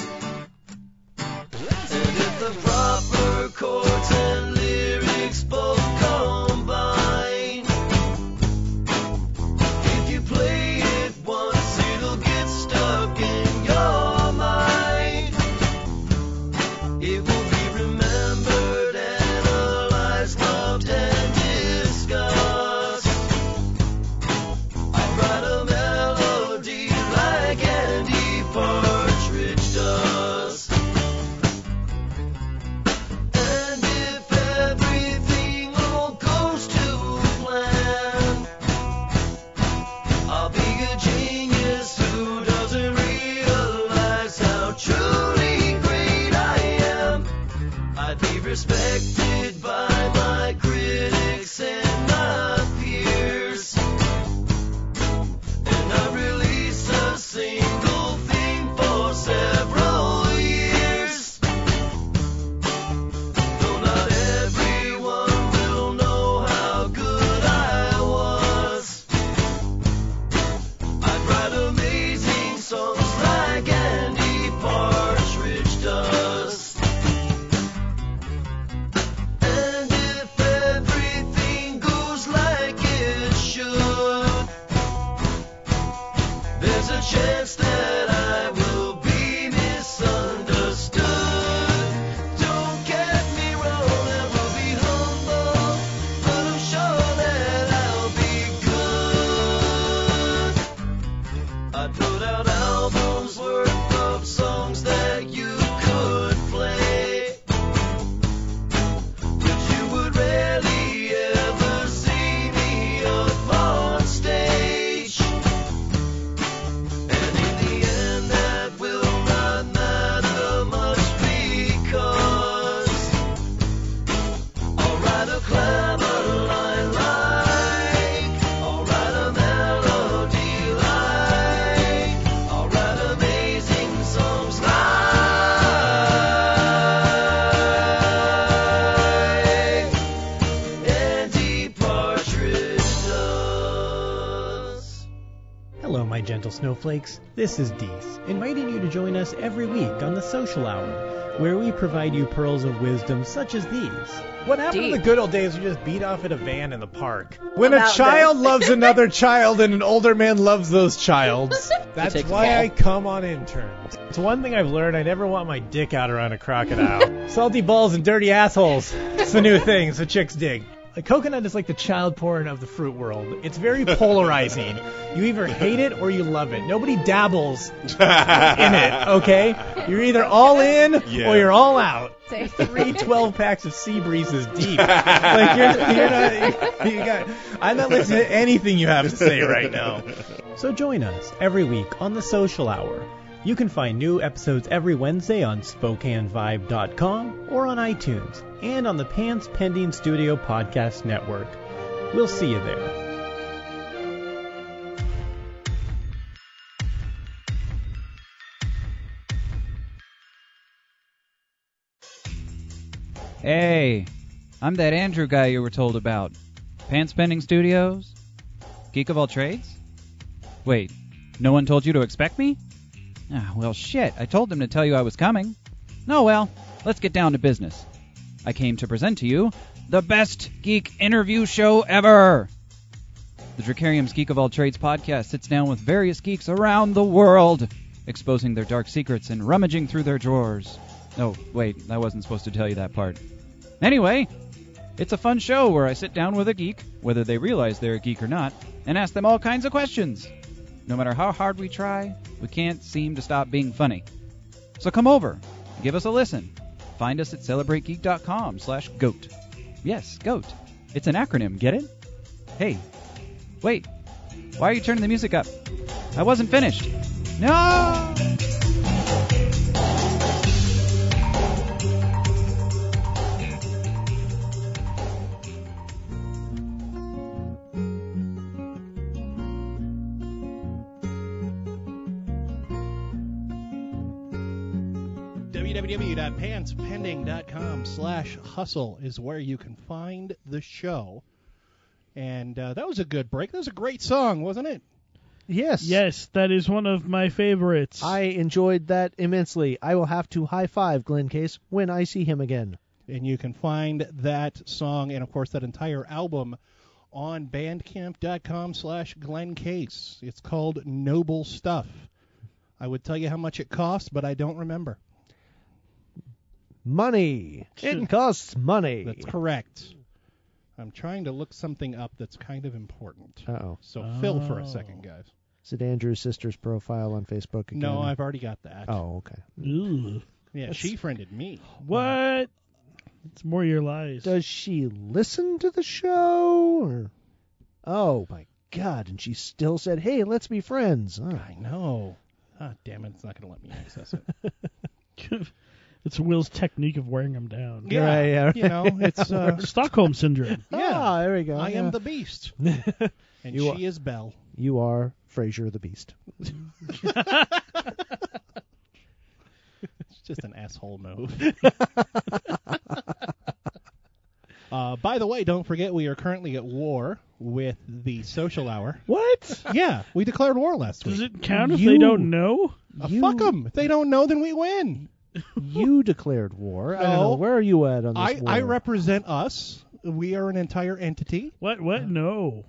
[SPEAKER 1] And if the proper chords and lyrics both combine, if you play it once, it'll get stuck in your mind. It will be remembered, analyzed, loved, and discussed. I'd write a melody like Andy Partridge does. And if everything all goes to plan, I'll be a genius who doesn't realize how truly great I am. I'd be respected by my critics and my peers. And I release a single thing for several years. Though not everyone will know how good I was, I'd write amazing songs like Andy Partridge does. And if everything goes like it should, there's a chance that I will be misunderstood. Don't get me wrong, I will be humble, but I'm sure that I'll be good. I put out albums worth of songs that you could play, but you would rarely ever see me up on stage. And in the end, that will not matter much because I'll write a clever line like, I'll write a melody like, I'll write amazing songs like Andy Partridge does.
[SPEAKER 3] Hello, my gentle snowflakes. This is Dees, inviting you to join us every week on the Social Hour, where we provide you pearls of wisdom such as these.
[SPEAKER 23] What happened in the good old days? We just beat off at a van in the park. When
[SPEAKER 3] About
[SPEAKER 23] a child
[SPEAKER 3] this.
[SPEAKER 23] loves another child and an older man loves those childs, that's takes them why all. I come on interns. It's one thing I've learned: I never want my dick out around a crocodile. Salty balls and dirty assholes. It's the new thing. So chicks dig. A coconut is like the child porn of the fruit world. It's very polarizing. you either hate it or you love it. Nobody dabbles in it, okay? You're either all in
[SPEAKER 3] Yeah.
[SPEAKER 23] or you're all out.
[SPEAKER 3] Say.
[SPEAKER 23] Three 12 packs of sea breezes deep. like you're, you're not, you got. I'm not listening to anything you have to say right now.
[SPEAKER 3] So join us every week on the Social Hour. You can find new episodes every Wednesday on SpokaneVibe.com or on iTunes and on the Pants Pending Studio Podcast Network. We'll see you there.
[SPEAKER 24] Hey, I'm that Andrew guy you were told about. Pants Pending Studios? Geek of all trades? Wait, no one told you to expect me? Ah, well, shit, I told them to tell you I was coming. No, well, let's get down to business. I came to present to you the best geek interview show ever! The Dracarium's Geek of All Trades podcast sits down with various geeks around the world, exposing their dark secrets and rummaging through their drawers. Oh, wait, I wasn't supposed to tell you that part. Anyway, it's a fun show where I sit down with a geek, whether they realize they're a geek or not, and ask them all kinds of questions. No matter how hard we try, we can't seem to stop being funny. So come over, give us a listen. Find us at celebrategeek.com slash goat. Yes, goat. It's an acronym, get it? Hey, wait, why are you turning the music up? I wasn't finished. No!
[SPEAKER 2] www.pantspending.com slash hustle is where you can find the show. And uh, that was a good break. That was a great song, wasn't it?
[SPEAKER 5] Yes.
[SPEAKER 4] Yes, that is one of my favorites.
[SPEAKER 5] I enjoyed that immensely. I will have to high five Glenn Case when I see him again.
[SPEAKER 2] And you can find that song and, of course, that entire album on bandcamp.com slash Glenn Case. It's called Noble Stuff. I would tell you how much it costs, but I don't remember.
[SPEAKER 5] Money. It costs money.
[SPEAKER 2] That's correct. I'm trying to look something up that's kind of important.
[SPEAKER 5] Uh-oh.
[SPEAKER 2] So fill for a second, guys.
[SPEAKER 5] Is it Andrew's sister's profile on Facebook again?
[SPEAKER 2] No, I've already got that.
[SPEAKER 5] Oh, okay.
[SPEAKER 4] Ooh.
[SPEAKER 2] Yeah,
[SPEAKER 4] That's-
[SPEAKER 2] she friended me.
[SPEAKER 4] What? It's more your lies.
[SPEAKER 5] Does she listen to the show? Or... Oh, my God. And she still said, hey, let's be friends. Oh.
[SPEAKER 2] I know. Ah, damn it, it's not going to let me access it.
[SPEAKER 4] It's Will's technique of wearing them down.
[SPEAKER 2] Yeah, Right, yeah, you know, right. it's, uh,
[SPEAKER 4] Stockholm syndrome.
[SPEAKER 5] Ah, there we go.
[SPEAKER 2] I
[SPEAKER 5] yeah.
[SPEAKER 2] am the beast. And
[SPEAKER 5] You
[SPEAKER 2] she is Belle.
[SPEAKER 5] You are Fraser the Beast.
[SPEAKER 2] It's just an asshole move. uh, by the way, don't forget we are currently at war with the social hour.
[SPEAKER 5] What?
[SPEAKER 2] Yeah, we declared war last week.
[SPEAKER 4] Does it count if they don't know?
[SPEAKER 2] Uh, fuck 'em. If they don't know, then we win.
[SPEAKER 5] You declared war. I don't know.
[SPEAKER 2] No.
[SPEAKER 5] Where are you at on this
[SPEAKER 2] I,
[SPEAKER 5] war?
[SPEAKER 2] I represent us. We are an entire entity.
[SPEAKER 4] What? What? No.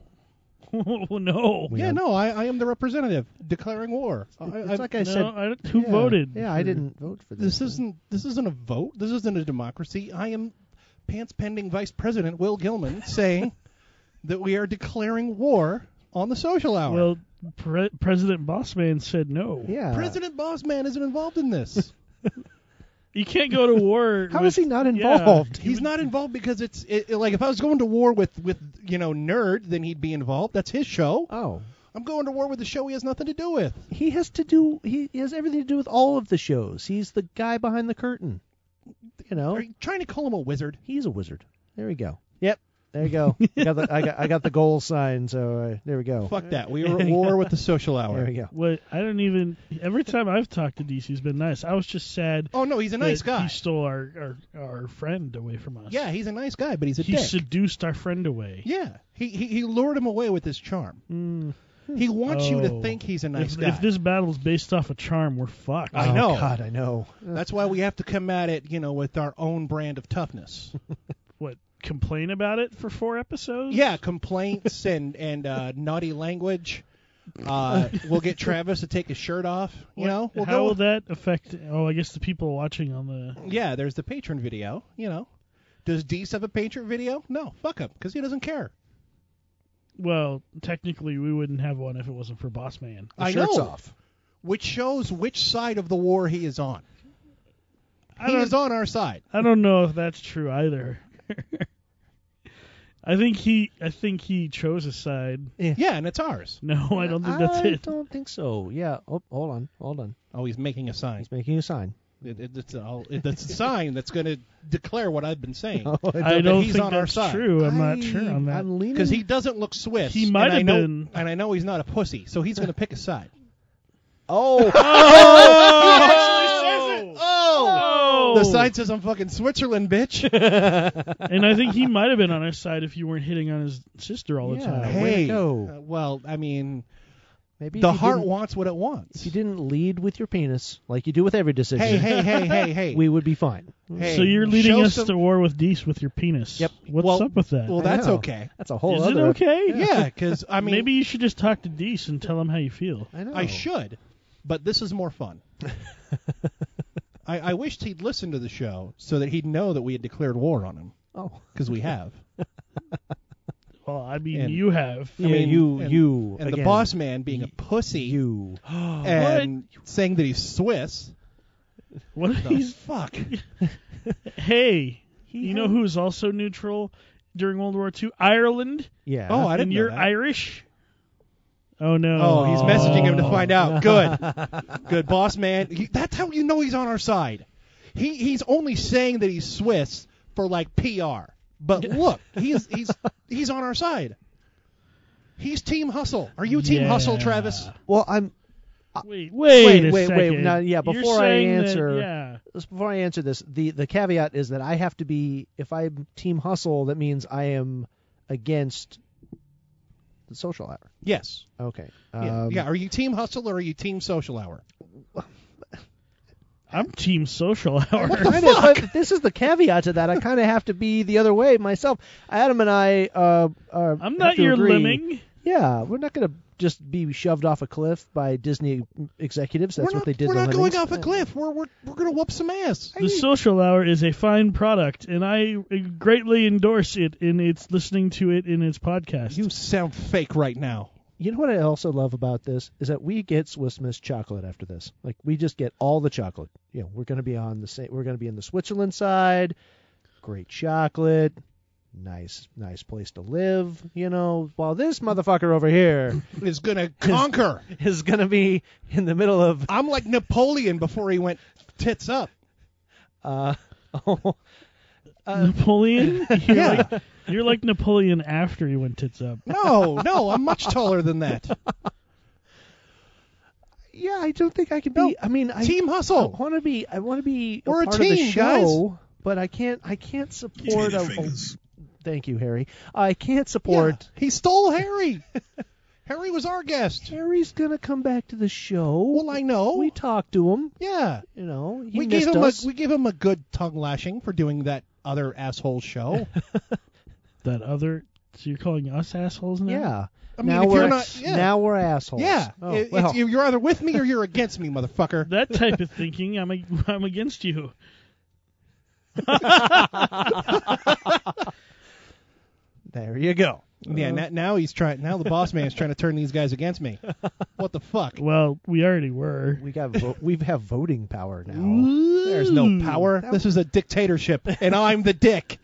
[SPEAKER 4] oh, no.
[SPEAKER 2] yeah, no, I, I am the representative declaring war. I, I,
[SPEAKER 5] It's like I said.
[SPEAKER 4] no, I don't- who
[SPEAKER 5] yeah,
[SPEAKER 4] voted?
[SPEAKER 5] Yeah, I
[SPEAKER 4] for-
[SPEAKER 5] didn't vote for this.
[SPEAKER 2] this isn't this isn't a vote. This isn't a democracy. I am pants pending Vice President Will Gilman saying that we are declaring war on the social hour.
[SPEAKER 4] Well, Pre- President Bossman said no.
[SPEAKER 5] Yeah.
[SPEAKER 2] President Bossman isn't involved in this.
[SPEAKER 4] You can't go to war.
[SPEAKER 5] How
[SPEAKER 4] with,
[SPEAKER 5] is he not
[SPEAKER 4] yeah.
[SPEAKER 5] involved?
[SPEAKER 2] He's not involved because it's it, it- like if I was going to war with with you know nerd, then he'd be involved. That's his show.
[SPEAKER 5] Oh,
[SPEAKER 2] I'm going to war with the show he has nothing to do with.
[SPEAKER 5] he has to do. He, he has everything to do with all of the shows. He's the guy behind the curtain. You know,
[SPEAKER 2] Are you trying to call him a wizard?
[SPEAKER 5] he's a wizard. There we go. Yep. There you go. I got the I got, I got the goal sign. So uh, there we go.
[SPEAKER 2] Fuck that. We were at war with the social
[SPEAKER 5] There
[SPEAKER 2] hour.
[SPEAKER 5] we go.
[SPEAKER 4] What? I don't even. Every time I've talked to DC, he's been nice. I was just sad.
[SPEAKER 2] Oh no, he's a nice
[SPEAKER 4] that
[SPEAKER 2] guy.
[SPEAKER 4] He stole our, our our friend away from us.
[SPEAKER 2] Yeah, he's a nice guy, but he's a
[SPEAKER 4] He
[SPEAKER 2] dick.
[SPEAKER 4] seduced our friend away.
[SPEAKER 2] Yeah, he, he he lured him away with his charm.
[SPEAKER 4] Mm.
[SPEAKER 2] He wants you to
[SPEAKER 4] Oh.
[SPEAKER 2] think he's a nice
[SPEAKER 4] if,
[SPEAKER 2] guy.
[SPEAKER 4] if this battle's based off a charm, we're fucked.
[SPEAKER 2] I
[SPEAKER 5] Oh,
[SPEAKER 2] know.
[SPEAKER 5] God, I know.
[SPEAKER 2] That's why we have to come at it, you know, with our own brand of toughness.
[SPEAKER 4] What? Complain about it for four episodes?
[SPEAKER 2] yeah, complaints and and uh, naughty language. Uh, we'll get Travis to take his shirt off. You
[SPEAKER 4] What-
[SPEAKER 2] know, we'll
[SPEAKER 4] how
[SPEAKER 2] go.
[SPEAKER 4] will that affect? Oh, I guess the people watching on the.
[SPEAKER 2] yeah, there's the patron video. You know, does Deese have a patron video? No, fuck him, because he doesn't care.
[SPEAKER 4] Well, technically, we wouldn't have one if it wasn't for Boss Man.
[SPEAKER 2] I
[SPEAKER 5] shirt's
[SPEAKER 2] know.
[SPEAKER 5] off.
[SPEAKER 2] Which shows which side of the war he is on.
[SPEAKER 4] I
[SPEAKER 2] He
[SPEAKER 4] don't-
[SPEAKER 2] is on our side.
[SPEAKER 4] I don't know if that's true either. I think he. I think he chose a side.
[SPEAKER 2] Yeah, and it's ours.
[SPEAKER 4] No, I don't think that's
[SPEAKER 5] I
[SPEAKER 4] it.
[SPEAKER 5] don't think so. Yeah. Oh, hold on. Hold on.
[SPEAKER 2] Oh, he's making a sign.
[SPEAKER 5] He's making a sign.
[SPEAKER 2] It, it, it's all, it, that's a sign that's going to declare what I've been saying.
[SPEAKER 5] Oh, I
[SPEAKER 4] I
[SPEAKER 2] that
[SPEAKER 4] don't
[SPEAKER 2] he's
[SPEAKER 4] think
[SPEAKER 2] on our
[SPEAKER 4] that's
[SPEAKER 2] side.
[SPEAKER 4] true. I'm not
[SPEAKER 5] I-
[SPEAKER 4] sure on that.
[SPEAKER 5] I'm leaning.
[SPEAKER 2] Because he doesn't look Swiss.
[SPEAKER 4] He might
[SPEAKER 2] and I
[SPEAKER 4] have
[SPEAKER 2] know-
[SPEAKER 4] been.
[SPEAKER 2] And I know he's not a pussy, so he's going to pick a side.
[SPEAKER 5] Oh.
[SPEAKER 4] Oh!
[SPEAKER 2] The sign says I'm fucking Switzerland, bitch.
[SPEAKER 4] and I think he might have been on his side if you weren't hitting on his sister all the
[SPEAKER 5] Yeah.
[SPEAKER 4] time.
[SPEAKER 5] Way to
[SPEAKER 2] hey.
[SPEAKER 5] go.
[SPEAKER 2] uh, well, I mean,
[SPEAKER 5] Maybe
[SPEAKER 2] the
[SPEAKER 5] if you
[SPEAKER 2] heart
[SPEAKER 5] didn't-
[SPEAKER 2] wants what it wants.
[SPEAKER 5] If you didn't lead with your penis, like you do with every decision,
[SPEAKER 2] Hey, hey, hey, hey, hey.
[SPEAKER 5] we would be fine.
[SPEAKER 2] hey.
[SPEAKER 4] so you're leading
[SPEAKER 2] show
[SPEAKER 4] us
[SPEAKER 2] some-
[SPEAKER 4] to war with Dees with your penis.
[SPEAKER 5] Yep.
[SPEAKER 4] What's
[SPEAKER 2] Well-
[SPEAKER 4] up with that?
[SPEAKER 2] Well,
[SPEAKER 5] I
[SPEAKER 2] that's
[SPEAKER 5] know.
[SPEAKER 2] okay.
[SPEAKER 5] That's a whole
[SPEAKER 4] Is
[SPEAKER 5] other.
[SPEAKER 4] it okay?
[SPEAKER 2] Yeah, because I mean,
[SPEAKER 4] Maybe you should just talk to Dees and tell him how you feel.
[SPEAKER 5] I know.
[SPEAKER 2] I should, but this is more fun. I, I wished he'd listened to the show so that he'd know that we had declared war on him.
[SPEAKER 5] Oh,
[SPEAKER 2] because we have.
[SPEAKER 4] Well, I mean, you have.
[SPEAKER 2] I mean, and, and the boss man being a pussy.
[SPEAKER 5] You
[SPEAKER 2] and saying that he's Swiss.
[SPEAKER 4] What
[SPEAKER 2] the
[SPEAKER 4] he's-
[SPEAKER 2] fuck?
[SPEAKER 4] hey, you know who's also neutral during World War II? Ireland.
[SPEAKER 5] Yeah.
[SPEAKER 2] Oh, I didn't
[SPEAKER 4] And
[SPEAKER 2] know
[SPEAKER 4] you're
[SPEAKER 2] that.
[SPEAKER 4] Irish. Oh no.
[SPEAKER 2] Oh, he's messaging him to find out. Good, good boss man. He- That's how you know he's on our side. He he's only saying that he's Swiss for like PR. But look, he's he's he's on our side. He's Team Hustle. Are you Team Hustle,
[SPEAKER 5] Yeah.
[SPEAKER 2] Travis?
[SPEAKER 5] Well, I'm.
[SPEAKER 4] Wait, wait, a
[SPEAKER 5] wait, wait,
[SPEAKER 4] second.
[SPEAKER 5] Now, yeah,
[SPEAKER 4] You're
[SPEAKER 5] before I
[SPEAKER 4] saying that-
[SPEAKER 5] answer,
[SPEAKER 4] yeah.
[SPEAKER 5] just before I answer this, the the caveat is that I have to be. If I'm Team Hustle, that means I am against the social hour.
[SPEAKER 2] Yes.
[SPEAKER 5] Okay.
[SPEAKER 2] Yeah.
[SPEAKER 5] Um,
[SPEAKER 2] yeah. Are you Team Hustle or are you Team Social Hour?
[SPEAKER 4] I'm Team Social Hour.
[SPEAKER 5] What kind of- but this is the caveat to that. I kind of have to be the other way myself. Adam and I. Uh, are,
[SPEAKER 4] I'm
[SPEAKER 5] have
[SPEAKER 4] not
[SPEAKER 5] to
[SPEAKER 4] your
[SPEAKER 5] agree.
[SPEAKER 4] lemming.
[SPEAKER 5] Yeah, we're not going to just be shoved off a cliff by Disney executives. That's
[SPEAKER 2] we're
[SPEAKER 5] what
[SPEAKER 2] not,
[SPEAKER 5] they did.
[SPEAKER 2] We're
[SPEAKER 5] the
[SPEAKER 2] not
[SPEAKER 5] Lemmings.
[SPEAKER 2] going off a cliff. We're we're we're gonna whoop some ass.
[SPEAKER 4] The Social Hour is a fine product, and I greatly endorse it in its listening to it in its podcast. You
[SPEAKER 2] sound fake right now.
[SPEAKER 5] You know what I also love about this is that we get Swiss Miss chocolate after this. Like we just get all the chocolate. You know, we're going to be on the same. We're going to be in the Switzerland side. Great chocolate. Nice, nice place to live. You know, while this motherfucker over here
[SPEAKER 2] is going to conquer.
[SPEAKER 5] Is going to be in the middle of.
[SPEAKER 2] I'm like Napoleon before he went tits up.
[SPEAKER 5] Uh, oh,
[SPEAKER 4] Napoleon? You're,
[SPEAKER 2] Yeah.
[SPEAKER 4] like, you're like Napoleon after he went tits up.
[SPEAKER 2] No, no, I'm much taller than that.
[SPEAKER 5] yeah, I don't think I can be. I mean, I,
[SPEAKER 2] Team Hustle.
[SPEAKER 5] I want to be. I want to be.
[SPEAKER 2] We're a
[SPEAKER 5] part of the
[SPEAKER 2] team,
[SPEAKER 5] show, But I can't. I can't support a. Thank you, Harry. I can't support.
[SPEAKER 2] He stole Harry. Harry was our guest.
[SPEAKER 5] Harry's gonna come back to the show.
[SPEAKER 2] Well, I know.
[SPEAKER 5] We talked to him.
[SPEAKER 2] Yeah,
[SPEAKER 5] You know, he
[SPEAKER 2] we gave
[SPEAKER 5] missed
[SPEAKER 2] him
[SPEAKER 5] us.
[SPEAKER 2] a we gave him a good tongue lashing for doing that other asshole show.
[SPEAKER 4] That other. So you're calling us assholes now?
[SPEAKER 5] yeah.
[SPEAKER 2] I mean,
[SPEAKER 5] now
[SPEAKER 2] if
[SPEAKER 5] we're
[SPEAKER 2] you're not- yeah.
[SPEAKER 5] now we're assholes.
[SPEAKER 2] yeah,
[SPEAKER 5] Oh,
[SPEAKER 2] it- it's-
[SPEAKER 5] well.
[SPEAKER 2] you're either with me or you're against me, motherfucker.
[SPEAKER 4] That type of thinking, I'm, a, I'm against you.
[SPEAKER 5] there you go.
[SPEAKER 2] Yeah, na- now he's trying. Now the boss man's trying to turn these guys against me. What the fuck?
[SPEAKER 4] Well, we already were.
[SPEAKER 5] We got vo- we have voting power now.
[SPEAKER 2] There's no power.
[SPEAKER 5] That-
[SPEAKER 2] This is a dictatorship, and I'm the dick.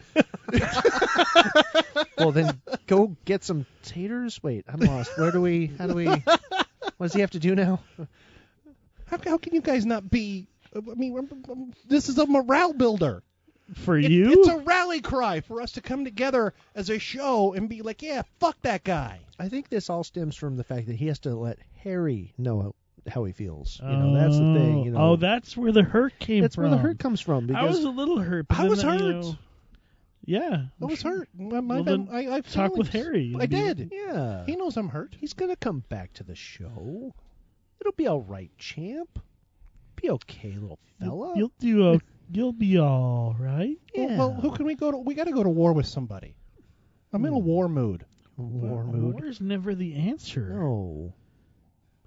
[SPEAKER 5] Well, then go get some taters. Wait, I'm lost. Where do we? How do we? What does he have to do now?
[SPEAKER 2] How, how can you guys not be? I mean, I'm- I'm- this is a morale builder.
[SPEAKER 4] For
[SPEAKER 2] It-
[SPEAKER 4] you?
[SPEAKER 2] It's a rally cry for us to come together as a show and be like, yeah, fuck that guy.
[SPEAKER 5] I think this all stems from the fact that he has to let Harry know how he feels. You know, that's the thing. You know,
[SPEAKER 4] Oh, that's where the hurt came
[SPEAKER 5] that's
[SPEAKER 4] from.
[SPEAKER 5] where the hurt comes from.
[SPEAKER 4] I
[SPEAKER 5] Because
[SPEAKER 4] was a little hurt. but
[SPEAKER 2] I
[SPEAKER 4] then
[SPEAKER 2] was
[SPEAKER 4] you
[SPEAKER 2] hurt.
[SPEAKER 4] know- yeah.
[SPEAKER 2] I was hurt. My, my,
[SPEAKER 4] Well, then
[SPEAKER 2] I, I have
[SPEAKER 4] talk with
[SPEAKER 2] feelings.
[SPEAKER 4] Harry.
[SPEAKER 2] I did.
[SPEAKER 5] yeah,
[SPEAKER 2] He knows I'm hurt.
[SPEAKER 5] he's gonna come back to the show. It'll be all right, champ. Be okay, little fella.
[SPEAKER 4] You'll do a. You'll be all right.
[SPEAKER 2] Well-
[SPEAKER 5] yeah.
[SPEAKER 2] Well, who can we go to? We got to go to war with somebody. I'm in a war mood.
[SPEAKER 4] Well,
[SPEAKER 5] War mood.
[SPEAKER 4] War's never the answer.
[SPEAKER 5] No,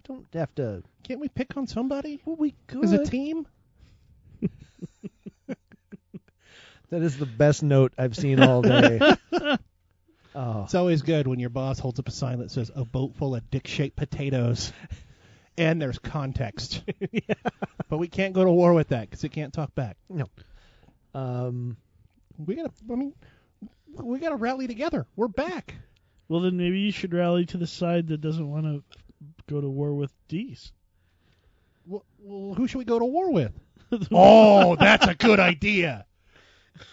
[SPEAKER 5] we don't have to.
[SPEAKER 2] Can't we pick on somebody
[SPEAKER 5] Well, we could.
[SPEAKER 2] as a team?
[SPEAKER 5] That is the best note I've seen all day. oh,
[SPEAKER 2] It's always good when your boss holds up a sign that says "A boat full of dick-shaped potatoes," and there's context. But we can't go to war with that because it can't talk back.
[SPEAKER 5] no. Um,
[SPEAKER 2] We gotta. I mean, we gotta rally together. We're back.
[SPEAKER 4] Well, then maybe you should rally to the side that doesn't want to go to war with D's.
[SPEAKER 2] Well, well, who should we go to war with? oh, that's a good idea.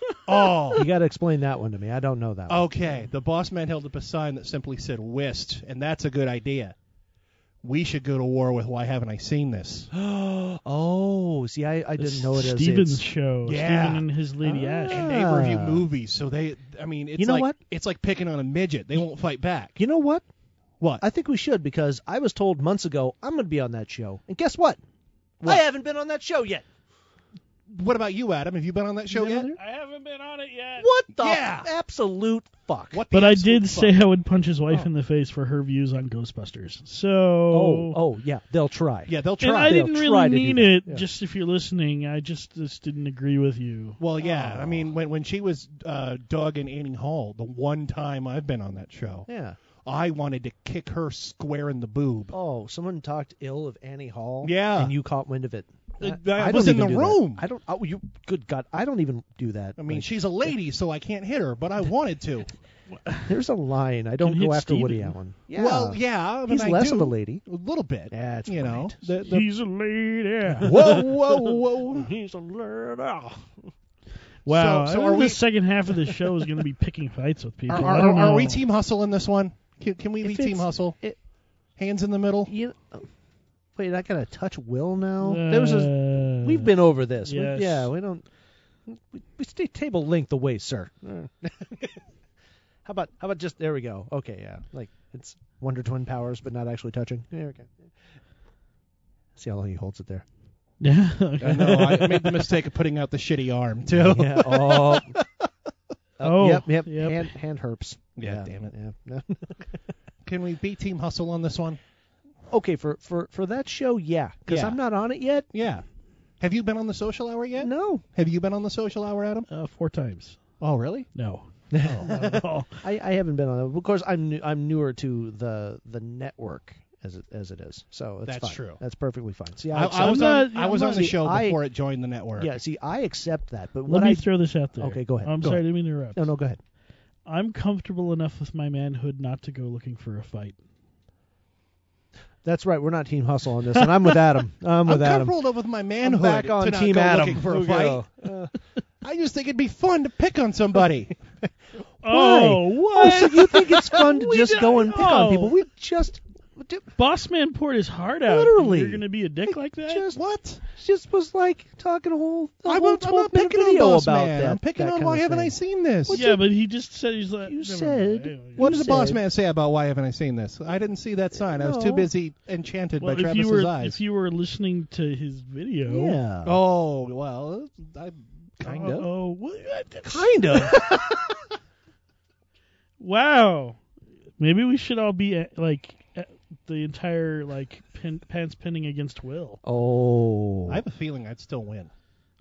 [SPEAKER 5] you
[SPEAKER 2] Oh,
[SPEAKER 5] got to explain that one to me. I don't know that. one.
[SPEAKER 2] okay. The boss man held up a sign that simply said "Whist," and that's a good idea. We should go to war with. Why haven't I seen this?
[SPEAKER 5] oh, see, I, I didn't know it as
[SPEAKER 4] Steven's
[SPEAKER 5] it's-
[SPEAKER 4] show.
[SPEAKER 2] Yeah.
[SPEAKER 4] Steven and his Lady Ash.
[SPEAKER 2] And they review
[SPEAKER 5] Ah.
[SPEAKER 2] movies, so they. I mean, it's
[SPEAKER 5] You know
[SPEAKER 2] like
[SPEAKER 5] what?
[SPEAKER 2] it's like picking on a midget. They won't fight back.
[SPEAKER 5] You know what?
[SPEAKER 2] What?
[SPEAKER 5] I think we should because I was told months ago I'm going to be on that show, and guess what? I haven't been on that show yet.
[SPEAKER 2] What about you, Adam? Have you been on that show yet?
[SPEAKER 4] I haven't been on it yet.
[SPEAKER 5] What the
[SPEAKER 2] Yeah.
[SPEAKER 5] absolute fuck?
[SPEAKER 2] What the
[SPEAKER 4] But I
[SPEAKER 2] absolute
[SPEAKER 4] did say
[SPEAKER 2] fuck?
[SPEAKER 4] I would punch his wife
[SPEAKER 5] Oh.
[SPEAKER 4] in the face for her views on Ghostbusters. So. Oh,
[SPEAKER 5] oh yeah, they'll try.
[SPEAKER 2] Yeah, they'll
[SPEAKER 4] And
[SPEAKER 2] try.
[SPEAKER 4] I
[SPEAKER 2] They'll
[SPEAKER 4] didn't
[SPEAKER 2] try
[SPEAKER 4] really
[SPEAKER 2] to do
[SPEAKER 4] mean
[SPEAKER 2] that.
[SPEAKER 4] it.
[SPEAKER 2] Yeah.
[SPEAKER 4] Just if you're listening, I just just didn't agree with you.
[SPEAKER 2] Well, yeah. I
[SPEAKER 5] Oh.
[SPEAKER 2] mean, when when she was uh, Doug and Annie Hall, the one time I've been on that show,
[SPEAKER 5] Yeah.
[SPEAKER 2] I wanted to kick her square in the boob.
[SPEAKER 5] Oh, someone talked ill of Annie Hall.
[SPEAKER 2] Yeah.
[SPEAKER 5] and you caught wind of it.
[SPEAKER 2] Uh,
[SPEAKER 5] I,
[SPEAKER 2] I
[SPEAKER 5] don't
[SPEAKER 2] was in
[SPEAKER 5] even
[SPEAKER 2] the
[SPEAKER 5] do that.
[SPEAKER 2] room.
[SPEAKER 5] I don't. Oh, you. Good God, I don't even do that.
[SPEAKER 2] I mean, she's a lady, so I can't hit her, but I wanted to.
[SPEAKER 5] there's a line. I don't
[SPEAKER 4] You hit
[SPEAKER 5] go after Woody
[SPEAKER 4] Steven.
[SPEAKER 5] Allen.
[SPEAKER 2] Well, yeah. I mean,
[SPEAKER 5] he's
[SPEAKER 2] I
[SPEAKER 5] less
[SPEAKER 2] do,
[SPEAKER 5] of a lady.
[SPEAKER 2] A little bit.
[SPEAKER 5] That's
[SPEAKER 2] you know. The, the-
[SPEAKER 4] He's a lady.
[SPEAKER 2] whoa, whoa, whoa.
[SPEAKER 4] He's a lady. Wow. So,
[SPEAKER 2] So- so
[SPEAKER 4] I
[SPEAKER 2] are
[SPEAKER 4] think
[SPEAKER 2] we-
[SPEAKER 4] the second half of the show is going to be picking fights with people.
[SPEAKER 2] Are,
[SPEAKER 4] I
[SPEAKER 2] are,
[SPEAKER 4] don't
[SPEAKER 2] are
[SPEAKER 4] know.
[SPEAKER 2] we team hustle in this one? Can, can we
[SPEAKER 5] If
[SPEAKER 2] be team
[SPEAKER 5] it's-
[SPEAKER 2] hustle?
[SPEAKER 5] it-
[SPEAKER 2] Hands in the middle.
[SPEAKER 5] You. oh, Wait, I gotta touch Will now.
[SPEAKER 2] Uh,
[SPEAKER 5] there was a.
[SPEAKER 4] Uh,
[SPEAKER 5] We've been over this. We-
[SPEAKER 4] yes.
[SPEAKER 5] yeah, we don't. We, we stay table length away, sir. how about how about just there we go. Okay, yeah, like it's Wonder Twin powers, but not actually touching. There we go. See how long he holds it there.
[SPEAKER 4] Yeah.
[SPEAKER 5] Uh,
[SPEAKER 2] I know. I made the mistake of putting out the shitty arm too.
[SPEAKER 5] Yeah. Oh.
[SPEAKER 4] Oh,
[SPEAKER 5] Yep. Yep.
[SPEAKER 4] yep.
[SPEAKER 5] Hand hand herps.
[SPEAKER 2] Yeah, damn it.
[SPEAKER 5] Yeah.
[SPEAKER 2] Can we beat Team Hustle on this one?
[SPEAKER 5] okay, for for for that show, yeah, because
[SPEAKER 2] Yeah.
[SPEAKER 5] I'm not on it yet.
[SPEAKER 2] Yeah. Have you been on the social hour yet?
[SPEAKER 5] No,
[SPEAKER 2] Have you been on the social hour, Adam?
[SPEAKER 4] Uh, four times.
[SPEAKER 2] Oh, really?
[SPEAKER 4] No.
[SPEAKER 5] I, I haven't been on it. Of course, I'm new, I'm newer to the the network as it as it is. So it's
[SPEAKER 2] That's
[SPEAKER 5] fine.
[SPEAKER 2] true.
[SPEAKER 5] That's perfectly fine. See,
[SPEAKER 2] I,
[SPEAKER 5] I,
[SPEAKER 2] I was
[SPEAKER 4] not-
[SPEAKER 2] on, I
[SPEAKER 4] I'm
[SPEAKER 2] was
[SPEAKER 4] not-
[SPEAKER 2] on the
[SPEAKER 5] see,
[SPEAKER 2] show
[SPEAKER 5] I-
[SPEAKER 2] before it joined the network.
[SPEAKER 5] yeah. See, I accept that, but
[SPEAKER 4] Let
[SPEAKER 5] what
[SPEAKER 4] me
[SPEAKER 5] I
[SPEAKER 4] throw this out there.
[SPEAKER 5] Okay, go ahead.
[SPEAKER 4] I'm
[SPEAKER 5] Go
[SPEAKER 4] sorry
[SPEAKER 5] ahead.
[SPEAKER 4] to interrupt.
[SPEAKER 5] no no go ahead.
[SPEAKER 4] I'm comfortable enough with my manhood not to go looking for a fight.
[SPEAKER 5] That's right. We're not team hustle on this, and I'm with Adam. I'm
[SPEAKER 2] I'm
[SPEAKER 5] with Adam.
[SPEAKER 2] comfortable enough with my manhood
[SPEAKER 5] I'm back on
[SPEAKER 2] to not
[SPEAKER 5] team
[SPEAKER 2] go
[SPEAKER 5] Adam.
[SPEAKER 2] looking for a
[SPEAKER 5] Here we
[SPEAKER 2] fight.
[SPEAKER 5] go. Uh,
[SPEAKER 2] I just think it'd be fun to pick on somebody.
[SPEAKER 4] Oh,
[SPEAKER 5] oh,
[SPEAKER 4] what?
[SPEAKER 5] so you think it's fun to
[SPEAKER 4] We
[SPEAKER 5] just
[SPEAKER 4] did-
[SPEAKER 5] go and pick
[SPEAKER 4] no.
[SPEAKER 5] on people? We just d-
[SPEAKER 4] Boss man poured his heart out. and
[SPEAKER 5] Literally.
[SPEAKER 4] You're going to be a dick like that?
[SPEAKER 5] just
[SPEAKER 2] what?
[SPEAKER 5] just was like talking a whole. a
[SPEAKER 2] I'm
[SPEAKER 5] whole
[SPEAKER 2] not, I'm
[SPEAKER 5] 12
[SPEAKER 2] not
[SPEAKER 5] minute
[SPEAKER 2] picking on
[SPEAKER 5] video
[SPEAKER 2] Boss
[SPEAKER 5] about
[SPEAKER 2] Man.
[SPEAKER 5] that.
[SPEAKER 2] I'm picking
[SPEAKER 5] that
[SPEAKER 2] on
[SPEAKER 5] kind
[SPEAKER 2] why
[SPEAKER 5] of
[SPEAKER 2] haven't I
[SPEAKER 5] thing.
[SPEAKER 2] seen this?
[SPEAKER 5] What
[SPEAKER 4] yeah, but he just said he's like.
[SPEAKER 5] You
[SPEAKER 4] never
[SPEAKER 5] said-
[SPEAKER 4] mind. Anyway.
[SPEAKER 2] What did the boss
[SPEAKER 5] said-
[SPEAKER 2] man say about why haven't I seen this? I didn't see that sign. I was too
[SPEAKER 5] No.
[SPEAKER 2] busy enchanted
[SPEAKER 4] Well,
[SPEAKER 2] by
[SPEAKER 4] if
[SPEAKER 2] Travis's
[SPEAKER 4] you were
[SPEAKER 2] eyes.
[SPEAKER 4] if you were listening to his video,
[SPEAKER 5] Yeah.
[SPEAKER 2] Oh well, I kind of.
[SPEAKER 4] Oh,
[SPEAKER 5] Kind of.
[SPEAKER 4] wow. Maybe we should all be uh, like uh, the entire like pin, pants pinning against Will.
[SPEAKER 5] oh.
[SPEAKER 2] I have a feeling I'd still win.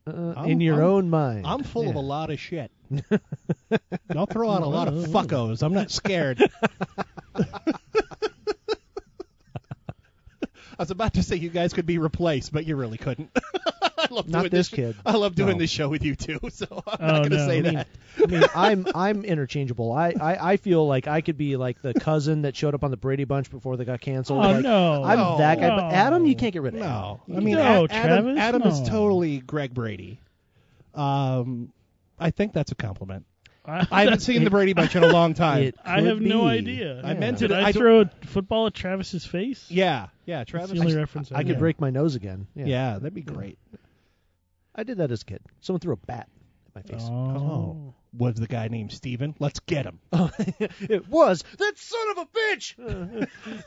[SPEAKER 5] Uh,
[SPEAKER 2] I'm-
[SPEAKER 5] in your
[SPEAKER 2] I'm-
[SPEAKER 5] own mind.
[SPEAKER 2] I'm full of a lot of shit.
[SPEAKER 5] a.
[SPEAKER 2] I'll throw out a lot
[SPEAKER 5] Oh.
[SPEAKER 2] of fuckos. I'm not scared. I was about to say you guys could be replaced, but you really couldn't. I love
[SPEAKER 5] Not
[SPEAKER 2] doing
[SPEAKER 5] this
[SPEAKER 2] sh-
[SPEAKER 5] kid.
[SPEAKER 2] I love doing
[SPEAKER 5] No.
[SPEAKER 2] this show with you too, so I'm
[SPEAKER 4] Oh,
[SPEAKER 2] not going to
[SPEAKER 4] no.
[SPEAKER 2] say
[SPEAKER 4] I
[SPEAKER 2] that.
[SPEAKER 4] mean,
[SPEAKER 5] I mean, I'm I'm interchangeable. I, I, I feel like I could be like the cousin that showed up on the Brady Bunch before they got canceled.
[SPEAKER 4] Oh
[SPEAKER 5] Like,
[SPEAKER 4] no!
[SPEAKER 5] I'm
[SPEAKER 2] No.
[SPEAKER 5] that guy.
[SPEAKER 4] No.
[SPEAKER 5] But Adam, you can't get rid of.
[SPEAKER 2] No,
[SPEAKER 5] Adam.
[SPEAKER 2] Oh. I mean,
[SPEAKER 4] No,
[SPEAKER 2] A- Adam,
[SPEAKER 4] Travis,
[SPEAKER 2] Adam is
[SPEAKER 4] no.
[SPEAKER 2] totally Greg Brady. Um, I think that's a compliment.
[SPEAKER 4] I,
[SPEAKER 2] I haven't seen the Brady Bunch in a long time.
[SPEAKER 5] It
[SPEAKER 4] I
[SPEAKER 5] could
[SPEAKER 4] have no
[SPEAKER 5] be.
[SPEAKER 4] idea.
[SPEAKER 2] I meant
[SPEAKER 4] Did
[SPEAKER 2] it-
[SPEAKER 4] I,
[SPEAKER 2] I don't-
[SPEAKER 4] throw a football at Travis's face?
[SPEAKER 2] yeah, yeah,
[SPEAKER 4] That's
[SPEAKER 2] Travis.
[SPEAKER 4] the only reference I,
[SPEAKER 5] I could
[SPEAKER 4] know.
[SPEAKER 5] break my nose again. Yeah.
[SPEAKER 2] yeah, that'd be great.
[SPEAKER 5] I did that as a kid. Someone threw a bat at my face.
[SPEAKER 4] Oh.
[SPEAKER 2] Was the guy named Steven? Let's get him.
[SPEAKER 5] it was that son of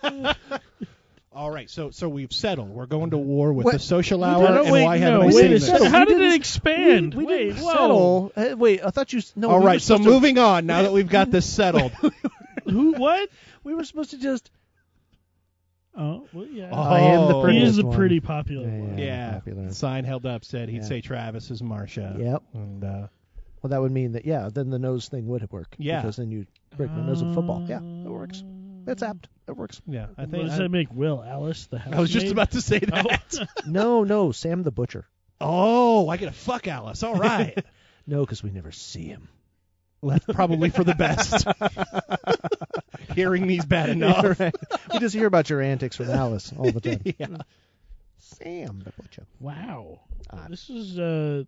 [SPEAKER 5] a bitch.
[SPEAKER 2] All right, so so we've settled. We're going to war with
[SPEAKER 5] What?
[SPEAKER 2] the social
[SPEAKER 5] We
[SPEAKER 2] hour,
[SPEAKER 5] didn't-
[SPEAKER 2] and
[SPEAKER 4] wait,
[SPEAKER 2] why
[SPEAKER 4] no,
[SPEAKER 2] haven't I
[SPEAKER 4] wait
[SPEAKER 2] seen
[SPEAKER 4] a
[SPEAKER 2] this?
[SPEAKER 4] second.
[SPEAKER 5] We
[SPEAKER 4] How did
[SPEAKER 5] didn't-
[SPEAKER 4] it expand?
[SPEAKER 5] We, we
[SPEAKER 4] Wait,
[SPEAKER 5] didn't
[SPEAKER 4] whoa.
[SPEAKER 5] settle. Uh, wait, I thought you. s- No.
[SPEAKER 2] All
[SPEAKER 5] we were
[SPEAKER 2] right, so
[SPEAKER 5] supposed to-
[SPEAKER 2] moving on. Now that we've got this settled,
[SPEAKER 4] Who? What?
[SPEAKER 5] We were supposed to just.
[SPEAKER 4] Oh, well, yeah.
[SPEAKER 2] Oh,
[SPEAKER 5] I am the
[SPEAKER 2] He
[SPEAKER 5] prettiest
[SPEAKER 4] he is a
[SPEAKER 5] one.
[SPEAKER 4] pretty popular
[SPEAKER 5] Yeah,
[SPEAKER 4] one.
[SPEAKER 5] yeah.
[SPEAKER 2] yeah,
[SPEAKER 5] popular.
[SPEAKER 2] sign held up said he'd
[SPEAKER 5] Yeah.
[SPEAKER 2] say Travis is Marsha.
[SPEAKER 5] Yep.
[SPEAKER 2] and uh,
[SPEAKER 5] Well, that would mean that yeah, then the nose thing would work.
[SPEAKER 2] Yeah.
[SPEAKER 5] Because then you break my nose with football. Yeah, that works. That's apt. That works.
[SPEAKER 2] yeah, I
[SPEAKER 4] What
[SPEAKER 2] think
[SPEAKER 4] does
[SPEAKER 2] I,
[SPEAKER 4] that make Will Alice the house?
[SPEAKER 2] I was just about to say that.
[SPEAKER 5] No, no, Sam the butcher.
[SPEAKER 2] Oh, I get a fuck Alice. All right.
[SPEAKER 5] No, because we never see him.
[SPEAKER 2] That's probably for the best. Hearing me's bad enough.
[SPEAKER 5] Right. We just hear about your antics from Alice all the time.
[SPEAKER 2] yeah.
[SPEAKER 5] Sam the butcher.
[SPEAKER 4] Wow.
[SPEAKER 5] Ah.
[SPEAKER 4] This is uh.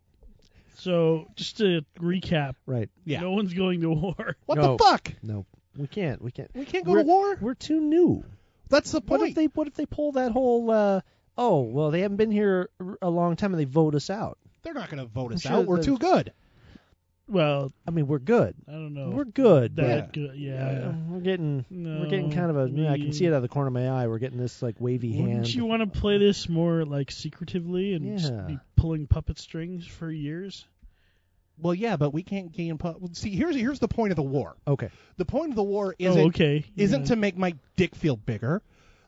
[SPEAKER 4] So just to recap,
[SPEAKER 5] Right.
[SPEAKER 2] Yeah.
[SPEAKER 4] no one's going to war.
[SPEAKER 2] What
[SPEAKER 5] No.
[SPEAKER 2] the fuck?
[SPEAKER 5] No, we can't. We can't.
[SPEAKER 2] We can't go
[SPEAKER 5] We're-
[SPEAKER 2] to war.
[SPEAKER 5] We're too new.
[SPEAKER 2] That's the
[SPEAKER 5] What if
[SPEAKER 2] point.
[SPEAKER 5] they? What if they pull that whole? uh Oh, well, they haven't been here a long time, and they vote us out.
[SPEAKER 2] They're not going to vote us
[SPEAKER 5] sure
[SPEAKER 2] out. We're
[SPEAKER 5] that-
[SPEAKER 2] too good.
[SPEAKER 4] Well,
[SPEAKER 5] I mean, we're good.
[SPEAKER 4] I don't know.
[SPEAKER 5] We're good.
[SPEAKER 4] That
[SPEAKER 5] but
[SPEAKER 4] good. Yeah.
[SPEAKER 5] We're getting we're getting kind of a. yeah, I can see it out of the corner of my eye. We're getting this like wavy hand.
[SPEAKER 4] Wouldn't you want to play this more like secretively and s-
[SPEAKER 5] Yeah.
[SPEAKER 4] be pulling puppet strings for years?
[SPEAKER 2] Well, yeah, but we can't gain. Po- well, see, here's here's the point of the war.
[SPEAKER 5] Okay.
[SPEAKER 2] The point of the war
[SPEAKER 4] Oh,
[SPEAKER 2] isn't
[SPEAKER 4] okay.
[SPEAKER 2] isn't
[SPEAKER 4] Yeah.
[SPEAKER 2] to make my dick feel bigger.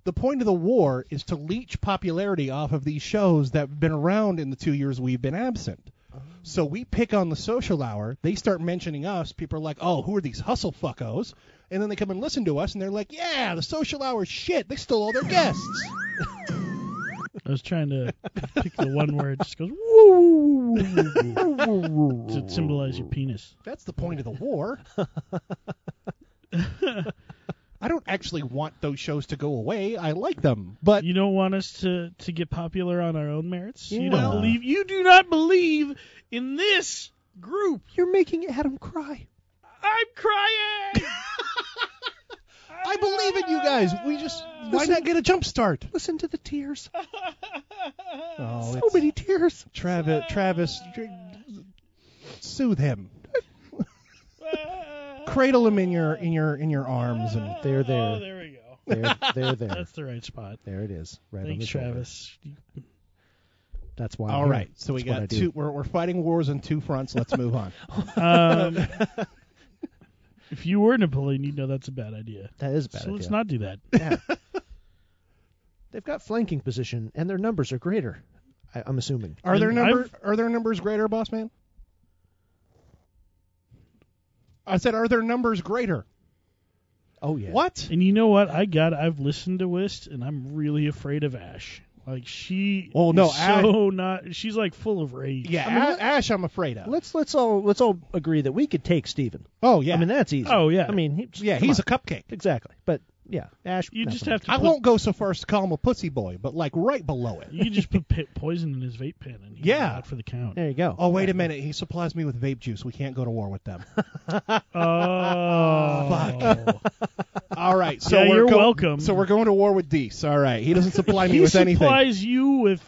[SPEAKER 2] The point of the war is to leech popularity off of these shows that have been around in the two years we've been absent. So we pick on the social hour. They start mentioning us. People are like, "Oh, who are these hustle fuckos?" And then they come and listen to us, and they're like, "Yeah, the social hour shit. They stole all their guests."
[SPEAKER 4] I was trying to pick the one where it just goes
[SPEAKER 5] woo
[SPEAKER 4] to symbolize your penis.
[SPEAKER 2] That's the point of the war. I don't actually want those shows to go away. I like them, but
[SPEAKER 4] you don't want us to to get popular on our own merits. You
[SPEAKER 2] Yeah.
[SPEAKER 4] don't believe you do not believe in this group.
[SPEAKER 5] You're making Adam cry.
[SPEAKER 4] I'm crying.
[SPEAKER 2] I believe in you guys. We just why not get a jump start?
[SPEAKER 5] Listen to the tears.
[SPEAKER 2] Oh,
[SPEAKER 5] so
[SPEAKER 2] it's-
[SPEAKER 5] many tears.
[SPEAKER 2] Travis, Travis, dr- soothe him. Cradle him in your in your in your arms, and
[SPEAKER 5] they're Oh, there.
[SPEAKER 4] Oh, there we go.
[SPEAKER 5] They're, they're there.
[SPEAKER 4] That's the right spot.
[SPEAKER 5] There it is. Right on
[SPEAKER 4] Thanks,
[SPEAKER 5] the shoulder.
[SPEAKER 4] Travis.
[SPEAKER 5] That's why.
[SPEAKER 2] All right, so we
[SPEAKER 5] That's what I
[SPEAKER 2] got
[SPEAKER 5] do.
[SPEAKER 2] two. We're, we're fighting wars on two fronts. Let's move on.
[SPEAKER 4] Um, if you were Napoleon, you'd know that's a bad idea.
[SPEAKER 5] That is a bad
[SPEAKER 4] So let's
[SPEAKER 5] idea.
[SPEAKER 4] not do that.
[SPEAKER 5] Yeah. They've got flanking position, and their numbers are greater. I, I'm assuming.
[SPEAKER 2] Are there
[SPEAKER 4] I've-
[SPEAKER 2] number are there numbers greater, boss man? I said, are there numbers greater?
[SPEAKER 5] Oh yeah.
[SPEAKER 2] What?
[SPEAKER 4] And you know what? I got. I've listened to Wist, and I'm really afraid of Ash. Like she.
[SPEAKER 2] Oh, no,
[SPEAKER 4] is so not. She's like full of rage.
[SPEAKER 2] Yeah,
[SPEAKER 5] I mean,
[SPEAKER 2] A-
[SPEAKER 5] what-
[SPEAKER 2] Ash, I'm afraid of.
[SPEAKER 5] Let's let's all let's all agree that we could take Steven.
[SPEAKER 2] Oh yeah,
[SPEAKER 5] I mean that's easy.
[SPEAKER 4] Oh, yeah.
[SPEAKER 5] I mean he,
[SPEAKER 2] yeah,
[SPEAKER 5] come
[SPEAKER 2] he's
[SPEAKER 5] on.
[SPEAKER 2] a cupcake.
[SPEAKER 5] exactly. But yeah, Ash.
[SPEAKER 4] You
[SPEAKER 5] no,
[SPEAKER 4] just
[SPEAKER 5] come
[SPEAKER 4] have to.
[SPEAKER 2] I
[SPEAKER 4] put,
[SPEAKER 2] won't go so far as to call him a pussy boy, but like right below it.
[SPEAKER 4] You can just put pi poison in his vape pen, and he's
[SPEAKER 2] Yeah.
[SPEAKER 4] out for the
[SPEAKER 5] on.
[SPEAKER 4] count.
[SPEAKER 5] There you go.
[SPEAKER 2] Oh wait a minute, he supplies me with vape juice. We can't go to war with them.
[SPEAKER 4] Oh.
[SPEAKER 2] All right, so
[SPEAKER 4] Yeah,
[SPEAKER 2] we're
[SPEAKER 4] you're
[SPEAKER 2] go-
[SPEAKER 4] welcome.
[SPEAKER 2] So we're going to war with Deese. All right, he doesn't supply me
[SPEAKER 4] he
[SPEAKER 2] with anything.
[SPEAKER 4] supplies you with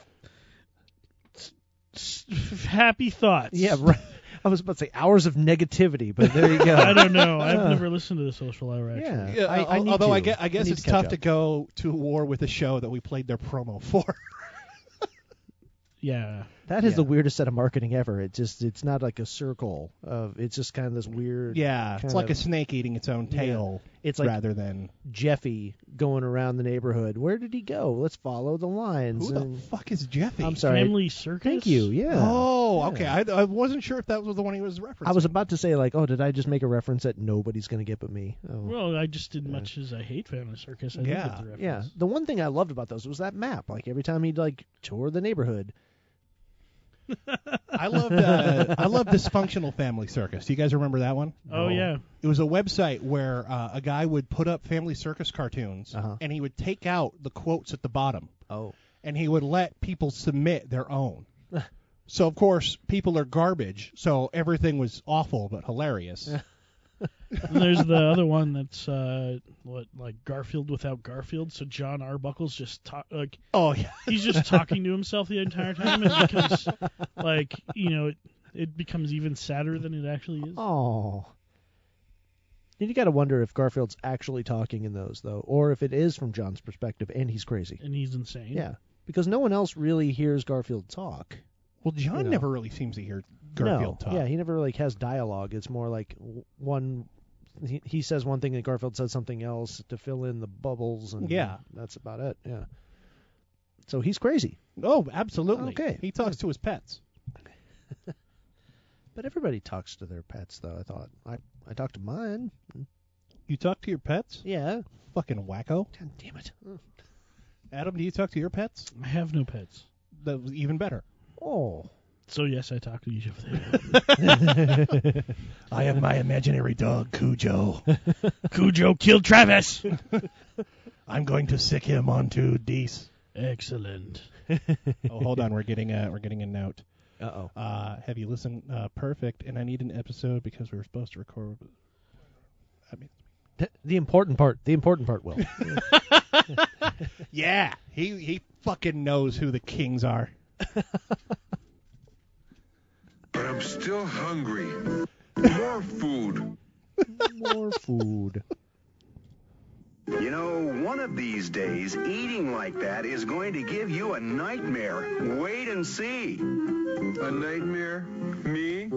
[SPEAKER 4] s- s- happy thoughts.
[SPEAKER 5] Yeah. Right. I was about to say hours of negativity, but there you go.
[SPEAKER 4] I don't know. I've never listened to the social hour. Actually.
[SPEAKER 5] Yeah.
[SPEAKER 2] Yeah,
[SPEAKER 5] I, I
[SPEAKER 2] al-
[SPEAKER 5] need
[SPEAKER 2] although
[SPEAKER 5] to.
[SPEAKER 2] I guess, I guess
[SPEAKER 5] need
[SPEAKER 2] it's
[SPEAKER 5] catch
[SPEAKER 2] tough
[SPEAKER 5] up.
[SPEAKER 2] to go to war with a show that we played their promo for.
[SPEAKER 4] Yeah.
[SPEAKER 5] That is the
[SPEAKER 2] Yeah.
[SPEAKER 5] weirdest set of marketing ever. It just it's not like a circle of it's just kind of this weird
[SPEAKER 2] yeah, it's
[SPEAKER 5] kind
[SPEAKER 2] like
[SPEAKER 5] of-
[SPEAKER 2] a snake eating its own tail.
[SPEAKER 5] It's like-
[SPEAKER 2] rather than
[SPEAKER 5] Jeffy going around the neighborhood. Where did he go? Let's follow the lines.
[SPEAKER 2] who the
[SPEAKER 5] and-
[SPEAKER 2] fuck is Jeffy?
[SPEAKER 5] I'm sorry.
[SPEAKER 4] Family circus.
[SPEAKER 5] Thank you. Yeah.
[SPEAKER 2] Oh,
[SPEAKER 5] Yeah.
[SPEAKER 2] okay. I, I wasn't sure if that was the one he was referencing.
[SPEAKER 5] I was about to say like, oh, did I just make a reference that nobody's gonna get but me? Oh.
[SPEAKER 4] Well, I just did much as I hate Family Circus. I
[SPEAKER 2] Yeah.
[SPEAKER 4] Did get the reference.
[SPEAKER 5] yeah. The one thing I loved about those was that map. Like every time he'd like tour the neighborhood.
[SPEAKER 2] I loved uh, I love dysfunctional family circus. Do you guys remember that one?
[SPEAKER 4] Oh, yeah.
[SPEAKER 2] It was a website where uh, a guy would put up family circus cartoons
[SPEAKER 5] Uh-huh.
[SPEAKER 2] and he would take out the quotes at the bottom
[SPEAKER 5] Oh.
[SPEAKER 2] and he would let people submit their own. so of course people are garbage, so everything was awful but hilarious.
[SPEAKER 4] And there's the other one that's uh, what like Garfield without Garfield. So John Arbuckle's just talk like
[SPEAKER 2] oh yeah.
[SPEAKER 4] he's just talking to himself the entire time. It becomes like you know it, it becomes even sadder than it actually is.
[SPEAKER 5] Oh. You gotta wonder if Garfield's actually talking in those though, or if it is from John's perspective and he's crazy.
[SPEAKER 4] And he's insane.
[SPEAKER 5] Yeah, because no one else really hears Garfield talk.
[SPEAKER 2] Well, John
[SPEAKER 5] You know.
[SPEAKER 2] never really seems to hear Garfield
[SPEAKER 5] no.
[SPEAKER 2] talk.
[SPEAKER 5] Yeah, he never like has dialogue. It's more like w- one. He, he says one thing and Garfield says something else to fill in the bubbles, and
[SPEAKER 2] Yeah.
[SPEAKER 5] that's about it. Yeah. So he's crazy,
[SPEAKER 2] Oh, absolutely.
[SPEAKER 5] Okay.
[SPEAKER 2] He talks to his pets.
[SPEAKER 5] but everybody talks to their pets, though. I thought I I talked to mine.
[SPEAKER 2] You talk to your pets?
[SPEAKER 5] Yeah.
[SPEAKER 2] Fucking wacko.
[SPEAKER 5] God damn it.
[SPEAKER 2] Adam, do you talk to your pets?
[SPEAKER 4] I have no pets.
[SPEAKER 2] That was even better.
[SPEAKER 5] Oh.
[SPEAKER 4] So yes, I talk to each of them.
[SPEAKER 2] I have my imaginary dog, Cujo.
[SPEAKER 4] Cujo killed Travis.
[SPEAKER 2] I'm going to sick him onto Dees.
[SPEAKER 4] Excellent.
[SPEAKER 2] Oh, hold on, we're getting a we're getting a note.
[SPEAKER 5] Uh oh.
[SPEAKER 2] Uh, have you listened? Uh, perfect. And I need an episode because we were supposed to record. I mean,
[SPEAKER 5] The important part. The important part. Will.
[SPEAKER 2] yeah, he he fucking knows who the kings are.
[SPEAKER 10] But I'm still hungry.
[SPEAKER 6] More food.
[SPEAKER 5] More food.
[SPEAKER 6] You know, one of these days, eating like that is going to give you a nightmare. Wait and see. A nightmare? Me?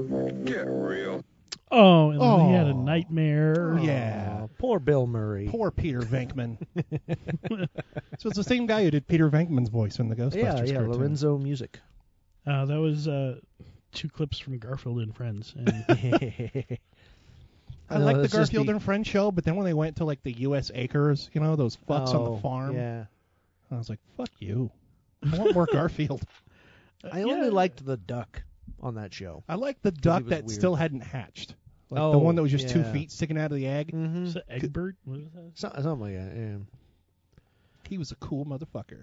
[SPEAKER 6] Get real.
[SPEAKER 4] Oh, and then he had a nightmare.
[SPEAKER 2] Yeah.
[SPEAKER 5] Uh, Poor Bill Murray.
[SPEAKER 2] Poor Peter Venkman. so it's the same guy who did Peter Venkman's voice in the Ghostbusters
[SPEAKER 5] Yeah, yeah,
[SPEAKER 2] cartoon.
[SPEAKER 5] Lorenzo Music.
[SPEAKER 4] Uh, that was uh, two clips from Garfield and Friends. And
[SPEAKER 2] I
[SPEAKER 5] No,
[SPEAKER 2] like the
[SPEAKER 5] that's Oh, just
[SPEAKER 2] Garfield
[SPEAKER 5] the-
[SPEAKER 2] and Friends show, but then when they went to like the U.S. acres, you know those fucks on
[SPEAKER 5] Oh,
[SPEAKER 2] the farm,
[SPEAKER 5] Yeah.
[SPEAKER 2] I was like, "Fuck you." I want more Garfield.
[SPEAKER 5] I only liked the duck on that show.
[SPEAKER 2] I like the
[SPEAKER 5] he
[SPEAKER 2] duck
[SPEAKER 5] was
[SPEAKER 2] that
[SPEAKER 5] weird.
[SPEAKER 2] still hadn't hatched, like the
[SPEAKER 5] Oh,
[SPEAKER 2] one that was just two
[SPEAKER 5] yeah.
[SPEAKER 2] feet sticking out of the egg.
[SPEAKER 5] Mm-hmm.
[SPEAKER 4] Was it Egbert? What was that?
[SPEAKER 5] Something, something like that. Yeah.
[SPEAKER 2] He was a cool motherfucker.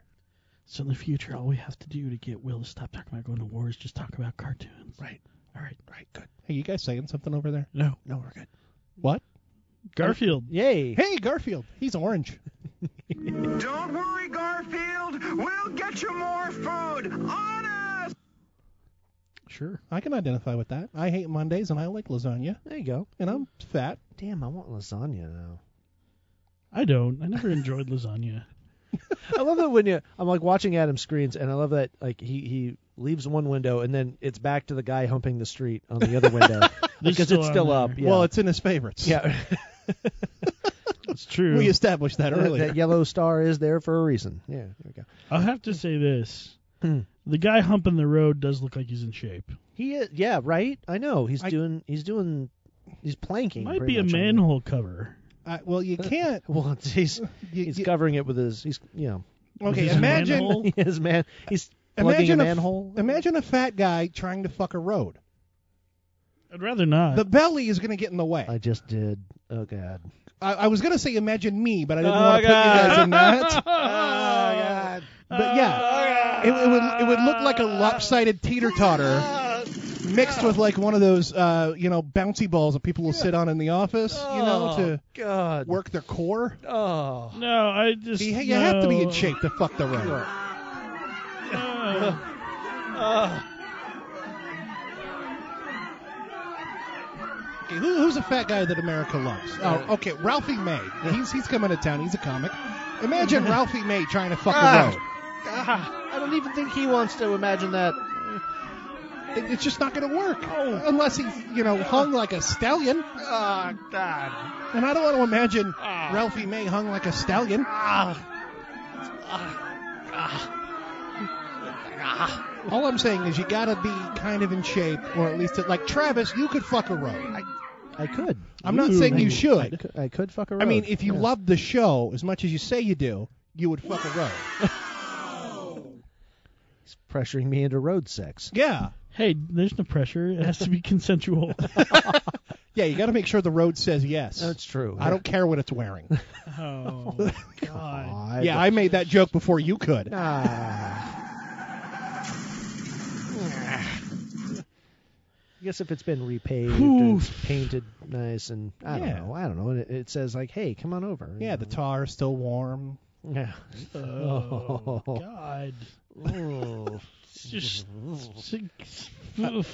[SPEAKER 4] So in the future, all we have to do to get Will to stop talking about going to war is just talk about cartoons.
[SPEAKER 2] Right.
[SPEAKER 4] All right.
[SPEAKER 2] Right, good. Hey, you guys saying something over there?
[SPEAKER 4] No. Uh,
[SPEAKER 2] no, we're good. What?
[SPEAKER 4] Garfield.
[SPEAKER 5] Yay.
[SPEAKER 2] Hey, Garfield. He's orange.
[SPEAKER 6] Don't worry, Garfield. We'll get you more food. On us.
[SPEAKER 4] Sure.
[SPEAKER 2] I can identify with that. I hate Mondays and I like lasagna,
[SPEAKER 5] There you go.
[SPEAKER 2] and I'm fat.
[SPEAKER 5] Damn, I want lasagna now.
[SPEAKER 4] I don't. I never enjoyed lasagna.
[SPEAKER 5] I love that when you I'm like watching Adam screens and I love that like he he leaves one window and then it's back to the guy humping the street on the other window
[SPEAKER 4] It's
[SPEAKER 5] because
[SPEAKER 4] still
[SPEAKER 5] it's
[SPEAKER 4] on
[SPEAKER 5] still
[SPEAKER 4] there.
[SPEAKER 5] up. Yeah.
[SPEAKER 2] Well, it's in his favorites.
[SPEAKER 5] yeah.
[SPEAKER 4] It's
[SPEAKER 23] Hmm.
[SPEAKER 4] true.
[SPEAKER 2] We established that
[SPEAKER 5] that,
[SPEAKER 2] earlier.
[SPEAKER 5] that yellow star is there for a reason. Yeah, there we go.
[SPEAKER 4] I'll have to say this: the guy humping the road does look like he's in shape.
[SPEAKER 5] He is yeah, right? I know. He's
[SPEAKER 2] I-
[SPEAKER 5] doing he's doing he's planking.
[SPEAKER 4] Might
[SPEAKER 5] pretty
[SPEAKER 4] be a
[SPEAKER 5] much on the-
[SPEAKER 4] manhole cover.
[SPEAKER 2] Uh, well, you can't.
[SPEAKER 5] Well, it's- he's
[SPEAKER 2] You,
[SPEAKER 5] he's
[SPEAKER 2] you-
[SPEAKER 5] covering it with his he's you know
[SPEAKER 2] okay,
[SPEAKER 4] Is it a
[SPEAKER 2] imagine
[SPEAKER 4] manhole?
[SPEAKER 5] his man he's plugging
[SPEAKER 2] imagine
[SPEAKER 5] a
[SPEAKER 2] a f-
[SPEAKER 5] manhole.
[SPEAKER 2] imagine a fat guy trying to fuck a road.
[SPEAKER 4] I'd rather not.
[SPEAKER 2] The belly is going to get in the way.
[SPEAKER 5] Uh, I just did. Oh god.
[SPEAKER 2] I, I was going to say imagine me, but I didn't
[SPEAKER 23] Oh,
[SPEAKER 2] want to put you
[SPEAKER 23] God. Oh,
[SPEAKER 2] guys in that. Oh,
[SPEAKER 5] god.
[SPEAKER 2] But yeah, it, it would it would look like a lopsided teeter totter mixed with like one of those uh, you know bouncy balls that people will sit on in the office, you know,
[SPEAKER 23] Oh.
[SPEAKER 2] to
[SPEAKER 5] God.
[SPEAKER 2] work their core.
[SPEAKER 5] Oh.
[SPEAKER 4] no, I just.
[SPEAKER 2] You, you have to be in
[SPEAKER 4] no.
[SPEAKER 2] shape to fuck the road.
[SPEAKER 4] No.
[SPEAKER 2] Okay, who, who's a fat guy that America loves?
[SPEAKER 5] Uh,
[SPEAKER 2] Oh, okay, Ralphie May. He's he's coming to town. He's a comic. Imagine Ralphie May trying to fuck
[SPEAKER 5] Ah.
[SPEAKER 2] the
[SPEAKER 5] I don't even think he wants to imagine that.
[SPEAKER 2] road. It- it's just not going to work unless he's you know hung like a stallion.
[SPEAKER 5] Oh God.
[SPEAKER 2] And I don't want to imagine
[SPEAKER 5] Ah.
[SPEAKER 2] Ralphie May hung like a stallion.
[SPEAKER 5] Ah.
[SPEAKER 2] All I'm saying is you got to be kind of in shape, or at least like Travis, you could fuck a road.
[SPEAKER 5] I could.
[SPEAKER 2] I'm not saying you
[SPEAKER 5] I
[SPEAKER 2] should.
[SPEAKER 5] could, I could fuck around.
[SPEAKER 2] I mean, if you loved the show as much as you say you do, you would fuck a road.
[SPEAKER 5] He's pressuring me into road sex.
[SPEAKER 2] Yeah.
[SPEAKER 4] Hey, there's no pressure. It has to be consensual.
[SPEAKER 2] Yeah, you got to make sure the road says yes.
[SPEAKER 5] That's true.
[SPEAKER 2] I don't care what it's wearing.
[SPEAKER 4] oh God.
[SPEAKER 5] I
[SPEAKER 2] yeah, I made that joke before you could.
[SPEAKER 5] Ah. I guess if it's been repaved and it's painted nice and I
[SPEAKER 2] Yeah.
[SPEAKER 5] don't know, I don't know. It, it says like, "Hey, come on over." you
[SPEAKER 2] Yeah, the tar is still warm.
[SPEAKER 5] know. yeah.
[SPEAKER 4] Oh,
[SPEAKER 5] Oh.
[SPEAKER 4] God.
[SPEAKER 5] Oh.
[SPEAKER 4] It's just.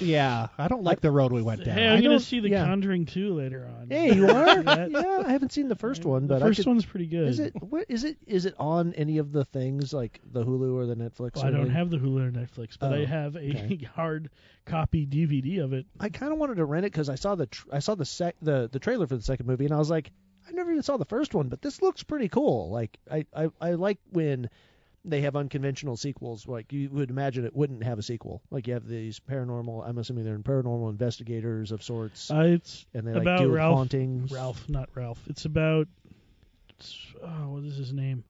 [SPEAKER 2] Yeah, I don't like the road we went
[SPEAKER 4] Hey,
[SPEAKER 2] down.
[SPEAKER 4] I'm gonna
[SPEAKER 5] don't-
[SPEAKER 4] see The
[SPEAKER 5] yeah.
[SPEAKER 4] Conjuring 2 later on.
[SPEAKER 5] Hey, you are?
[SPEAKER 4] That-
[SPEAKER 5] yeah, I haven't seen the first one,
[SPEAKER 4] the
[SPEAKER 5] but
[SPEAKER 4] first
[SPEAKER 5] I could,
[SPEAKER 4] one's pretty good.
[SPEAKER 5] Is it what is it is it on any of the things like the Hulu or the Netflix?
[SPEAKER 4] Well,
[SPEAKER 5] or
[SPEAKER 4] I don't
[SPEAKER 5] anything?
[SPEAKER 4] have the Hulu or Netflix, but I
[SPEAKER 5] Oh,
[SPEAKER 4] have a
[SPEAKER 5] okay.
[SPEAKER 4] hard copy DVD of it.
[SPEAKER 5] I kind of wanted to rent it because I saw the tr- I saw the sec- the the trailer for the second movie and I was like, I never even saw the first one, but this looks pretty cool. Like I I, I like when they have unconventional sequels. Like you would imagine it wouldn't have a sequel. Like you have these paranormal. I'm assuming they're paranormal investigators of sorts,
[SPEAKER 4] Uh, it's
[SPEAKER 5] and they like
[SPEAKER 4] about
[SPEAKER 5] do
[SPEAKER 4] Ralph.
[SPEAKER 5] hauntings.
[SPEAKER 4] Ralph, not Ralph. It's about it's, oh, what is his name?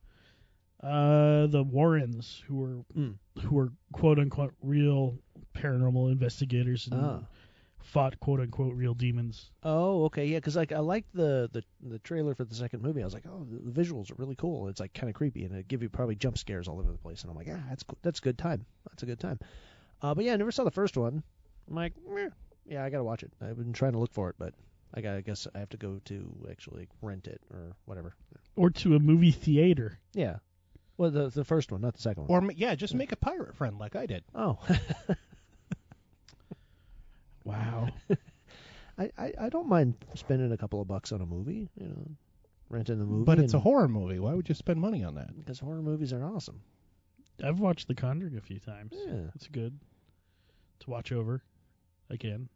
[SPEAKER 4] Uh, the Warrens, who were
[SPEAKER 5] Mm.
[SPEAKER 4] who were quote unquote real paranormal investigators and
[SPEAKER 5] Ah.
[SPEAKER 4] fought quote unquote real demons.
[SPEAKER 5] Oh, okay, yeah, because like I liked the, the the trailer for the second movie. I was like, oh, the, the visuals are really cool. It's like kind of creepy, and it give you probably jump scares all over the place. And I'm like, ah, that's cool. that's a good time. That's a good time. Uh, but yeah, I never saw the first one. I'm like, Meh. yeah, I gotta watch it. I've been trying to look for it, but I got I guess I have to go to actually rent it or whatever.
[SPEAKER 4] Or to a movie theater.
[SPEAKER 5] Yeah, well, the the first one, not the second one.
[SPEAKER 2] Or ma- yeah, just make a pirate friend like I did.
[SPEAKER 5] oh,
[SPEAKER 4] Wow.
[SPEAKER 5] I, I, I don't mind spending a couple of bucks on a movie, you know, renting the movie.
[SPEAKER 2] But it's a
[SPEAKER 5] and-
[SPEAKER 2] horror movie. Why would you spend money on that?
[SPEAKER 5] Because horror movies are awesome.
[SPEAKER 4] I've watched The Conjuring a few times.
[SPEAKER 5] Yeah.
[SPEAKER 4] It's good to watch over again.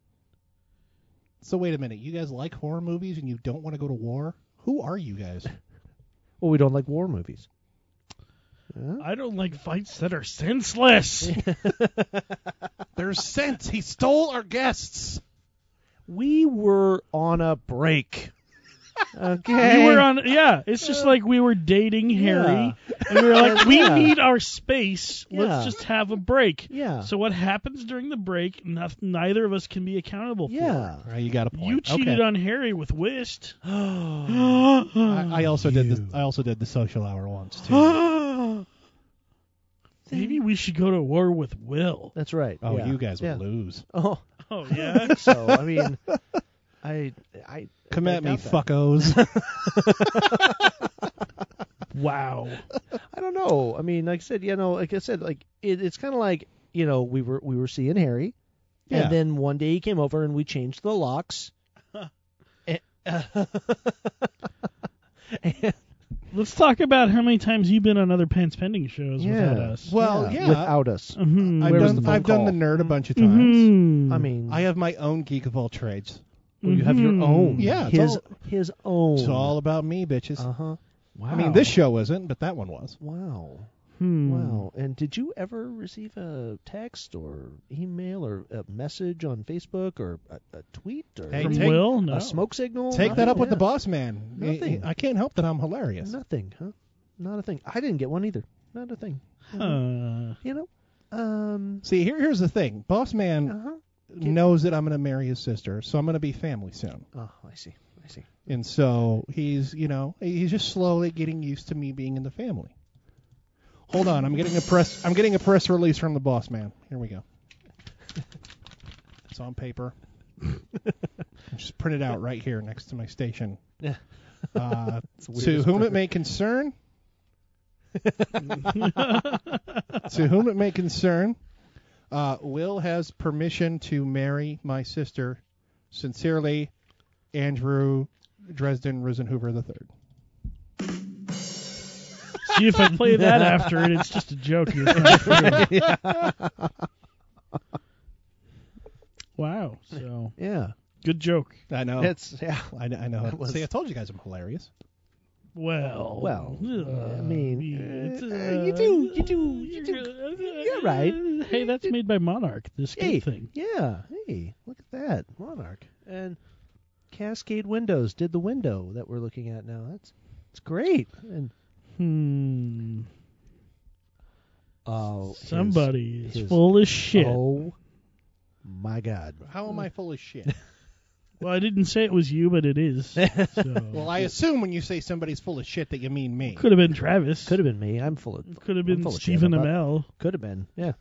[SPEAKER 2] So wait a minute. You guys like horror movies and you don't want to go to war? Who are you guys?
[SPEAKER 5] Well, we don't like war movies.
[SPEAKER 4] I don't like fights that are senseless.
[SPEAKER 2] There's sense. He stole our guests.
[SPEAKER 5] We were on a break. okay.
[SPEAKER 4] We were on, yeah. It's just like we were dating Harry, and we were like, we
[SPEAKER 5] Yeah.
[SPEAKER 4] need our space.
[SPEAKER 5] Yeah.
[SPEAKER 4] Let's just have a break.
[SPEAKER 5] Yeah.
[SPEAKER 4] So what happens during the break? No, neither of us can be accountable
[SPEAKER 5] Yeah.
[SPEAKER 2] Right, you got a point.
[SPEAKER 4] for. You cheated
[SPEAKER 2] okay.
[SPEAKER 4] on Harry with Whist.
[SPEAKER 2] I, I also did this. I also did the social hour once too. Oh,
[SPEAKER 4] Maybe we should go to war with Will.
[SPEAKER 5] That's right.
[SPEAKER 2] Oh,
[SPEAKER 5] yeah.
[SPEAKER 2] you guys
[SPEAKER 5] Yeah.
[SPEAKER 2] would lose.
[SPEAKER 5] Oh.
[SPEAKER 4] Oh yeah.
[SPEAKER 5] so I mean, I I
[SPEAKER 2] Come
[SPEAKER 5] I
[SPEAKER 2] at me,
[SPEAKER 5] doubt that.
[SPEAKER 2] fuckos.
[SPEAKER 4] wow.
[SPEAKER 5] I don't know. I mean, like I said, you know, like I said, like it, it's kind of like you know we were we were seeing Harry,
[SPEAKER 2] Yeah.
[SPEAKER 5] and then one day he came over and we changed the locks. Eh,
[SPEAKER 4] Let's talk about how many times you've been on other Pants Pending shows without us.
[SPEAKER 2] Well, yeah.
[SPEAKER 5] without us.
[SPEAKER 4] Mhm.
[SPEAKER 2] I've,
[SPEAKER 5] Where was
[SPEAKER 2] done,
[SPEAKER 5] the phone
[SPEAKER 2] I've done the
[SPEAKER 5] call?
[SPEAKER 2] nerd a bunch of times.
[SPEAKER 4] Mhm.
[SPEAKER 5] I mean,
[SPEAKER 2] I have my own geek of all trades.
[SPEAKER 5] well, you have your
[SPEAKER 4] Mm-hmm.
[SPEAKER 2] Mhm.
[SPEAKER 5] own.
[SPEAKER 2] Yeah, it's
[SPEAKER 5] his
[SPEAKER 2] all-
[SPEAKER 5] his own.
[SPEAKER 2] It's all about me, bitches.
[SPEAKER 5] Uh huh. Wow.
[SPEAKER 2] I mean, this show isn't, but that one was.
[SPEAKER 5] Wow.
[SPEAKER 4] Hmm.
[SPEAKER 5] Wow. And did you ever receive a text or email or a message on Facebook or a, a tweet or
[SPEAKER 2] Hey,
[SPEAKER 4] From
[SPEAKER 2] take-
[SPEAKER 4] Will? No.
[SPEAKER 5] a smoke signal?
[SPEAKER 2] Take that up with the
[SPEAKER 5] Oh, Nothing?
[SPEAKER 2] boss man. I-
[SPEAKER 5] Nothing.
[SPEAKER 2] I, can't help that I'm hilarious.
[SPEAKER 5] Yeah. Nothing, huh? Not a thing. I didn't get one either. Not a thing.
[SPEAKER 4] Uh,
[SPEAKER 5] You know? Um.
[SPEAKER 2] See, here, here's the thing. Boss man
[SPEAKER 5] Uh huh.
[SPEAKER 2] knows that I'm going to marry his sister, so I'm going to be family soon.
[SPEAKER 5] Oh, I see. I see.
[SPEAKER 2] And so he's, you know, he's just slowly getting used to me being in the family. Hold on, I'm getting a press. I'm getting a press release from the boss man. Here we go. It's on paper. just print it out right here next to my station.
[SPEAKER 5] Yeah.
[SPEAKER 2] Uh,
[SPEAKER 5] weird
[SPEAKER 2] to
[SPEAKER 5] as
[SPEAKER 2] whom
[SPEAKER 5] perfect.
[SPEAKER 2] it may concern. to whom it may concern, uh, Will has permission to marry my sister. Sincerely, Andrew Dresden Rosenhoover III.
[SPEAKER 4] see if I play that after it, it's just a joke. It's not true. Wow. So
[SPEAKER 5] Yeah.
[SPEAKER 4] good joke.
[SPEAKER 2] I know.
[SPEAKER 5] That's yeah.
[SPEAKER 2] I, kn- I know.
[SPEAKER 5] That was-
[SPEAKER 2] See, I told you guys I'm hilarious.
[SPEAKER 4] Well.
[SPEAKER 5] Well,
[SPEAKER 4] uh,
[SPEAKER 5] I mean,
[SPEAKER 4] it's,
[SPEAKER 5] uh,
[SPEAKER 4] uh,
[SPEAKER 5] you do, you do, you do.
[SPEAKER 4] You're
[SPEAKER 5] right.
[SPEAKER 4] Hey, that's made by Monarch. This
[SPEAKER 5] Hey,
[SPEAKER 4] game thing.
[SPEAKER 5] yeah. Hey, look at that monarch and Cascade Windows did the window that we're looking at now. That's it's great. And
[SPEAKER 4] Hmm.
[SPEAKER 5] oh, his-
[SPEAKER 4] Somebody is
[SPEAKER 5] his-
[SPEAKER 4] full of shit.
[SPEAKER 5] Oh my God.
[SPEAKER 2] How am I full of shit?
[SPEAKER 4] Well, I didn't say it was you, but it is. So.
[SPEAKER 2] well, I assume when you say somebody's full of shit that you mean me.
[SPEAKER 4] could have been Travis.
[SPEAKER 5] Could have been me. I'm full of.
[SPEAKER 4] Could have
[SPEAKER 5] I'm
[SPEAKER 4] been
[SPEAKER 5] full of shit
[SPEAKER 4] Stephen
[SPEAKER 5] about-
[SPEAKER 4] Amell.
[SPEAKER 5] Could have been. Yeah.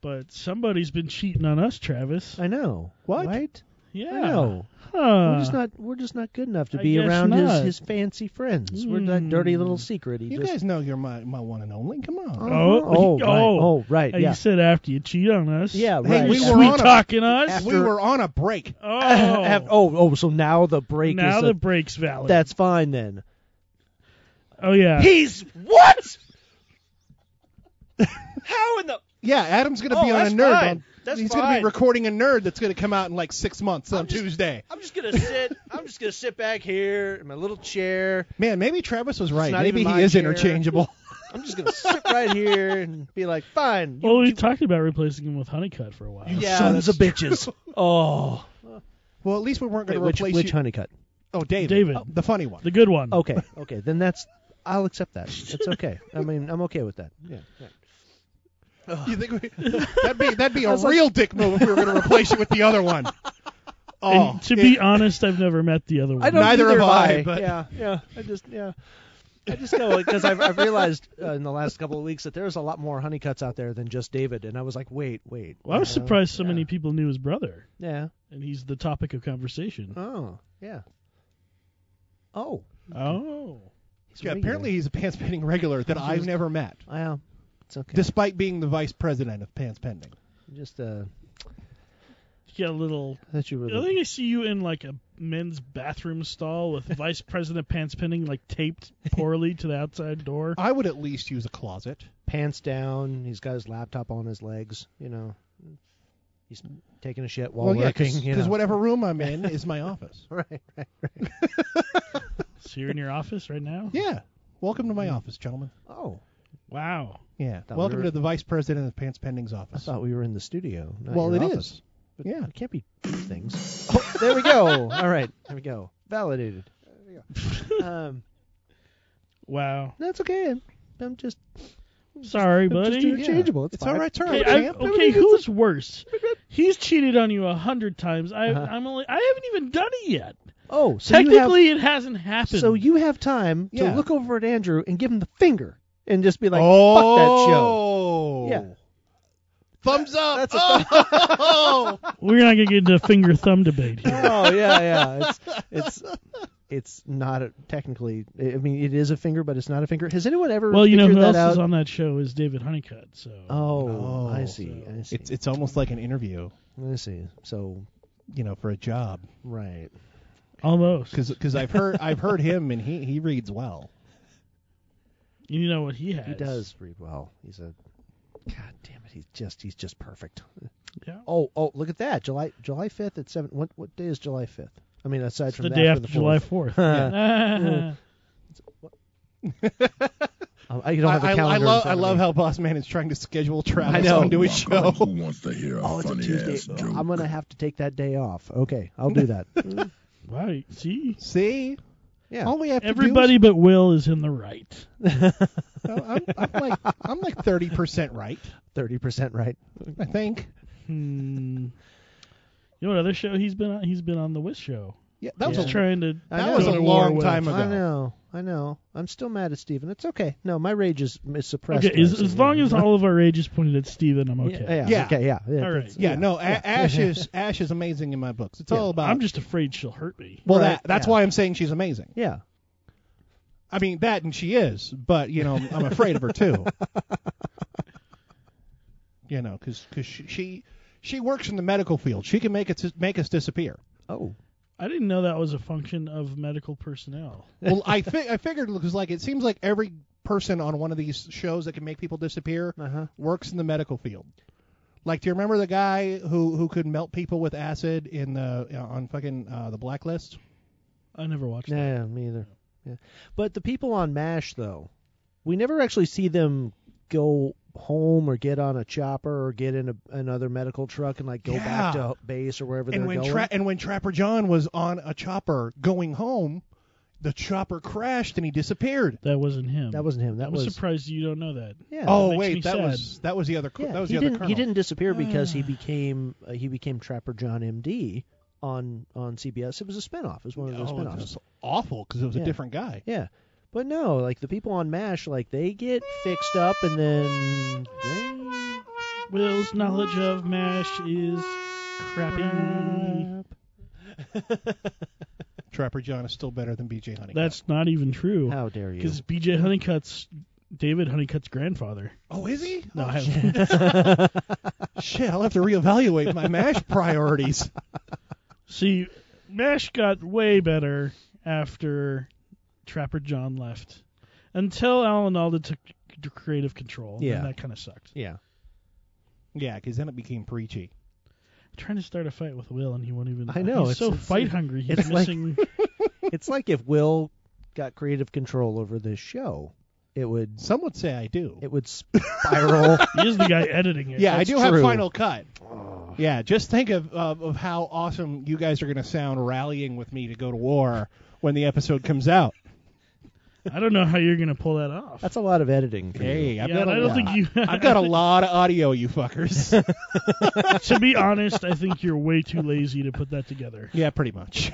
[SPEAKER 4] But somebody's been cheating on us, Travis.
[SPEAKER 5] I know.
[SPEAKER 2] What?
[SPEAKER 5] Right?
[SPEAKER 4] Yeah.
[SPEAKER 5] I know.
[SPEAKER 4] Huh.
[SPEAKER 5] we're just not. We're just not good enough to
[SPEAKER 4] I
[SPEAKER 5] be
[SPEAKER 4] guess
[SPEAKER 5] around
[SPEAKER 4] not. Hmm.
[SPEAKER 5] his, his fancy friends. We're that dirty little secret. He
[SPEAKER 2] You
[SPEAKER 5] just.
[SPEAKER 2] guys know you're my, my one and only. Come on.
[SPEAKER 4] Oh,
[SPEAKER 5] oh,
[SPEAKER 4] oh,
[SPEAKER 5] right. Oh, right.
[SPEAKER 4] Hey,
[SPEAKER 5] Yeah.
[SPEAKER 4] You said after you cheat on us.
[SPEAKER 5] Yeah.
[SPEAKER 2] Hey,
[SPEAKER 5] Right.
[SPEAKER 2] we
[SPEAKER 5] After-
[SPEAKER 2] were
[SPEAKER 4] sweet
[SPEAKER 2] on a-
[SPEAKER 4] talking us.
[SPEAKER 2] we were on a break.
[SPEAKER 4] oh,
[SPEAKER 5] Af- oh, oh, so now the break
[SPEAKER 4] now
[SPEAKER 5] is
[SPEAKER 4] the
[SPEAKER 5] a-
[SPEAKER 4] break's valid.
[SPEAKER 5] that's fine then.
[SPEAKER 4] oh yeah.
[SPEAKER 18] He's what? How in the?
[SPEAKER 2] Yeah, Adam's gonna be
[SPEAKER 18] Oh,
[SPEAKER 2] on a
[SPEAKER 18] that's
[SPEAKER 2] nerd.
[SPEAKER 18] fine.
[SPEAKER 2] On,
[SPEAKER 18] That's
[SPEAKER 2] he's gonna
[SPEAKER 18] fine.
[SPEAKER 2] be recording a nerd that's gonna come out in like six months on
[SPEAKER 18] just-
[SPEAKER 2] Tuesday.
[SPEAKER 18] I'm just gonna sit. I'm just gonna sit back here in my little chair.
[SPEAKER 2] Man, maybe Travis was right.
[SPEAKER 18] not
[SPEAKER 2] Maybe
[SPEAKER 18] even
[SPEAKER 2] he
[SPEAKER 18] my
[SPEAKER 2] is
[SPEAKER 18] chair.
[SPEAKER 2] interchangeable.
[SPEAKER 18] I'm just gonna sit right here and be like, fine.
[SPEAKER 4] well, we talked about replacing him with Honeycutt for a while.
[SPEAKER 18] Yeah,
[SPEAKER 5] Oh, Sons of
[SPEAKER 18] that's
[SPEAKER 5] bitches. Oh.
[SPEAKER 2] well, at least we weren't gonna
[SPEAKER 5] which
[SPEAKER 2] replace
[SPEAKER 5] which
[SPEAKER 2] you.
[SPEAKER 5] honeycut?
[SPEAKER 2] oh, David.
[SPEAKER 4] David.
[SPEAKER 2] Oh, the funny one.
[SPEAKER 4] The good one.
[SPEAKER 5] Okay. Okay. Then that's. I'll accept that. It's okay. I mean, I'm okay with that. Yeah. yeah.
[SPEAKER 2] You think we, that'd be that'd be a real dick move if we were gonna replace you with the other one. Oh,
[SPEAKER 4] And to
[SPEAKER 2] it-
[SPEAKER 4] be honest, I've never met the other one.
[SPEAKER 5] I don't
[SPEAKER 2] Neither
[SPEAKER 5] either
[SPEAKER 2] have
[SPEAKER 5] have
[SPEAKER 2] I,
[SPEAKER 5] I,
[SPEAKER 2] but-
[SPEAKER 5] yeah, yeah. I just yeah. I just know because I've, I've realized uh, in the last couple of weeks that there's a lot more honeycuts out there than just David, and I was like, wait, wait.
[SPEAKER 4] Well, I was
[SPEAKER 5] uh,
[SPEAKER 4] surprised so
[SPEAKER 5] yeah.
[SPEAKER 4] many people knew his brother,
[SPEAKER 5] Yeah.
[SPEAKER 4] and he's the topic of conversation.
[SPEAKER 5] Oh, yeah. Oh,
[SPEAKER 4] Oh.
[SPEAKER 5] he's
[SPEAKER 2] yeah,
[SPEAKER 5] regular.
[SPEAKER 2] apparently he's a pants pending regular that I've never met,
[SPEAKER 5] Wow, it's okay.
[SPEAKER 2] despite being the vice president of pants pending.
[SPEAKER 5] just uh,
[SPEAKER 4] you a little.
[SPEAKER 5] That you were
[SPEAKER 4] I
[SPEAKER 5] the-
[SPEAKER 4] think I see you in like a men's bathroom stall with Vice President Pants Pinning like taped poorly to the outside door.
[SPEAKER 2] I would at least use a closet.
[SPEAKER 5] pants down. He's got his laptop on his legs. You know, he's taking a shit while
[SPEAKER 2] well, yeah,
[SPEAKER 5] working.
[SPEAKER 2] because
[SPEAKER 5] you know.
[SPEAKER 2] whatever room I'm in is my office.
[SPEAKER 5] right, right, right.
[SPEAKER 4] So you're in your office right now?
[SPEAKER 2] Yeah. Welcome to my office, gentlemen.
[SPEAKER 5] Oh,
[SPEAKER 4] Wow.
[SPEAKER 2] Yeah.
[SPEAKER 5] Mm. Thought we
[SPEAKER 2] Welcome
[SPEAKER 5] were-
[SPEAKER 2] to the Vice President of Pants Pending's
[SPEAKER 5] I
[SPEAKER 2] office.
[SPEAKER 5] thought we were in the studio. not
[SPEAKER 2] well,
[SPEAKER 5] your
[SPEAKER 2] it is.
[SPEAKER 5] office. But
[SPEAKER 2] Yeah.
[SPEAKER 5] it can't be things. Oh, there we go. All right, there we go. Validated. Um,
[SPEAKER 4] Wow.
[SPEAKER 5] that's okay. I'm, I'm just
[SPEAKER 4] Sorry,
[SPEAKER 5] I'm just
[SPEAKER 4] buddy.
[SPEAKER 5] interchangeable. It's,
[SPEAKER 2] all
[SPEAKER 5] fine.
[SPEAKER 2] right, it's all
[SPEAKER 4] Okay,
[SPEAKER 2] right,
[SPEAKER 4] I-
[SPEAKER 2] champ.
[SPEAKER 4] okay, who's worse? He's cheated on you a hundred times. I,
[SPEAKER 5] Uh-huh.
[SPEAKER 4] I'm only. I haven't even done it yet.
[SPEAKER 5] Oh, so you have-
[SPEAKER 4] Technically, it hasn't happened.
[SPEAKER 5] So you have time to
[SPEAKER 4] Yeah.
[SPEAKER 5] look over at Andrew and give him the finger and just be like,
[SPEAKER 2] oh,
[SPEAKER 5] fuck that show. Yeah.
[SPEAKER 2] Thumbs up.
[SPEAKER 5] That's a
[SPEAKER 2] oh.
[SPEAKER 4] We're not gonna get into a finger thumb debate here.
[SPEAKER 5] Oh, yeah, yeah. It's it's it's not a, technically I mean it is a finger but it's not a finger. Has anyone ever
[SPEAKER 4] Well, you know
[SPEAKER 5] figured
[SPEAKER 4] who
[SPEAKER 5] that
[SPEAKER 4] else
[SPEAKER 5] out?
[SPEAKER 4] is on that show is David Honeycutt. So
[SPEAKER 5] Oh, I see. I see.
[SPEAKER 2] It's it's almost like an interview,
[SPEAKER 5] I see. So
[SPEAKER 2] you know, for a job.
[SPEAKER 5] right.
[SPEAKER 4] almost.
[SPEAKER 2] Because I've heard I've heard him and he he reads well.
[SPEAKER 4] You know what he has.
[SPEAKER 5] He does read well. He's a God damn it, he's just he's just perfect.
[SPEAKER 4] Yeah.
[SPEAKER 5] Oh, oh, look at that. July July 5th at 7 what what day is July 5th? I mean aside
[SPEAKER 4] It's
[SPEAKER 5] from
[SPEAKER 4] the
[SPEAKER 5] that
[SPEAKER 4] day
[SPEAKER 5] for
[SPEAKER 4] after
[SPEAKER 5] the
[SPEAKER 4] July
[SPEAKER 5] 4th.
[SPEAKER 4] 4th.
[SPEAKER 5] Yeah. Um, I you don't have a
[SPEAKER 2] I, I,
[SPEAKER 5] calendar.
[SPEAKER 2] I
[SPEAKER 5] in
[SPEAKER 2] love I
[SPEAKER 5] front of me.
[SPEAKER 2] love how Boss Man is trying to schedule Travis
[SPEAKER 5] I know.
[SPEAKER 2] onto his
[SPEAKER 15] Come on,
[SPEAKER 2] show.
[SPEAKER 15] Who wants to hear a
[SPEAKER 5] Oh, it's a
[SPEAKER 15] funny
[SPEAKER 5] Tuesday.
[SPEAKER 15] ass joke?
[SPEAKER 5] I'm gonna have to take that day off. Okay, I'll do that. Mm,
[SPEAKER 4] Wow. you- See,
[SPEAKER 2] See,
[SPEAKER 5] yeah.
[SPEAKER 2] all we have to
[SPEAKER 4] everybody but Will is in the right.
[SPEAKER 2] do is, I'm, I'm like I'm like thirty percent right,
[SPEAKER 5] Thirty percent right.
[SPEAKER 2] I think.
[SPEAKER 4] Hmm. You know what other show he's been on? He's been on the Wish show.
[SPEAKER 2] Yeah, that was
[SPEAKER 4] Just
[SPEAKER 2] a
[SPEAKER 4] trying to.
[SPEAKER 5] I
[SPEAKER 2] That
[SPEAKER 5] know.
[SPEAKER 2] was a
[SPEAKER 4] go to war
[SPEAKER 2] long
[SPEAKER 4] with.
[SPEAKER 2] time ago.
[SPEAKER 5] I know. I know. I'm still mad at Steven. It's okay. No, my rage is, is suppressed.
[SPEAKER 4] Okay, as,
[SPEAKER 5] actually.
[SPEAKER 4] as long as all of our rage is pointed at Steven, I'm
[SPEAKER 5] Yeah,
[SPEAKER 4] okay.
[SPEAKER 5] yeah,
[SPEAKER 2] Yeah.
[SPEAKER 5] okay, yeah. yeah
[SPEAKER 4] All right.
[SPEAKER 5] that's-
[SPEAKER 2] Yeah, no, a- Ash is Ash is amazing in my books. It's all about.
[SPEAKER 4] I'm just afraid she'll hurt me.
[SPEAKER 2] well,
[SPEAKER 5] Right,
[SPEAKER 2] that that's
[SPEAKER 5] yeah.
[SPEAKER 2] why I'm saying she's amazing.
[SPEAKER 5] Yeah.
[SPEAKER 2] I mean that, and she is, but you know, I'm afraid of her too. you know, because she, she she works in the medical field. She can make it make us disappear.
[SPEAKER 5] Oh.
[SPEAKER 4] I didn't know that was a function of medical personnel.
[SPEAKER 2] Well, I fi- I figured because like it seems like every person on one of these shows that can make people disappear
[SPEAKER 5] Uh-huh.
[SPEAKER 2] works in the medical field. Like, do you remember the guy who who could melt people with acid in the on fucking uh, the blacklist?
[SPEAKER 4] I never watched that.
[SPEAKER 5] Yeah, me either. Yeah. But the people on MASH though, we never actually see them go home or get on a chopper or get in a, another medical truck and like go back
[SPEAKER 2] Yeah.
[SPEAKER 5] to base or wherever
[SPEAKER 2] and
[SPEAKER 5] they're
[SPEAKER 2] when
[SPEAKER 5] going.
[SPEAKER 2] Tra- and when Trapper John was on a chopper going home, the chopper crashed and he disappeared.
[SPEAKER 4] That wasn't him.
[SPEAKER 5] that wasn't him. That
[SPEAKER 4] I'm
[SPEAKER 5] was
[SPEAKER 4] surprised you don't know that.
[SPEAKER 5] yeah.
[SPEAKER 2] oh
[SPEAKER 4] makes me
[SPEAKER 2] wait, that
[SPEAKER 4] sad.
[SPEAKER 2] was that was the other col-
[SPEAKER 5] Yeah,
[SPEAKER 2] that was
[SPEAKER 5] he
[SPEAKER 2] the
[SPEAKER 5] didn't.
[SPEAKER 2] other
[SPEAKER 5] He
[SPEAKER 2] colonel. Uh.
[SPEAKER 5] didn't disappear because he became uh, he became Trapper John M.D. on on CBS. It was a spinoff. It was one of those
[SPEAKER 2] Oh, it
[SPEAKER 5] spinoffs.
[SPEAKER 2] was awful because it was
[SPEAKER 5] Yeah.
[SPEAKER 2] a different guy.
[SPEAKER 5] Yeah, but no, like the people on Mash, like they get fixed up and then they
[SPEAKER 4] Will's knowledge of MASH is crappy.
[SPEAKER 2] Trapper John is still better than B.J. Honeycutt.
[SPEAKER 4] That's not even true.
[SPEAKER 5] How dare you?
[SPEAKER 4] Because BJ Honeycutt's David Honeycutt's grandfather.
[SPEAKER 2] oh, is he?
[SPEAKER 4] No,
[SPEAKER 2] Oh,
[SPEAKER 4] I
[SPEAKER 2] shit.
[SPEAKER 4] haven't.
[SPEAKER 2] shit, I'll have to reevaluate my mash priorities.
[SPEAKER 4] See, MASH got way better after Trapper John left. Until Alan Alda took c- creative control.
[SPEAKER 5] Yeah.
[SPEAKER 4] And that kind of sucked.
[SPEAKER 5] Yeah.
[SPEAKER 2] Yeah, because then it became preachy.
[SPEAKER 4] trying to start a fight with Will and he won't even.
[SPEAKER 5] I know,
[SPEAKER 4] He's
[SPEAKER 5] it's-
[SPEAKER 4] so
[SPEAKER 5] it's-
[SPEAKER 4] fight hungry. He's
[SPEAKER 5] it's like-
[SPEAKER 4] missing.
[SPEAKER 5] It's like if Will got creative control over this show, it would
[SPEAKER 2] Some would say I do.
[SPEAKER 5] it would spiral.
[SPEAKER 4] he is the guy editing it.
[SPEAKER 2] yeah, I
[SPEAKER 5] that's
[SPEAKER 2] do have
[SPEAKER 5] true.
[SPEAKER 2] Final Cut. Yeah, just think of, of of how awesome you guys are going to sound rallying with me to go to war when the episode comes out.
[SPEAKER 4] I don't know how you're gonna pull that off.
[SPEAKER 5] That's a lot of editing. for you.
[SPEAKER 2] Hey, I've
[SPEAKER 4] yeah,
[SPEAKER 2] got
[SPEAKER 4] and
[SPEAKER 2] a
[SPEAKER 4] I don't
[SPEAKER 2] lot.
[SPEAKER 4] think you.
[SPEAKER 2] I've got a lot of audio, you fuckers.
[SPEAKER 4] to be honest, I think you're way too lazy to put that together.
[SPEAKER 2] yeah, pretty much.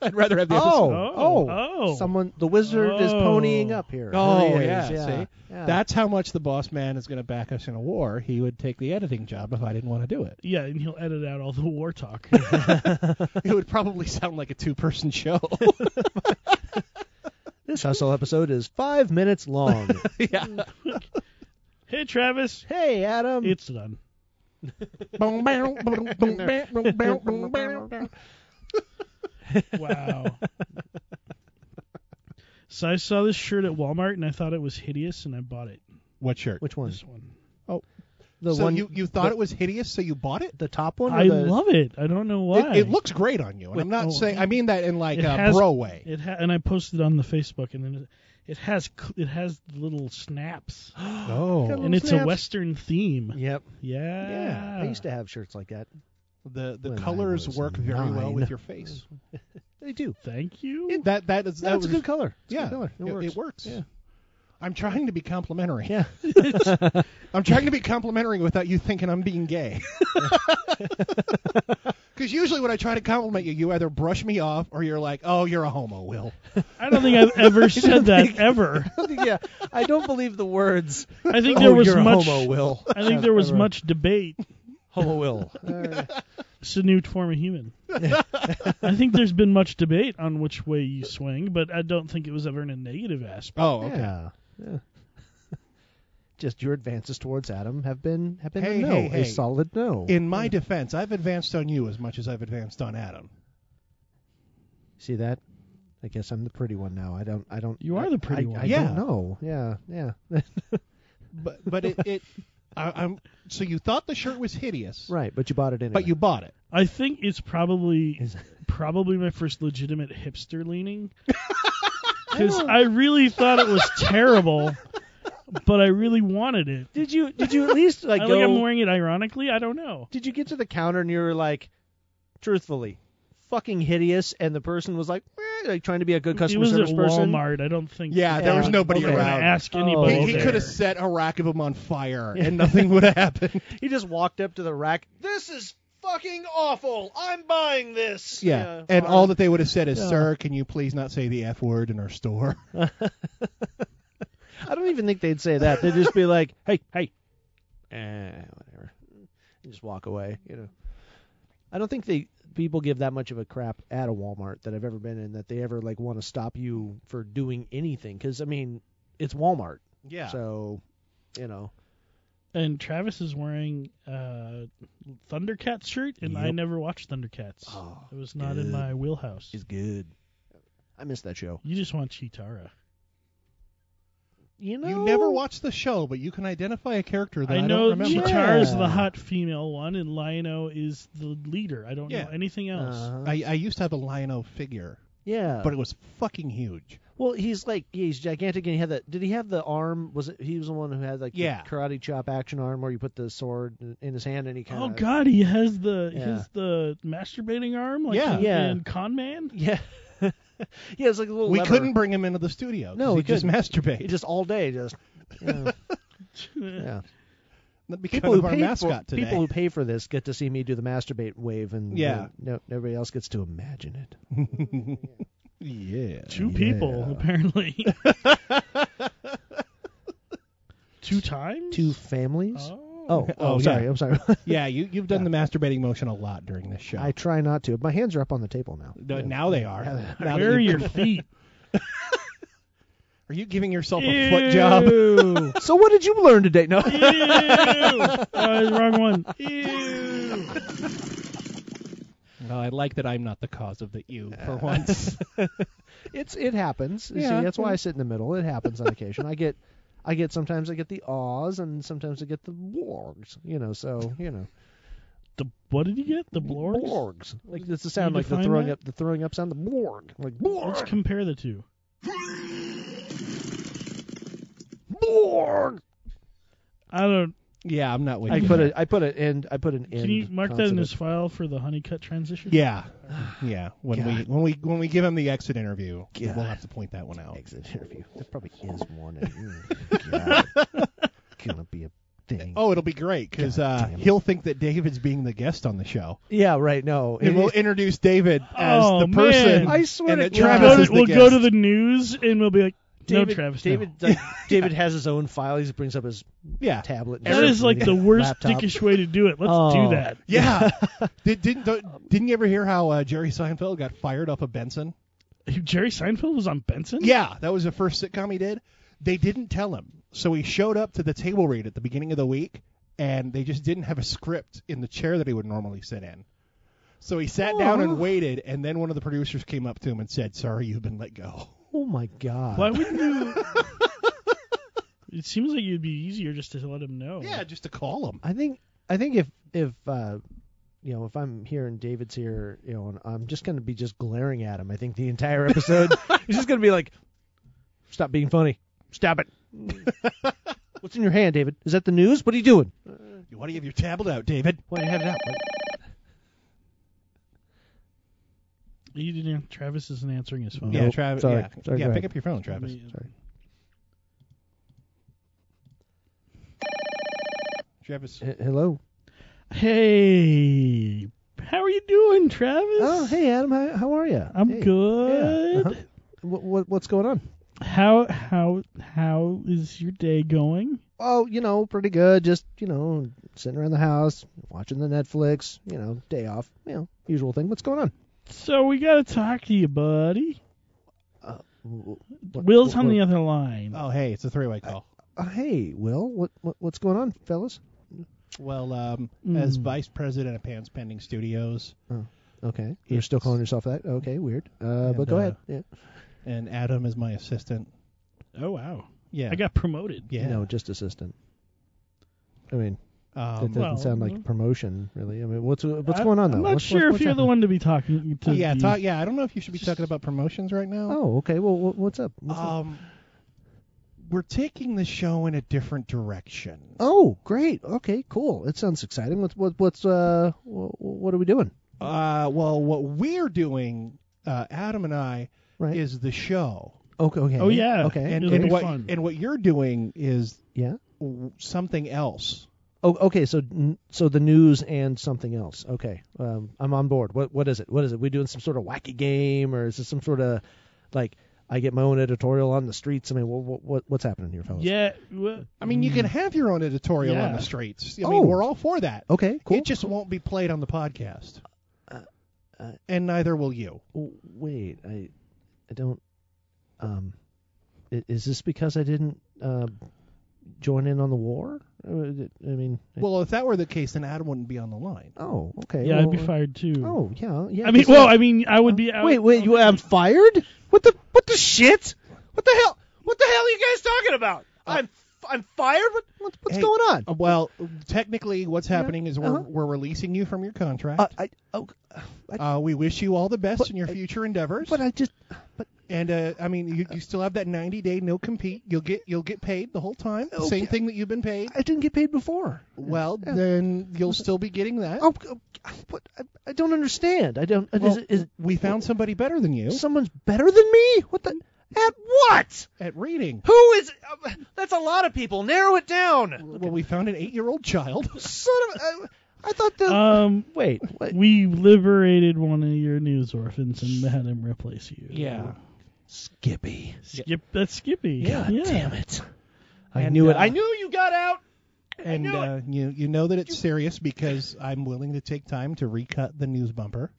[SPEAKER 2] I'd rather have the
[SPEAKER 5] Oh,
[SPEAKER 2] episode.
[SPEAKER 4] Oh,
[SPEAKER 5] oh,
[SPEAKER 4] oh.
[SPEAKER 5] Someone, the wizard is
[SPEAKER 4] Oh.
[SPEAKER 5] ponying up here.
[SPEAKER 2] Oh,
[SPEAKER 5] Here he
[SPEAKER 2] yeah,
[SPEAKER 5] is,
[SPEAKER 2] see?
[SPEAKER 5] yeah.
[SPEAKER 2] That's how much the boss man is going to back us in a war. He would take the editing job if I didn't want to do it.
[SPEAKER 4] Yeah, and he'll edit out all the war talk.
[SPEAKER 2] It would probably sound like a two-person show.
[SPEAKER 5] This hustle episode is five minutes long.
[SPEAKER 2] yeah.
[SPEAKER 4] hey, Travis,
[SPEAKER 5] hey, Adam.
[SPEAKER 4] it's done. wow. So I saw this shirt at Walmart and I thought it was hideous and I bought it.
[SPEAKER 2] What shirt?
[SPEAKER 5] Which one?
[SPEAKER 4] This one.
[SPEAKER 5] Oh,
[SPEAKER 2] so you, you thought it was hideous, so you bought it?
[SPEAKER 5] The top one? or
[SPEAKER 4] I
[SPEAKER 5] the-
[SPEAKER 4] love it. I don't know why.
[SPEAKER 2] It, it looks great on you, and
[SPEAKER 4] Wait,
[SPEAKER 2] I'm not
[SPEAKER 4] oh.
[SPEAKER 2] saying I mean that in like
[SPEAKER 4] It
[SPEAKER 2] a
[SPEAKER 4] has-
[SPEAKER 2] bro way.
[SPEAKER 4] It ha- and I posted on the Facebook and then it, it has cl- it has little snaps.
[SPEAKER 2] Oh.
[SPEAKER 4] and it's a
[SPEAKER 5] Snaps.
[SPEAKER 4] western theme.
[SPEAKER 5] Yep.
[SPEAKER 4] Yeah.
[SPEAKER 5] Yeah. I used to have shirts like that.
[SPEAKER 2] The the
[SPEAKER 5] When I
[SPEAKER 2] colors
[SPEAKER 5] was
[SPEAKER 2] work very well with
[SPEAKER 5] nine.
[SPEAKER 2] your face.
[SPEAKER 5] They do.
[SPEAKER 4] Thank you.
[SPEAKER 2] That that is
[SPEAKER 5] No,
[SPEAKER 2] that
[SPEAKER 5] it's a
[SPEAKER 2] was-
[SPEAKER 5] good color. It's a
[SPEAKER 2] yeah,
[SPEAKER 5] good color. It works.
[SPEAKER 2] Yeah. I'm trying to be complimentary.
[SPEAKER 5] Yeah.
[SPEAKER 2] I'm trying to be complimentary without you thinking I'm being gay. Because usually when I try to compliment you, you either brush me off or you're like, "Oh, you're a homo, Will."
[SPEAKER 4] I don't think I've ever said that ever.
[SPEAKER 5] yeah, I don't believe the words.
[SPEAKER 4] I think
[SPEAKER 5] Oh,
[SPEAKER 4] there was
[SPEAKER 5] you're a
[SPEAKER 4] much.
[SPEAKER 5] homo, Will.
[SPEAKER 4] I think there was
[SPEAKER 5] Ever.
[SPEAKER 4] much debate.
[SPEAKER 5] Homo Will.
[SPEAKER 4] It's a new form of human. I think there's been much debate on which way you swing, but I don't think it was ever in a negative aspect.
[SPEAKER 2] Oh, okay.
[SPEAKER 5] Yeah. yeah. Just your advances towards Adam have been have been
[SPEAKER 2] Hey,
[SPEAKER 5] a no,
[SPEAKER 2] hey, hey.
[SPEAKER 5] a solid no.
[SPEAKER 2] In my defense, I've advanced on you as much as I've advanced on Adam.
[SPEAKER 5] See that? I guess I'm the pretty one now. I don't. I don't.
[SPEAKER 4] You are the pretty
[SPEAKER 5] I,
[SPEAKER 4] one.
[SPEAKER 5] I
[SPEAKER 2] Yeah.
[SPEAKER 5] don't know. Yeah. Yeah.
[SPEAKER 2] But but it, it I, I'm so you thought the shirt was hideous,
[SPEAKER 5] right. But you bought it anyway.
[SPEAKER 2] but you bought it.
[SPEAKER 4] I think it's probably probably my first legitimate hipster leaning because I really thought it was terrible, but I really wanted it.
[SPEAKER 5] Did you? Did you at least
[SPEAKER 4] I
[SPEAKER 5] like
[SPEAKER 4] think
[SPEAKER 5] go?
[SPEAKER 4] I'm wearing it ironically. I don't know.
[SPEAKER 5] did you get to the counter and you were like, truthfully, fucking hideous? And the person was like, "Eh," like trying to be a good
[SPEAKER 4] it
[SPEAKER 5] customer
[SPEAKER 4] was
[SPEAKER 5] service
[SPEAKER 4] at
[SPEAKER 5] person.
[SPEAKER 4] Walmart. I don't think.
[SPEAKER 2] Yeah, there
[SPEAKER 5] Yeah.
[SPEAKER 2] was nobody
[SPEAKER 5] Okay.
[SPEAKER 4] I
[SPEAKER 2] around.
[SPEAKER 4] ask
[SPEAKER 5] Oh,
[SPEAKER 4] anybody.
[SPEAKER 2] he
[SPEAKER 4] there.
[SPEAKER 2] could have set a rack of them on fire and nothing would have happened.
[SPEAKER 5] He just walked up to the rack. This is fucking awful. I'm buying this.
[SPEAKER 2] Yeah. and all that they would have said is,
[SPEAKER 5] Yeah.
[SPEAKER 2] "Sir, can you please not say the f word in our store?"
[SPEAKER 5] I don't even think they'd say that. They'd just be like, "Hey, hey, eh, whatever," and just walk away. You know, I don't think they people give that much of a crap at a Walmart that I've ever been in that they ever like want to stop you for doing anything. Because I mean, it's Walmart.
[SPEAKER 2] Yeah.
[SPEAKER 5] So, you know,
[SPEAKER 4] And Travis is wearing uh, Thundercats shirt, and I
[SPEAKER 5] Yep.
[SPEAKER 4] never watched Thundercats.
[SPEAKER 5] Oh,
[SPEAKER 4] it was not in
[SPEAKER 5] good.
[SPEAKER 4] my wheelhouse.
[SPEAKER 5] it's good. I miss that show.
[SPEAKER 4] You just want Chitara.
[SPEAKER 5] You know,
[SPEAKER 2] You never watched the show, but you can identify a character that
[SPEAKER 4] I
[SPEAKER 2] I,
[SPEAKER 4] know
[SPEAKER 2] don't remember.
[SPEAKER 4] Chitara's
[SPEAKER 5] Yeah.
[SPEAKER 4] the hot female one, and Lionel is the leader. I don't
[SPEAKER 2] Yeah. Uh,
[SPEAKER 4] know anything else.
[SPEAKER 5] Uh-huh.
[SPEAKER 2] I, I used to have a Lionel figure,
[SPEAKER 5] yeah,
[SPEAKER 2] but it was fucking huge.
[SPEAKER 5] Well, he's like yeah, he's gigantic, and he had that. Did he have the arm? Was it he was the one who had like the
[SPEAKER 2] Yeah.
[SPEAKER 5] karate chop action arm where you put the sword in- in his hand and he kind
[SPEAKER 4] Oh
[SPEAKER 5] of
[SPEAKER 4] God, he has the he
[SPEAKER 5] Yeah.
[SPEAKER 4] has the masturbating arm, like
[SPEAKER 2] Yeah.
[SPEAKER 4] in,
[SPEAKER 5] Yeah.
[SPEAKER 4] in Con Man.
[SPEAKER 5] yeah yeah it's like a little
[SPEAKER 2] We
[SPEAKER 5] lever.
[SPEAKER 2] couldn't bring him into the studio. 'cause
[SPEAKER 5] No, we
[SPEAKER 2] he'd just
[SPEAKER 5] couldn't.
[SPEAKER 2] masturbate.
[SPEAKER 5] He just all day just you know, yeah
[SPEAKER 2] That'd be
[SPEAKER 5] people
[SPEAKER 2] kind
[SPEAKER 5] who
[SPEAKER 2] of our
[SPEAKER 5] pay
[SPEAKER 2] mascot
[SPEAKER 5] for
[SPEAKER 2] today.
[SPEAKER 5] people who pay for this get to see me do the masturbate wave and
[SPEAKER 2] Yeah.
[SPEAKER 5] you know, no everybody else gets to imagine it
[SPEAKER 2] yeah.
[SPEAKER 4] Two people apparently. Two times.
[SPEAKER 5] two families
[SPEAKER 4] Oh.
[SPEAKER 5] oh, oh,
[SPEAKER 2] Oh,
[SPEAKER 5] sorry
[SPEAKER 2] yeah.
[SPEAKER 5] I'm sorry
[SPEAKER 2] Yeah, you you've done the masturbating motion a lot during this show.
[SPEAKER 5] I try not to my hands are up on the table now
[SPEAKER 2] No, Now they are. Now that
[SPEAKER 4] Where are
[SPEAKER 2] you-
[SPEAKER 4] your feet?
[SPEAKER 2] Are you giving yourself a foot job?
[SPEAKER 4] Ew.
[SPEAKER 5] so what did you learn today no
[SPEAKER 4] Ew. Oh, it's the wrong one. Ew.
[SPEAKER 2] No, I like that I'm not the cause of the ew for once.
[SPEAKER 5] It's it happens. You
[SPEAKER 2] Yeah.
[SPEAKER 5] See, that's why I sit in the middle. It happens on occasion. I get, I get sometimes I get the ahs and sometimes I get the wargs. You know, so you know
[SPEAKER 4] The what did he get? The blorgs.
[SPEAKER 5] wargs. Like it's the sound like the
[SPEAKER 4] define
[SPEAKER 5] throwing
[SPEAKER 4] that?
[SPEAKER 5] up, the throwing up sound. The warg, like
[SPEAKER 4] Let's
[SPEAKER 5] warg,
[SPEAKER 4] compare the two.
[SPEAKER 5] warg.
[SPEAKER 4] I don't.
[SPEAKER 2] yeah, I'm not with
[SPEAKER 5] I
[SPEAKER 2] you.
[SPEAKER 5] put a, I put an end. I put an end.
[SPEAKER 4] Can you mark that in
[SPEAKER 5] consonant.
[SPEAKER 4] his file for the honeycut transition?
[SPEAKER 2] Yeah, yeah. When we
[SPEAKER 5] God.
[SPEAKER 2] when we when we give him the exit interview,
[SPEAKER 5] God.
[SPEAKER 2] we'll have to point that one out.
[SPEAKER 5] exit interview? There probably is one. and, mm, God, Gonna be a thing.
[SPEAKER 2] Oh, it'll be great because
[SPEAKER 5] God
[SPEAKER 2] uh,
[SPEAKER 5] damn it.
[SPEAKER 2] he'll think that David's being the guest on the show,
[SPEAKER 5] Yeah, right. No,
[SPEAKER 2] and
[SPEAKER 5] it
[SPEAKER 2] we'll
[SPEAKER 5] is-
[SPEAKER 2] introduce David as
[SPEAKER 4] Oh,
[SPEAKER 2] the person.
[SPEAKER 4] man.
[SPEAKER 5] I swear
[SPEAKER 2] and
[SPEAKER 5] to
[SPEAKER 2] that
[SPEAKER 5] God.
[SPEAKER 4] We'll, go
[SPEAKER 2] Travis
[SPEAKER 4] to,
[SPEAKER 2] is the
[SPEAKER 4] we'll
[SPEAKER 2] guest.
[SPEAKER 4] go to the news and we'll be like,
[SPEAKER 5] David,
[SPEAKER 4] no, Travis. no.
[SPEAKER 5] David, like, David has his own file. He brings up his
[SPEAKER 2] yeah,
[SPEAKER 5] tablet. and
[SPEAKER 4] That is like the worst
[SPEAKER 5] laptop.
[SPEAKER 4] dickish way to do it. Let's
[SPEAKER 5] Oh.
[SPEAKER 4] do that.
[SPEAKER 2] yeah. Did, didn't don't- didn't you ever hear how uh, Jerry Seinfeld got fired off of Benson?
[SPEAKER 4] Jerry Seinfeld was on Benson?
[SPEAKER 2] Yeah, that was the first sitcom he did. They didn't tell him, so he showed up to the table read at the beginning of the week, and they just didn't have a script in the chair that he would normally sit in. So he sat down
[SPEAKER 5] Oh.
[SPEAKER 2] and waited, and then one of the producers came up to him and said, "Sorry, you've been let go."
[SPEAKER 5] Oh my God!
[SPEAKER 4] Why wouldn't you? it seems like it'd be easier just to let him know.
[SPEAKER 2] Yeah, just to call him.
[SPEAKER 5] I think I think if if uh, you know if I'm here and David's here, you know, and I'm just going to be just glaring at him. I think the entire episode is just going to be like, "Stop being funny. Stop it." What's in your hand, David? Is that the news? What are you doing?
[SPEAKER 2] You want to give your tablet out, David?
[SPEAKER 5] Why do you have it out? What-
[SPEAKER 4] You didn't. Travis isn't answering his phone.
[SPEAKER 2] Yeah, Travis. Yeah, yeah pick up your phone, Travis.
[SPEAKER 5] Sorry.
[SPEAKER 2] Travis.
[SPEAKER 5] hello.
[SPEAKER 4] Hey, how are you doing, Travis?
[SPEAKER 5] Oh, hey, uh-huh. Adam. How, how are you?
[SPEAKER 4] I'm good.
[SPEAKER 5] What, what what's going on?
[SPEAKER 4] How how how is your day going?
[SPEAKER 5] Oh, you know, pretty good. Just you know, sitting around the house, watching the Netflix. You know, day off. You know, usual thing. What's going on?
[SPEAKER 4] So we gotta talk to you, buddy.
[SPEAKER 5] What-
[SPEAKER 4] Will's
[SPEAKER 5] what-
[SPEAKER 4] on
[SPEAKER 5] what-
[SPEAKER 4] the other line.
[SPEAKER 2] Oh, hey, it's a three-way call.
[SPEAKER 5] Uh, hey, Will. What, what what's going on, fellas?
[SPEAKER 2] Well, um, as vice president of Pants Pending Studios,
[SPEAKER 5] Okay, you're still calling yourself that? Okay, weird. Uh, but
[SPEAKER 2] And,
[SPEAKER 5] go
[SPEAKER 2] uh,
[SPEAKER 5] ahead. Yeah.
[SPEAKER 2] and Adam is my assistant.
[SPEAKER 4] Oh wow.
[SPEAKER 2] Yeah.
[SPEAKER 4] I got promoted.
[SPEAKER 2] Yeah.
[SPEAKER 5] No, just assistant. I mean, that
[SPEAKER 2] Um,
[SPEAKER 5] doesn't sound like promotion, really. I mean, what's uh, what's going on
[SPEAKER 4] mm-hmm.
[SPEAKER 5] though?
[SPEAKER 4] I'm not
[SPEAKER 5] What's-
[SPEAKER 4] sure
[SPEAKER 5] what's-
[SPEAKER 4] if you're
[SPEAKER 5] what's
[SPEAKER 4] the one to be talking to.
[SPEAKER 2] yeah,
[SPEAKER 4] the-
[SPEAKER 2] talk, yeah. I don't know if you should be talking about promotions right now.
[SPEAKER 5] happening? Oh, okay. Well, what- what's up? What's
[SPEAKER 4] Uh,
[SPEAKER 5] up?
[SPEAKER 2] Um, we're taking the show in a different direction.
[SPEAKER 5] Oh, great. Okay, cool. That sounds exciting. What's what what's uh wh- wh- what are we doing?
[SPEAKER 2] Uh, well, what we're doing, uh, Adam and I, is the show.
[SPEAKER 5] Okay. okay.
[SPEAKER 4] Oh, yeah.
[SPEAKER 5] Okay.
[SPEAKER 2] And,
[SPEAKER 4] It'll
[SPEAKER 2] and
[SPEAKER 4] be
[SPEAKER 2] what
[SPEAKER 4] fun.
[SPEAKER 2] and what you're doing is
[SPEAKER 5] yeah
[SPEAKER 2] w- something else.
[SPEAKER 5] Oh, okay. So n- so the news and something else. Okay. Um, I'm on board. What what is it? What is it? We doing some sort of wacky game or is it some sort of like I get my own editorial on the streets? I mean, what what what's happening here, fellas?
[SPEAKER 4] Yeah.
[SPEAKER 2] I mean, you can have your own editorial on
[SPEAKER 5] Mm. Yeah.
[SPEAKER 2] the streets. I mean,
[SPEAKER 5] Oh.
[SPEAKER 2] we're all for that.
[SPEAKER 5] Okay. Cool.
[SPEAKER 2] It just won't be played on the podcast.
[SPEAKER 5] Uh,
[SPEAKER 2] and neither will you.
[SPEAKER 5] Oh, wait. I I don't um i- is this because I didn't uh, join in on the war? Uh, I mean,
[SPEAKER 2] Well, if that were the case, then Adam wouldldn't be on the line.
[SPEAKER 5] Oh, okay.
[SPEAKER 4] Yeah, I'd be
[SPEAKER 5] well,
[SPEAKER 4] fired too.
[SPEAKER 5] Oh, yeah, yeah.
[SPEAKER 4] I mean,
[SPEAKER 5] just-
[SPEAKER 4] well, I mean, I would be. I
[SPEAKER 5] Wait,
[SPEAKER 4] would-
[SPEAKER 5] wait, you, I'm fired? What the what the shit?
[SPEAKER 18] What the hell? What the hell are you guys talking about?
[SPEAKER 5] Uh,
[SPEAKER 18] I'm I'm fired. What, what
[SPEAKER 5] What's going on?
[SPEAKER 2] Uh, Well, technically, what's happening is we're,
[SPEAKER 5] Uh-huh.
[SPEAKER 2] we're releasing you from your contract. Uh,
[SPEAKER 5] I, oh,
[SPEAKER 2] uh, we wish you all the best in your future endeavors. But
[SPEAKER 5] I just,
[SPEAKER 2] and uh, I mean, you, you still have that 90 day no compete. You'll get you'll get paid the whole time. Same thing that you've been paid.
[SPEAKER 5] I didn't get paid before.
[SPEAKER 2] Well, then you'll still be getting that.
[SPEAKER 5] Oh, oh, what? I, I don't understand. I don't.
[SPEAKER 2] Well,
[SPEAKER 5] is, it- is it-
[SPEAKER 2] we found somebody better than you
[SPEAKER 5] someone's better than me? What the? At what?
[SPEAKER 2] at reading.
[SPEAKER 18] Who is? Uh, that's a lot of people. Narrow it down.
[SPEAKER 2] Well, we found an eight year old child.
[SPEAKER 18] Son of. Uh,
[SPEAKER 5] I thought the.
[SPEAKER 4] Um,
[SPEAKER 5] wait.
[SPEAKER 4] we liberated one of your news orphans and had him replace you.
[SPEAKER 2] Yeah.
[SPEAKER 5] Skippy.
[SPEAKER 4] Skip. That's Skippy.
[SPEAKER 5] God
[SPEAKER 4] yeah.
[SPEAKER 5] damn it! I
[SPEAKER 2] And,
[SPEAKER 5] knew it.
[SPEAKER 2] uh,
[SPEAKER 5] I
[SPEAKER 18] I knew you got out.
[SPEAKER 2] And uh, you you know that it's serious because I'm willing to take time to recut the news bumper.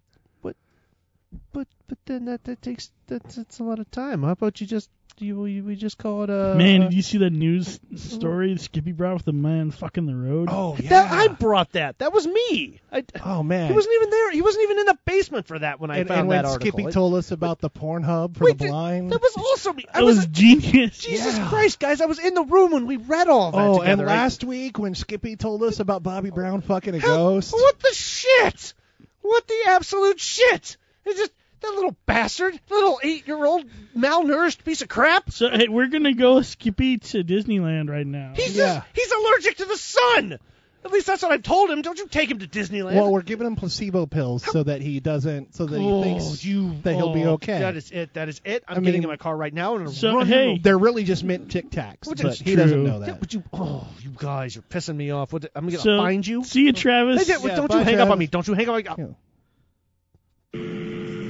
[SPEAKER 5] But but then that that takes that's, that's a lot of time. How about you just you we, we just call it Uh, a
[SPEAKER 4] Man, did you see that news story Skippy brought with the man fucking the road?
[SPEAKER 2] Oh yeah.
[SPEAKER 18] That I brought that. That was me. I,
[SPEAKER 2] Oh man.
[SPEAKER 18] he wasn't even there. He wasn't even in the basement for that when I
[SPEAKER 2] and
[SPEAKER 18] found
[SPEAKER 2] and
[SPEAKER 18] that
[SPEAKER 2] when
[SPEAKER 18] article.
[SPEAKER 2] Skippy
[SPEAKER 18] It-
[SPEAKER 2] told us about the Pornhub for the blind.
[SPEAKER 18] that was also me. I
[SPEAKER 4] That
[SPEAKER 18] was,
[SPEAKER 4] was genius.
[SPEAKER 18] Jesus Christ, guys! I was in the room when we read all that
[SPEAKER 2] oh,
[SPEAKER 18] together.
[SPEAKER 2] and
[SPEAKER 18] I-
[SPEAKER 2] last week when Skippy told us about Bobby Brown fucking a ghost.
[SPEAKER 18] What the shit? What the absolute shit? It's just that little bastard, that little eight-year-old malnourished piece of crap.
[SPEAKER 4] So hey, we're gonna go Skippy to Disneyland right now.
[SPEAKER 18] He's
[SPEAKER 2] Yeah.
[SPEAKER 18] just, he's allergic to the sun. At least that's what I've told him. Don't you take him to Disneyland.
[SPEAKER 2] Well, we're giving him placebo pills so that he doesn't, so that he
[SPEAKER 18] Oh,
[SPEAKER 2] thinks
[SPEAKER 18] you,
[SPEAKER 2] that he'll be
[SPEAKER 18] oh,
[SPEAKER 2] okay.
[SPEAKER 18] That is it. That is it. I'm
[SPEAKER 2] I mean-
[SPEAKER 18] getting in my car right now and I'm
[SPEAKER 4] So,
[SPEAKER 18] running.
[SPEAKER 4] hey.
[SPEAKER 2] They're really just mint Tic Tacs,
[SPEAKER 18] Which
[SPEAKER 2] but
[SPEAKER 18] is
[SPEAKER 2] he doesn't
[SPEAKER 4] true.
[SPEAKER 2] know
[SPEAKER 18] Yeah,
[SPEAKER 2] that.
[SPEAKER 18] but you, oh, you guys, you're pissing me off. What, the- I'm gonna
[SPEAKER 4] So,
[SPEAKER 18] find you.
[SPEAKER 4] See you, Travis.
[SPEAKER 18] Hey, don't
[SPEAKER 2] bye,
[SPEAKER 18] you hang up
[SPEAKER 2] Travis.
[SPEAKER 18] on me. Don't you hang up on me.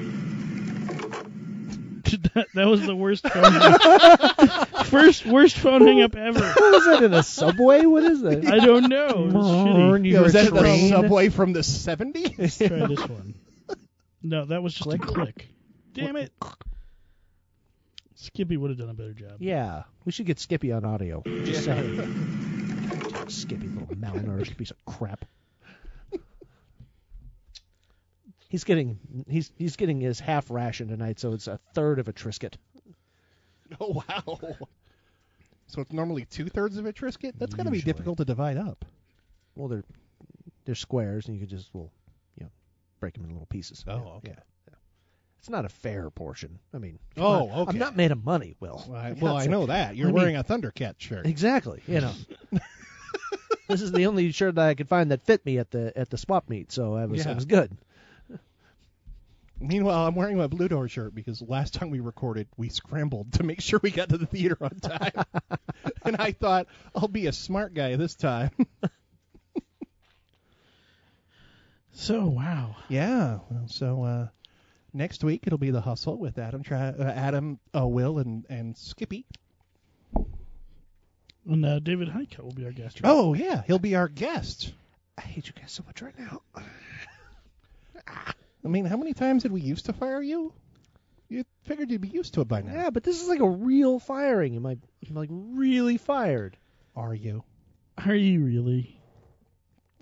[SPEAKER 4] that, that was the worst phone. hang- First worst phone hang up ever.
[SPEAKER 5] What is that in a subway? What is that?
[SPEAKER 4] I don't know. It was shitty.
[SPEAKER 2] Yeah, was that the
[SPEAKER 5] train?
[SPEAKER 2] subway from the 70s?
[SPEAKER 4] Try this one. No, that was just a click. Damn it. Skippy would have done a better job.
[SPEAKER 5] Yeah, we should get Skippy on audio. Just saying. Skippy, little malnourished piece of crap. He's getting he's he's getting his half ration tonight, so it's a third of a Trisket.
[SPEAKER 2] Oh wow! So it's normally two thirds of a Trisket. That's got to be difficult to divide up.
[SPEAKER 5] Well, they're they're squares, and you could just well, you know, break them in little pieces. Oh, okay. It's not a fair portion. I mean, come
[SPEAKER 2] Oh,
[SPEAKER 5] on.
[SPEAKER 2] okay.
[SPEAKER 5] I'm not made of money, Will.
[SPEAKER 2] Well, I,
[SPEAKER 5] For
[SPEAKER 2] well,
[SPEAKER 5] God's
[SPEAKER 2] I
[SPEAKER 5] sake.
[SPEAKER 2] know that you're
[SPEAKER 5] I mean,
[SPEAKER 2] wearing a Thundercat shirt.
[SPEAKER 5] Exactly. You know. this is the only shirt that I could find that fit me at the at the swap meet, so I was I
[SPEAKER 2] Yeah.
[SPEAKER 5] was good.
[SPEAKER 2] Meanwhile, I'm wearing my Blue Door shirt because last time we recorded, we scrambled to make sure we got to the theater on time. and I thought, I'll be a smart guy this time.
[SPEAKER 4] so, wow.
[SPEAKER 2] Yeah. Well, so uh, next week it'll be the hustle with Adam, Tra- uh, Adam, uh, Will, and and Skippy.
[SPEAKER 4] And uh, David Heiko will be our guest.
[SPEAKER 2] Oh yeah, he'll be our guest.
[SPEAKER 5] I hate you guys so much right now.
[SPEAKER 2] I mean, how many times did we used to fire you? You figured you'd be used to it by now.
[SPEAKER 5] Yeah, but this is like a real firing. Am I am I, like really fired?
[SPEAKER 2] Are you?
[SPEAKER 4] Are you really?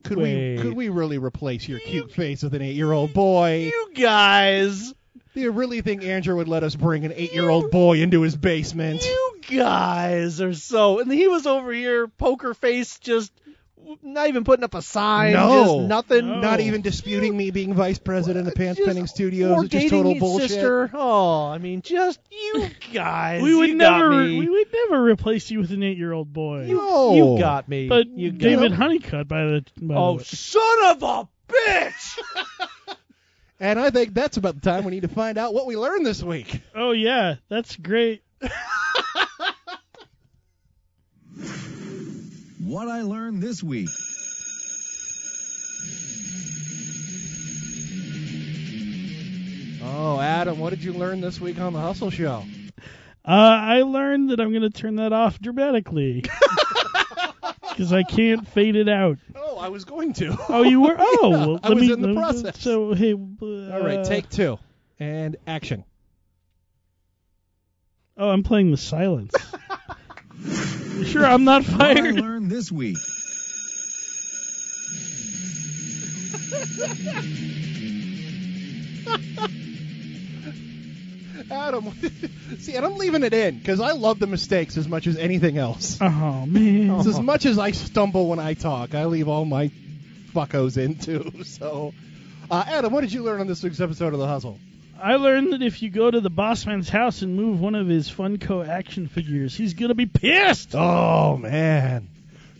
[SPEAKER 2] Could
[SPEAKER 4] Wait.
[SPEAKER 2] we could we really replace your cute face with an eight year old boy? You
[SPEAKER 5] guys.
[SPEAKER 2] Do you really think Andrew would let us bring an eight year old boy into his basement?
[SPEAKER 5] You guys are so. And he was over here, poker face, just not even putting up a sign.
[SPEAKER 2] no.
[SPEAKER 5] just nothing.
[SPEAKER 2] Not even disputing me being vice president of Pants Penning Studios.
[SPEAKER 5] Or
[SPEAKER 2] It's just
[SPEAKER 5] dating
[SPEAKER 2] total
[SPEAKER 5] his
[SPEAKER 2] bullshit.
[SPEAKER 5] sister. Oh, I mean, just you guys.
[SPEAKER 4] we would
[SPEAKER 5] you
[SPEAKER 4] never,
[SPEAKER 5] Got me.
[SPEAKER 4] we would never replace you with an eight-year-old boy.
[SPEAKER 5] You- No. you got me.
[SPEAKER 4] But
[SPEAKER 5] You got
[SPEAKER 4] David
[SPEAKER 5] me.
[SPEAKER 4] Honeycutt by the. By
[SPEAKER 5] Oh,
[SPEAKER 4] the
[SPEAKER 5] son of a bitch!
[SPEAKER 2] And I think that's about the time we need to find out what we learned this week.
[SPEAKER 4] oh yeah, that's great.
[SPEAKER 7] What I learned this week.
[SPEAKER 2] Oh, Adam, what did you learn this week on the Hustle Show?
[SPEAKER 4] Uh, I learned that I'm going to turn that off dramatically because I can't fade it out.
[SPEAKER 2] Oh, I was going to.
[SPEAKER 4] Oh, you were. Oh, well,
[SPEAKER 2] I
[SPEAKER 4] let
[SPEAKER 2] was
[SPEAKER 4] me,
[SPEAKER 2] in the
[SPEAKER 4] let me-
[SPEAKER 2] process.
[SPEAKER 4] So hey. uh,
[SPEAKER 2] All right, take two and action.
[SPEAKER 4] Oh, I'm playing the silence. You sure, I'm not
[SPEAKER 7] What I
[SPEAKER 4] fired.
[SPEAKER 7] learned this week.
[SPEAKER 2] Adam, see, and I'm leaving it in because I love the mistakes as much as anything else.
[SPEAKER 4] Oh man!
[SPEAKER 2] It's as much as I stumble when I talk, I leave all my fuckos in too. So, uh, Adam, what did you learn on this week's episode of The Hustle?
[SPEAKER 4] I learned that if you go to the boss man's house and move one of his Funko action figures, he's gonna be pissed.
[SPEAKER 2] Oh man,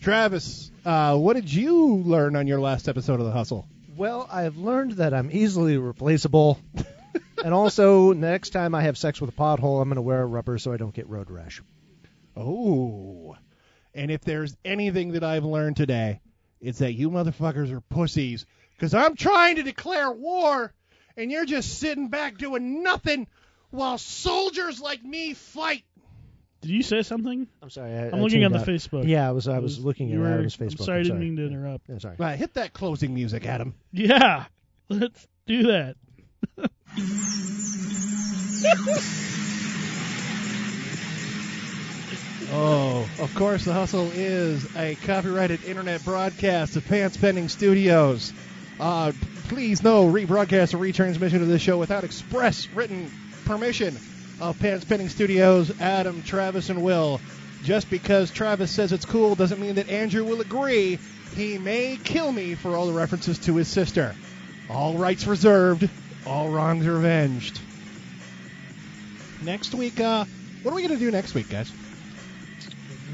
[SPEAKER 2] Travis, uh, what did you learn on your last episode of The Hustle?
[SPEAKER 5] Well, I've learned that I'm easily replaceable. and also, next time I have sex with a pothole, I'm going to wear a rubber so I don't get road rash.
[SPEAKER 2] Oh, and if there's anything that I've learned today, it's that you motherfuckers are pussies because I'm trying to declare war and you're just sitting back doing nothing while soldiers like me fight.
[SPEAKER 4] Did you say something?
[SPEAKER 5] I'm sorry. I,
[SPEAKER 4] I'm
[SPEAKER 5] I
[SPEAKER 4] looking at
[SPEAKER 5] tuned
[SPEAKER 4] the
[SPEAKER 5] out.
[SPEAKER 4] Facebook.
[SPEAKER 5] Yeah, I was I was looking
[SPEAKER 4] you
[SPEAKER 5] at
[SPEAKER 4] were-
[SPEAKER 5] Adam's Facebook.
[SPEAKER 4] I'm sorry, I
[SPEAKER 5] I'm
[SPEAKER 4] didn't mean to interrupt.
[SPEAKER 5] Yeah, sorry.
[SPEAKER 2] Right, hit that closing music, Adam.
[SPEAKER 4] Yeah, let's do that.
[SPEAKER 2] Oh, of course, The Hustle is a copyrighted internet broadcast of Pants Pending Studios. Uh, please, no rebroadcast or retransmission of this show without express written permission of Pants Pending Studios, Adam, Travis, and Will. Just because Travis says it's cool doesn't mean that Andrew will agree. He may kill me for all the references to his sister. All rights reserved, all wrongs revenged. Next week, uh, what are we going to do next week, guys?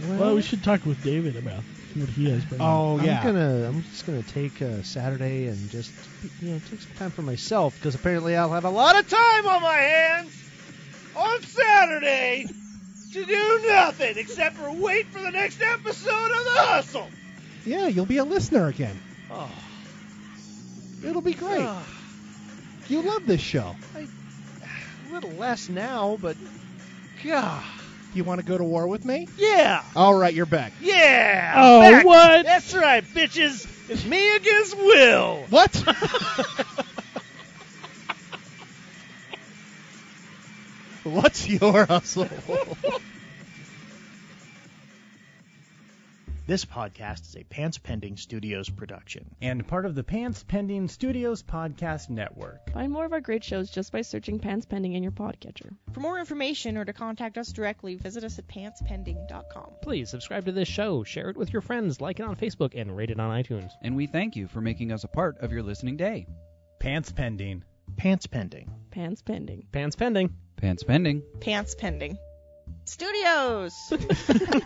[SPEAKER 4] Well, we should talk with David about what he has. Been
[SPEAKER 2] Oh,
[SPEAKER 5] I'm gonna I'm just gonna take uh, Saturday and just you know take some time for myself because apparently I'll have a lot of time on my hands on Saturday to do nothing except for wait for the next episode of the Hustle.
[SPEAKER 2] Yeah, you'll be a listener again.
[SPEAKER 5] Oh,
[SPEAKER 2] It'll be great. You love this show.
[SPEAKER 5] a little less now, but God,
[SPEAKER 2] You want to go to war with me?
[SPEAKER 5] yeah.
[SPEAKER 2] All right, you're back.
[SPEAKER 5] Yeah.
[SPEAKER 2] Oh,
[SPEAKER 5] back.
[SPEAKER 2] what?
[SPEAKER 5] That's right, bitches. It's me against Will.
[SPEAKER 2] What? What's your hustle?
[SPEAKER 23] This podcast is a Pants Pending Studios production.
[SPEAKER 25] and part of the Pants Pending Studios Podcast Network.
[SPEAKER 17] Find more of our great shows just by searching Pants Pending in your podcatcher.
[SPEAKER 6] For more information or to contact us directly, visit us at pantspending.com.
[SPEAKER 24] Please subscribe to this show, share it with your friends, like it on Facebook, and rate it on iTunes.
[SPEAKER 26] And we thank you for making us a part of your listening day.
[SPEAKER 25] Pants pending.
[SPEAKER 23] Pants pending.
[SPEAKER 17] Pants Pending.
[SPEAKER 24] Pants pending.
[SPEAKER 26] Pants pending.
[SPEAKER 6] Pants Pending Studios!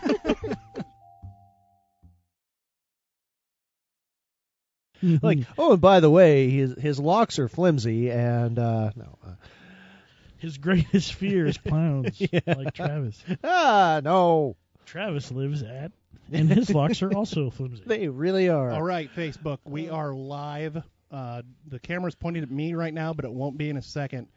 [SPEAKER 5] like, oh, and by the way, his his locks are flimsy, and uh, no, uh,
[SPEAKER 4] His greatest fear is clowns, like Travis.
[SPEAKER 5] ah, no,
[SPEAKER 4] Travis lives at, and his locks are also flimsy.
[SPEAKER 5] they really are.
[SPEAKER 2] All right, Facebook, we are live. Uh, the camera's pointed at me right now, but it won't be in a second.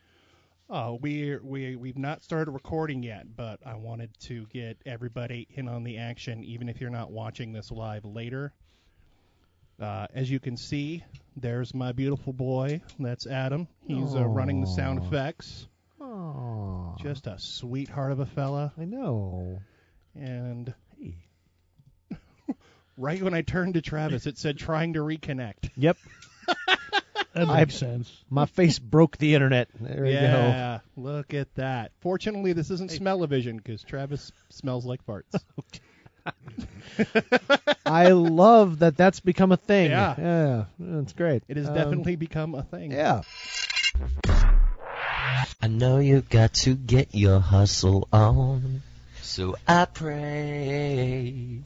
[SPEAKER 2] Uh, we we we've not started recording yet, but I wanted to get everybody in on the action, even if you're not watching this live later. Uh, as you can see, there's my beautiful boy. That's Adam. He's uh, running the sound
[SPEAKER 5] Aw.
[SPEAKER 2] effects. Just a sweetheart of a fella.
[SPEAKER 5] I know.
[SPEAKER 2] And right when I turned to Travis, it said trying to reconnect.
[SPEAKER 5] Yep.
[SPEAKER 4] That
[SPEAKER 5] I-
[SPEAKER 4] makes sense.
[SPEAKER 5] My face broke the internet. There you go.
[SPEAKER 2] yeah, look at that. Fortunately, this isn't smell-o-vision because Travis smells like farts.
[SPEAKER 5] I love that that's become a thing.
[SPEAKER 2] Yeah.
[SPEAKER 5] yeah that's great.
[SPEAKER 2] It has
[SPEAKER 5] Um,
[SPEAKER 2] definitely become a thing.
[SPEAKER 5] Yeah.
[SPEAKER 1] I know you got to get your hustle on, so I pray.